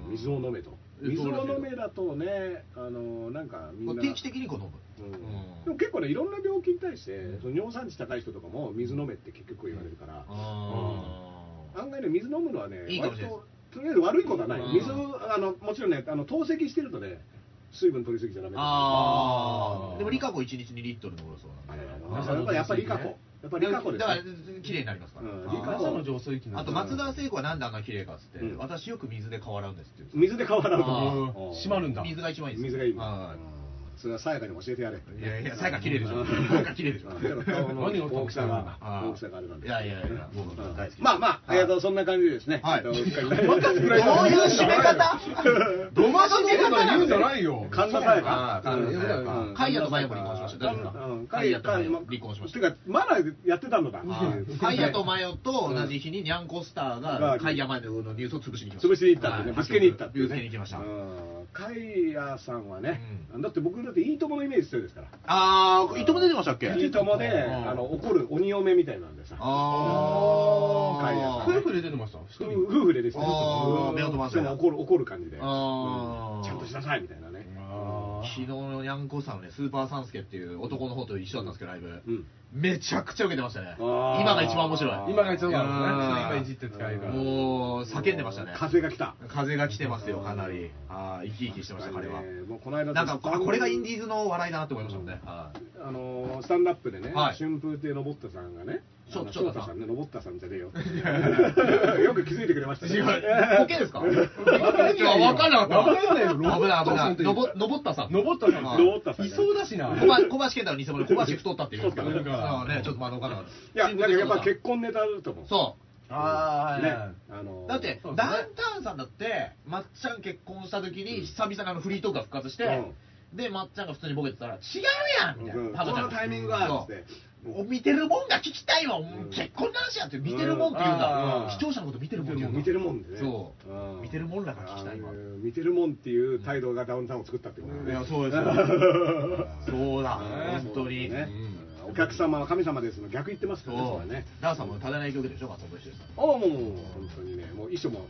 S4: うん
S3: 水を飲めと
S4: え
S3: 水を
S4: そうらしいよ
S3: 飲めだとねあのなんかみんな
S4: 定期的にこう飲む。
S3: うん
S4: ん
S3: でも結構ねいろんな病気に対してその尿酸値高い人とかも水飲めって結局言われるから、
S4: あ
S3: 案外ね水飲むのはね
S4: いいかもしれない
S3: 割ととりあえず悪いことはない、
S4: うん
S3: 水あのもちろんねあの透析してるとね水分取りすぎちゃダメだ
S4: あ
S5: あー
S4: ーでもリカコ1日2リットルの頃そうなんで
S3: あーやっぱやっぱりリカコやっぱりリカコです
S4: だ
S3: ね
S4: から綺麗になりますから、
S3: うん
S4: あ
S3: リカ
S4: ー
S3: コ
S5: 朝の浄水器
S4: あと松田聖子はなんであんな綺麗かっつって、
S3: うん
S4: 私よく水で顔洗うんですって言うんですよ
S3: 水で顔洗うと
S4: あ
S3: ね
S5: うん閉まるんだ
S4: 水が一番いいです
S3: 水がいいの
S4: は
S3: それはさやかに教えてやれ
S4: いいやいやさやか綺麗でしょ
S3: うん
S4: さやか綺麗でしょ
S3: うんだから顔の
S5: 何が
S3: 大きさが
S4: あー
S3: 大きさがあれなんで
S4: いやいやいや僕は大好き
S3: まあまあ、
S4: はい
S3: えーとそんな感じでですね。
S4: はい
S3: えーと一回
S4: どういう締め方
S5: どましめ方言うんじゃないよ
S3: 神田沙也
S4: あ
S3: 加
S4: あ神田沙也加
S3: うん
S4: カイヤとマヤも離婚しました大丈夫ですか
S3: うん
S4: カイヤとマヤも離婚しました
S3: てか、まだやってたのだ。
S4: カイヤとマヨと同じ日にニャンコスターがカイヤマヨのニュースを潰しに行きました。
S3: 潰しに行ったってね、ぶつけに行ったって、ね。
S4: ぶつけに行きました
S3: う。ん。カイヤさんはね、だって僕だっていいとものイメージ強いですから。
S4: あー、いとも出てましたっけ
S3: いいともで、
S4: うん
S3: あの怒る鬼嫁みたいなんでさ。
S4: あー、
S3: カイヤさん
S5: 夫婦で出てました
S3: 夫夫婦でですね。
S4: あー
S3: うん
S4: 目を飛ばす
S3: でも怒る怒る感じで、うんち
S4: あー
S3: ゃんとしなさいみたいなね。
S5: あ
S4: 昨日のニャンコさんはね、スーパーサンスケっていう男の方と一緒だったんですけど、ライブ。
S3: うん。
S4: めちゃくちゃ受けてましたね。
S3: あー
S4: 今が一番面白い。
S5: 今が一番面白い
S4: やー
S5: 今いじって使えるから
S4: もう、叫んでましたね。
S3: 風が来た。
S4: 風が来てますよ、かなり。あー生き生きしてました、彼は。
S3: ねもうこの間
S4: なんか、あこれがインディーズの笑いだなって思いましたもんね。はい
S3: あのースタンダップでね、
S4: はい
S3: 春風亭のぼったさんがね、
S4: ちょ
S3: あの
S4: ちょっと
S3: 翔太さんね、のぼったさんじゃね えよ。よく気づいてくれましたね。
S4: 違う。ボケですかいやわかんなかった。
S5: わかんないよ
S4: 危ない危ない。
S5: ロ
S4: の
S5: ボ
S4: ぼ、登ったさん。
S5: 登った
S4: あ
S5: な
S4: ー
S3: 登ったさんね
S5: いそうだしな
S4: 小橋小橋健太の偽物、小橋太ったっていうんですけど。
S5: 太った
S4: ああね、ちょっとまあ、わかんなかった。
S3: いや、なんかやっぱ結婚ネタだと思う。
S4: そ
S5: あーはいはい
S3: ね、あのー
S4: う。だって
S5: そ、うですね
S4: ダウンタウンさんだって、まっちゃん結婚した時に、久々のあのフリートークが復活して、
S3: うん
S4: で、まっちゃんが普通にボケてたら、違うやんみたい
S3: うん
S4: な。パコちゃん
S3: このタイミングが
S4: そう
S3: つって
S4: お見てるもんが聞きたいわ、
S3: ん
S4: 結婚の話やって、見てるもんって言うんだ、
S3: うん
S4: 視聴者のこと見てるもんって言うんだ、
S3: 見てるもんでね
S4: そう
S3: うん
S4: 見てるもんだから聞きたいわ
S3: あの見てるもんっていう態度がダウンタウンを作ったってことだね
S4: いやそうですよ そうだ、本当に。
S3: ねお客様は神様ですの逆言ってますからねそ
S4: そ
S3: れは
S4: う
S3: ね
S4: ね。ダーさんも多大な影響を受けてるでしょ、松本人志さん。
S3: ああもうもう本当にねもう衣装も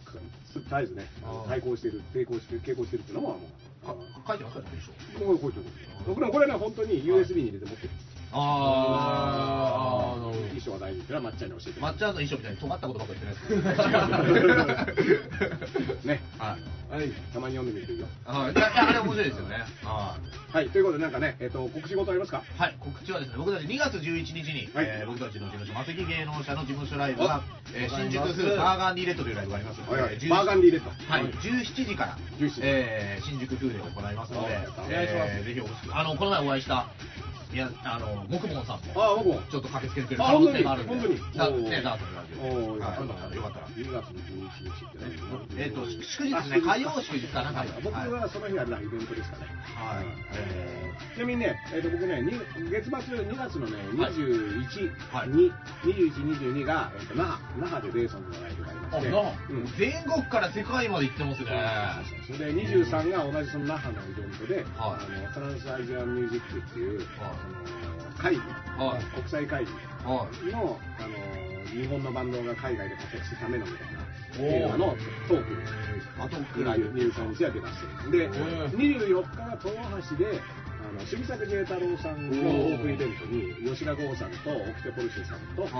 S3: 絶えずね
S4: あー
S3: 対抗してる抵抗してる傾向してるっていうのはもうあの
S4: か書いてますか、でしょ。
S3: こうこうこう僕らもこれね本当に USB に入れて持ってる
S4: あー、なるほ
S3: 衣装は大事っていうのはまっちゃんに教えて
S4: ど。
S3: もら
S4: ま
S3: っ。
S4: っちゃんの衣装みたいに尖ったことばっかり言ってないです ね
S3: ね
S4: はい。
S5: はい
S3: たまに読んでみるといいよ
S4: はい、いやいやあれ面白いですよね。はい。
S3: はいということでなんかねえっと告知事ありますか
S4: はい、告知はですね、僕たち2月11日に、
S3: はい
S4: えー僕たちの事務所、マセキ芸能者の事務所ライブが、えー新宿するバーガンディレッドというライブがありますの
S3: はい
S4: で、
S3: はい
S4: 10
S3: バーガンディレッド
S4: はい、17時から、
S3: 17時
S4: えー新宿風で行いますので、
S3: はいお願いします
S4: えーぜひお越しくあの、この前お会いした、いや、あの、木門さんも、
S3: ああ僕も
S4: ちょっと駆けつけてくれる
S3: あ
S4: 可能性があるんで、
S3: 本当に本当に
S4: だねダートのラジ
S3: お
S4: オ
S3: ー
S4: で、はいよかったら。
S3: 2月の11日ってね
S4: えっ、と、祝日ですね、火曜祝日かなんかに、
S3: 僕
S4: はい
S3: はその日あれだ、イベントですかね。
S4: はい
S3: えーちなみにね、えっ、と、僕ね、に月末、2月のね、
S4: はい
S3: 21、
S4: はい
S3: に21、22が、えっ、と、那覇、那覇でベーソンのライブがありま
S4: あ
S3: して。
S4: なあ
S3: うん
S4: 全国から世界まで行ってますね。
S3: それで23が同じその那覇のイベントで、
S4: はい
S3: あのトランスアジアンミュージックっていう、
S4: はい
S3: あの会議、
S4: はい
S3: 国際会議
S4: はい。
S3: の、あの日本のバンドが海外で活躍するためのみたいな
S4: お
S3: テーマのトーク
S4: あとく
S3: ぐ
S4: ら
S3: ら
S4: い
S3: い入社してやってましてで、24日が豊橋で、あの杉作 J 太郎さんのオープンイベントに、吉田剛さんと、オキテポルシェさんと、
S4: はい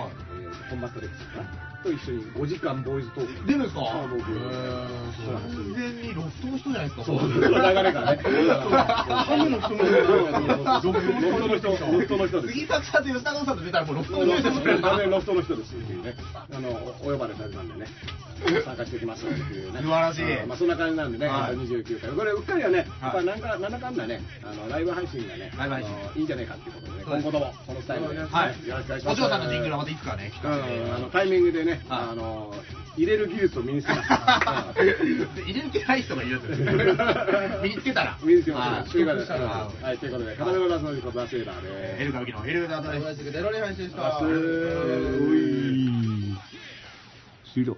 S3: えーコンバットレックさんかなと一緒に5時間ボーイズトーク。
S4: 出るんですか
S3: あ僕
S4: へー
S3: そうなんです
S4: 完全にロフトの人じゃないですか
S3: そう、
S4: こ
S3: 流
S4: れ
S3: れがね。
S5: ハムの人の人
S3: ロフトの人、ロフトの人です。
S4: 杉作さんと吉田剛さんと出たらもうロフトの人ですよ
S3: 完全にロフトの人ですっていうね、あのお呼ばれされたんでね、参加してきますっていうね、
S4: 素晴らしい
S3: あまあ、そんな感じなんでね、
S4: はい
S3: 29回、これ、うっかりはね、やっ
S4: は
S3: ぱ
S4: い
S3: なんか、なんだかんだね、あのライブ配信がね、
S4: ライブ配信
S3: あのいいんじゃないかっていうことでね、
S4: そうです
S3: 今後とも、このスタイルで、
S4: はい
S3: よろしくお願いしま
S4: お
S3: す。
S4: 嬢さんのジングルはまたいつかね聞
S3: う
S4: かせて
S3: ん、あのタイミングでね、
S4: はい
S3: あの入れる技術を身につけます。うん
S4: で入れる気ない人がいるんですよ身につけたら
S3: 身につけま
S4: はい
S3: す。ということで、
S4: は
S3: はい、ということで、片目のラスのリコダシーダー
S4: い
S3: で
S4: ヘ
S3: す
S4: ル。カウキのヘルカウキです
S5: 同じくデロリ配信し
S3: あ
S5: た
S3: すーごい
S6: 終了。